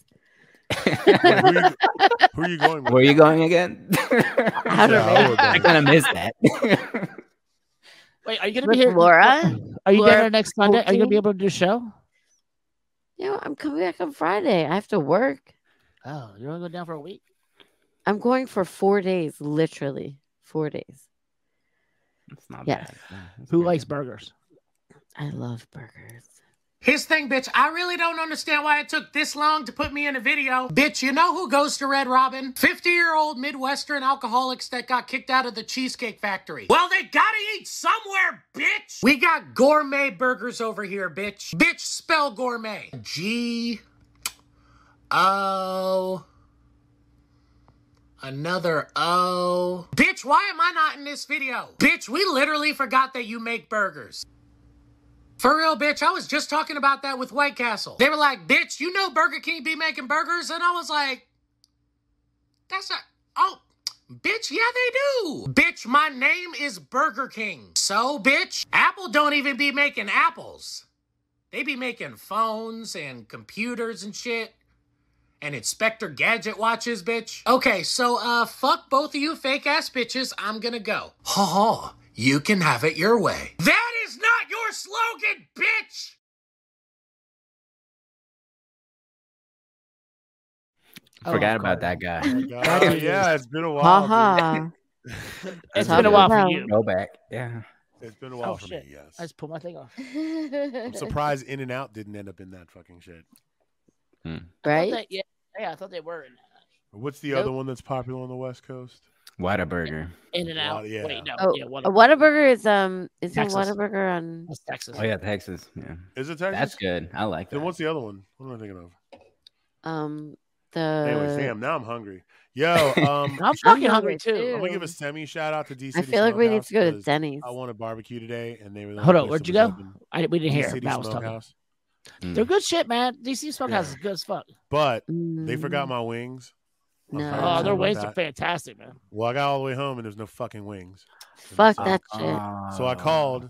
Who are you going with? Where are you going again? Outer Yeah, I would Banks. go. I'm gonna miss that. Wait, are you gonna With be here, Oh, Laura? Are you Laura down there next Sunday? Are you gonna be 14? able to do a show? You know, I'm coming back on Friday. I have to work. Oh, you're gonna go down for a week? I'm going for four days, literally four days. It's not Yes. Who likes burgers? I love burgers. His thing, bitch. I really don't understand why it took this long to put me in a video. Bitch, you know who goes to Red Robin? 50 year old Midwestern alcoholics that got kicked out of the Cheesecake Factory. Well, they gotta eat somewhere, bitch! We got gourmet burgers over here, bitch. Bitch, spell gourmet. G O Another O. Bitch, why am I not in this video? Bitch, we literally forgot that you make burgers. For real, bitch, I was just talking about that with White Castle. They were like, bitch, you know Burger King be making burgers? And I was like, that's not. Oh, bitch, yeah, they do. Bitch, my name is Burger King. So, bitch, Apple don't even be making apples. They be making phones and computers and shit. And Inspector Gadget watches, bitch. Okay, so, uh, fuck both of you fake ass bitches. I'm gonna go. Ha ha. You can have it your way. That is not your slogan, bitch! Oh, I forgot about that guy. Oh, yeah, it's been a while. Ha dude. ha. It's been a while for you. Go back. Yeah. It's been a while Oh, for shit. me, yes. I just pulled my thing off. I'm surprised In and Out didn't end up in that fucking shit. Hmm. Right? yeah, yeah, I thought they were in What's the Nope. other one that's popular on the West Coast? Whataburger. In and out. Wa- yeah. Wait, no. Oh, yeah, what a Whataburger is um is a Texas. Whataburger on That's Texas. Oh yeah, Texas. Yeah. Is it Texas? That's good. I like Then that. what's the other one? What am I thinking of? um the Anyway, Sam, now I'm hungry. Yo, um, Uh, I'm fucking hungry, too. I'm gonna give a semi shout out to DC. I feel like we need to go to Denny's. I wanted barbecue today, and they were. the Hold only on, place where'd you that go? was open. I we didn't hear. DC Matt was talking. Smokehouse. Mm. They're good shit, man. DC Smokehouse is good as fuck. But they forgot Mm. my wings. I'm very Oh, upset their about wings are that. fantastic, man. Well, I got all the way home and there's no fucking wings. Fuck So- that shit. So I called.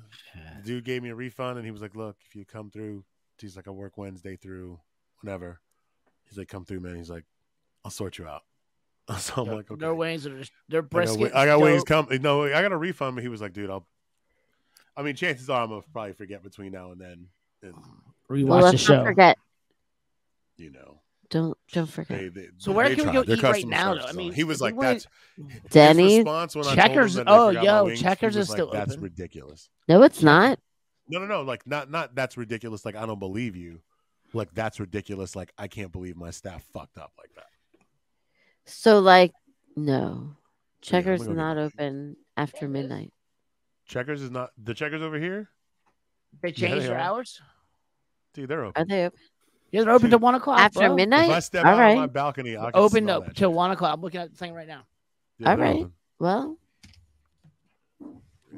The dude gave me a refund and he was like, "Look, if you come through, he's like, I work Wednesday through whenever." He's like, "Come through, man." He's like, "I'll sort you out." So I'm Their- like, "Okay." Their wings are just they're I got, brisket. wi- I got wings. dope. Come, no, I got a refund, but he was like, "Dude, I'll." I mean, chances are I'm gonna probably forget between now and then. And Rewatch the let's show. Don't forget. You know. Don't don't forget. They, they, So where they can we tried. go Their eat right customer now, service though? I is on. mean, he was if you like, went- "That's." his Denny's? response when I told him Checkers- that they oh, forgot my yo, wings, he was Checkers is like, still That's open." ridiculous. No, it's not. No, no, no. Like not not that's ridiculous. Like I don't believe you. Like that's ridiculous. Like I can't believe my staff fucked up like that. So like no. Checkers Oh, gonna go not open after midnight. Checkers is not the checkers over here, They Yeah, changed they their are. hours. dude. They're open. Are they open? Yeah, they're open Dude. to one o'clock After bro. midnight? If I step All out right. on my balcony, I can Open smell up that till shit. one o'clock. I'm looking at the thing right now. Yeah, All they're right. open. Well,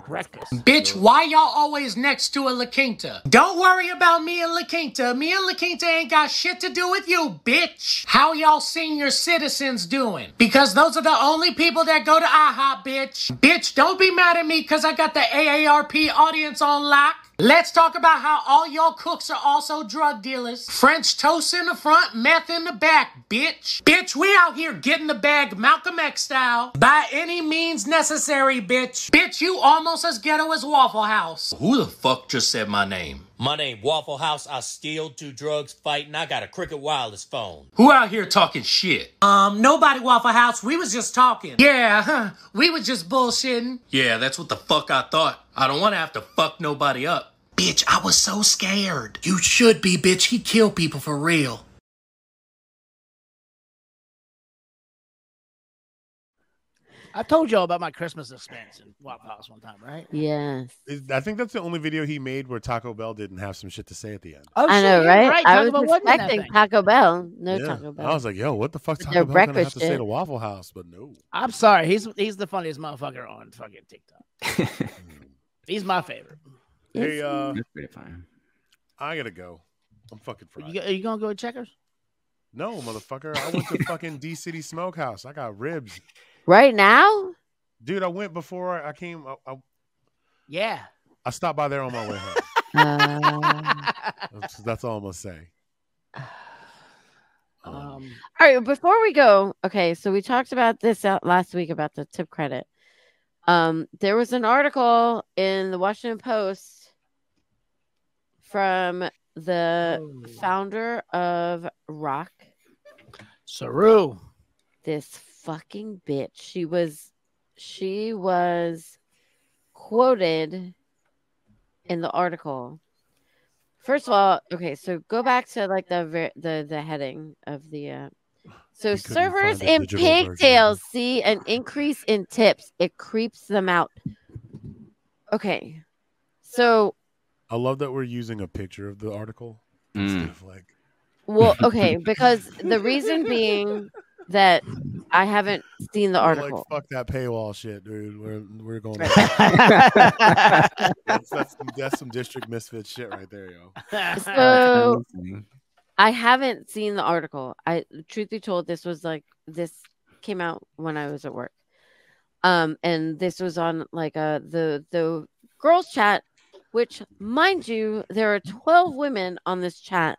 Breakfast. Bitch, why y'all always next to a La Quinta? Don't worry about me and La Quinta. Me and La Quinta ain't got shit to do with you, bitch. How y'all senior citizens doing? Because those are the only people that go to AHA, bitch. Bitch, don't be mad at me because I got the AARP audience on lock. Let's talk about how all y'all cooks are also drug dealers. French toast in the front, meth in the back, bitch. Bitch, we out here getting the bag Malcolm X style by any means necessary, bitch. Bitch, you almost as ghetto as Waffle House. Who the fuck just said my name? My name Waffle House. I steal, do drugs, fight, and I got a Cricket Wireless phone. Who out here talking shit? Um, nobody Waffle House. We was just talking. Yeah, huh. We was just bullshitting. Yeah, that's what the fuck I thought. I don't want to have to fuck nobody up. Bitch, I was so scared. You should be, bitch. He killed people for real. I told y'all about my Christmas experience in Waffle House one time, right? yes. Is- I think that's the only video he made where Taco Bell didn't have some shit to say at the end. Oh, I shit, know, you're right? right. I Taco Bell was wasn't in that expecting thing. Taco Bell. No Yeah. Taco Bell. I was like, "Yo, what the fuck's With Taco their Bell gonna have breakfast to say shit. to Waffle House?" But no, I'm sorry. He's he's the funniest motherfucker on fucking TikTok. he's my favorite. hey, uh, That's pretty fine. I gotta go. I'm fucking fried. You, go- are you gonna go to Checkers? No, motherfucker. I went to fucking D City Smokehouse. I got ribs, Right now? dude. I went before I- I came. I, I, Yeah. I stopped by there on my way home. Uh, That's, that's all I'm gonna say. Um, all right, before we go, okay, so we talked about this out last week about the tip credit. Um, there was an article in the Washington Post from the founder of Rock. Saru. This fucking bitch. She was she was quoted in the article. First of all, okay, so go back to like the ver- the the heading of the uh, so couldn't servers find a in digital version of it. pigtails see an increase in tips. It creeps them out. Okay, so I love that we're using a picture of the article. Mm. Stuff like well, okay, because the reason being that I haven't seen the We're article. Like, fuck that paywall shit, dude. We're we're going. that's, that's, some, that's some district misfit shit right there, yo. So I haven't seen the article. I truth be told, this was like this came out when I was at work. Um, and this was on like uh the the girls chat, which mind you, there are 12 women on this chat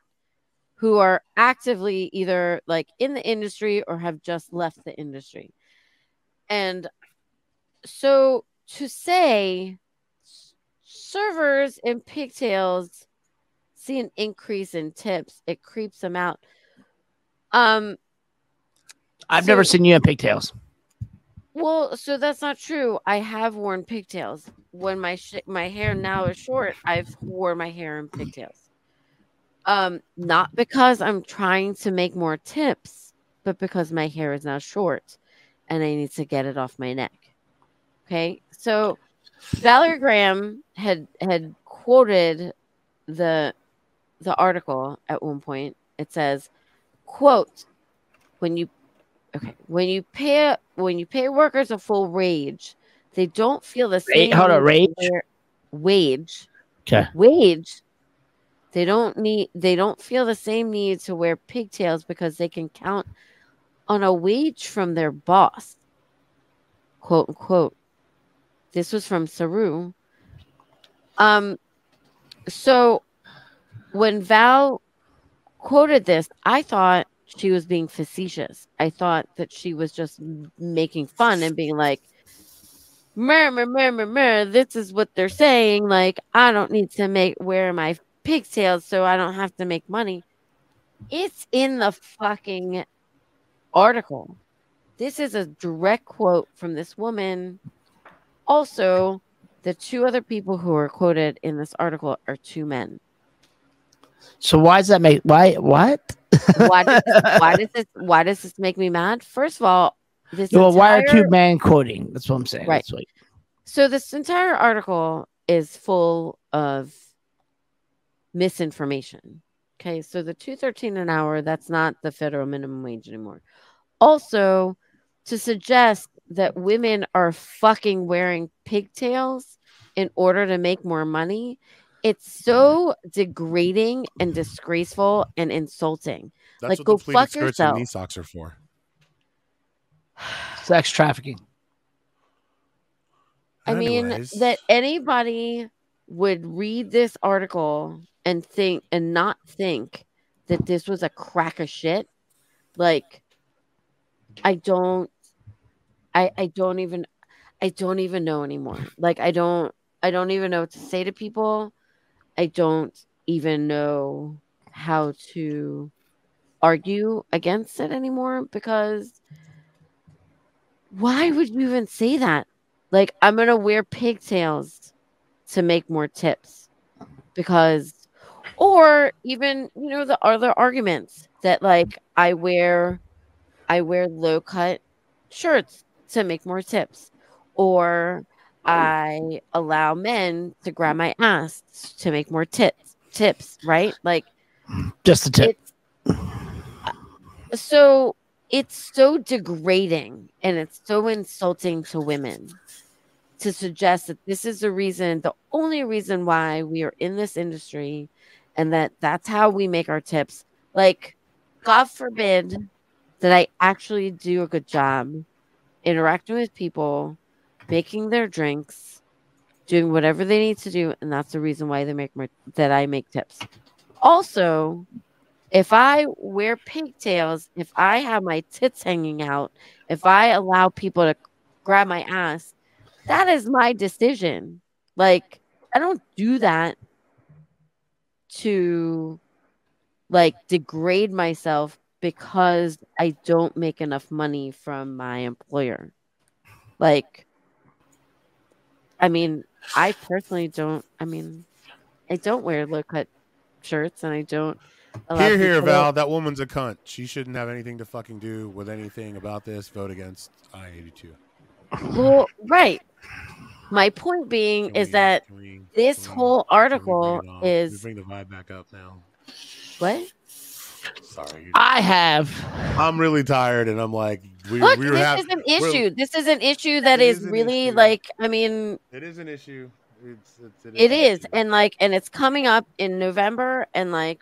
who are actively either like in the industry or have just left the industry. And so to say servers and pigtails see an increase in tips, it creeps them out. Um, I've never seen you in pigtails. well, so that's not true. I have worn pigtails. When my sh- my hair now is short, I've wore my hair in pigtails. Um, not because I'm trying to make more tips, but because my hair is now short, and I need to get it off my neck. Okay, so Valerie Graham had had quoted the the article at one point. It says, "quote When you okay, when you pay when you pay workers a full wage, they don't feel the Ra- same. hold on, need rage? for their- wage, Okay. wage. They don't need. They don't feel the same need to wear pigtails because they can count on a wage from their boss." Quote unquote. This was from Saru. Um, so when Val quoted this, I thought she was being facetious. I thought that she was just m- making fun and being like, mer, mer, mer, mer, mer, this is what they're saying. Like, I don't need to make wear my pigtails so I don't have to make money. It's in the fucking article. This is a direct quote from this woman. Also, the two other people who are quoted in this article are two men. So why does that make why what? Why does, why does this why does this make me mad? First of all, this well, why are two entire- men quoting? That's what I'm saying. Right. That's like- So this entire article is full of misinformation. Okay, so the 213 an hour, that's not the federal minimum wage anymore. Also, to suggest that women are fucking wearing pigtails in order to make more money, it's so degrading and disgraceful and insulting. That's like what go the pleated fuck skirts yourself. and knee socks are for. sex trafficking. I mean, Anyways. that anybody would read this article and think and not think that this was a crack of shit. Like, I don't, I, I don't even, I don't even know anymore. Like, I don't, I don't even know what to say to people. I don't even know how to argue against it anymore because why would you even say that? Like, I'm gonna wear pigtails to make more tips because, or even you know the other arguments that like I wear, I wear low cut shirts to make more tips, or I allow men to grab my ass to make more tips. Tips, right? Like, Just a tip. so it's so degrading and it's so insulting to women to suggest that this is the reason the only reason why we are in this industry and that that's how we make our tips like god forbid that i actually do a good job interacting with people making their drinks doing whatever they need to do and that's the reason why they make my that i make tips also if I wear pigtails, if I have my tits hanging out, if I allow people to grab my ass, that is my decision. Like, I don't do that to like degrade myself because I don't make enough money from my employer. Like, I mean, I personally don't, I mean, I don't wear low cut shirts and I don't. allow Here, here, people to- Val. That woman's a cunt. She shouldn't have anything to fucking do with anything about this. Vote against I eighty two. Well, right. My point being is that this whole article is Bring the vibe back up now. what? Sorry. I have. I'm really tired, and I'm like, we, Look, we were this hav- is an we're- issue. This is an issue that is, really like, I mean, It is an issue. It's, it's, it is. And like, and it's coming up in November, and like,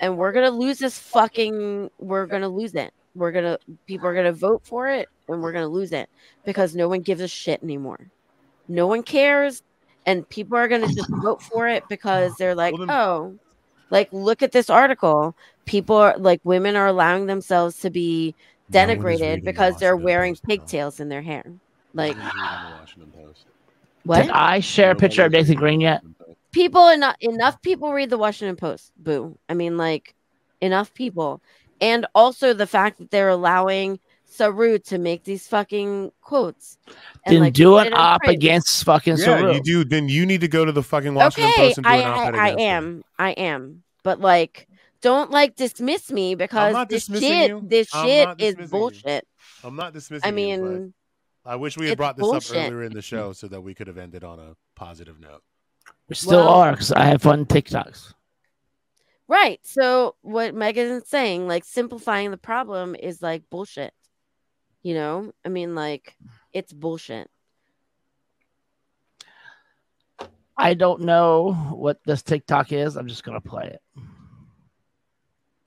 and we're going to lose this fucking, we're going to lose it. We're going to, people are going to vote for it, and we're going to lose it because no one gives a shit anymore. No one cares. And people are going to just vote for it because they're like, oh, like, look at this article. People are like, women are allowing themselves to be denigrated because they're wearing pigtails in their hair. Like, What? Did I share a picture of Nathan Green yet? people enough enough people read the Washington Post. Boo. I mean, like enough people, and also the fact that they're allowing Saru to make these fucking quotes. Then like, do put an it on op print. against fucking yeah, Saru. you do. Then you need to go to the fucking Washington Okay, Post and do I, an op-ed I, I against it. am, I am, but like, don't like dismiss me because not this dismissing shit, you. this I'm shit not is dismissing you. bullshit. I'm not dismissing. I you, but mean, I wish we had it's brought this bullshit. up earlier in the show so that we could have ended on a positive note. We still Well- are because I have fun TikToks. Right. So what Megan's saying, like simplifying the problem is like bullshit. You know? I mean like it's bullshit. I don't know what this TikTok is. I'm just gonna play it.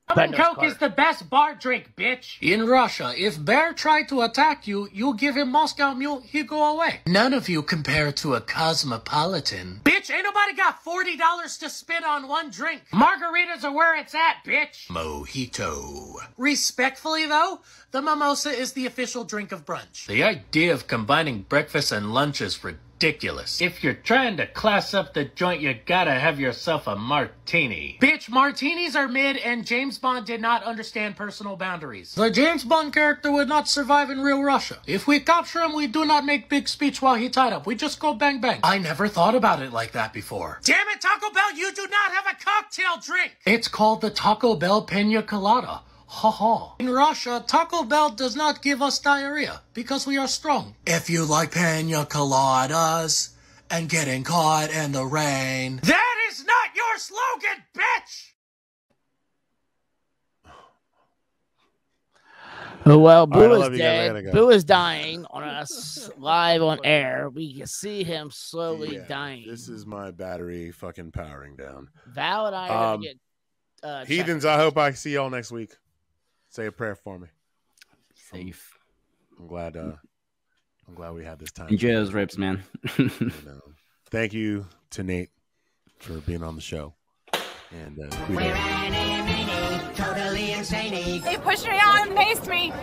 Rum and That goes Coke hard. is the best bar drink, bitch. In Russia, if bear tried to attack you, you give him Moscow Mule, he go away. None of you compare to a cosmopolitan. Bitch, ain't nobody got forty dollars to spend on one drink. Margaritas are where it's at, bitch. Mojito. Respectfully though, the mimosa is the official drink of brunch. The idea of combining breakfast and lunch is ridiculous. If you're trying to class up the joint, you gotta have yourself a martini. Bitch, martinis are mid, and James Bond did not understand personal boundaries. The James Bond character would not survive in real Russia. If we capture him, we do not make big speech while he tied up. We just go bang bang. I never thought about it like that before. Damn it, Taco Bell, you do not have a cocktail drink! It's called the Taco Bell Pina Colada. Ha ha. In Russia, Taco Bell does not give us diarrhea because we are strong. If you like pina coladas and getting caught in the rain, that is not your slogan, bitch! Oh, well, All right, I Boo love is you guys. I gotta dead. go. Boo is dying on us live on air. We can see him slowly Yeah, dying. This is my battery fucking powering down. Val and I are Um, gonna get uh, checked. Heathens, I hope I see y'all next week. Say a prayer for me. Safe. I'm glad. Uh, I'm glad we had this time. Enjoy those rips, man. Thank you to Nate for being on the show. And uh, we Totally insane. They pushed me out and paced me.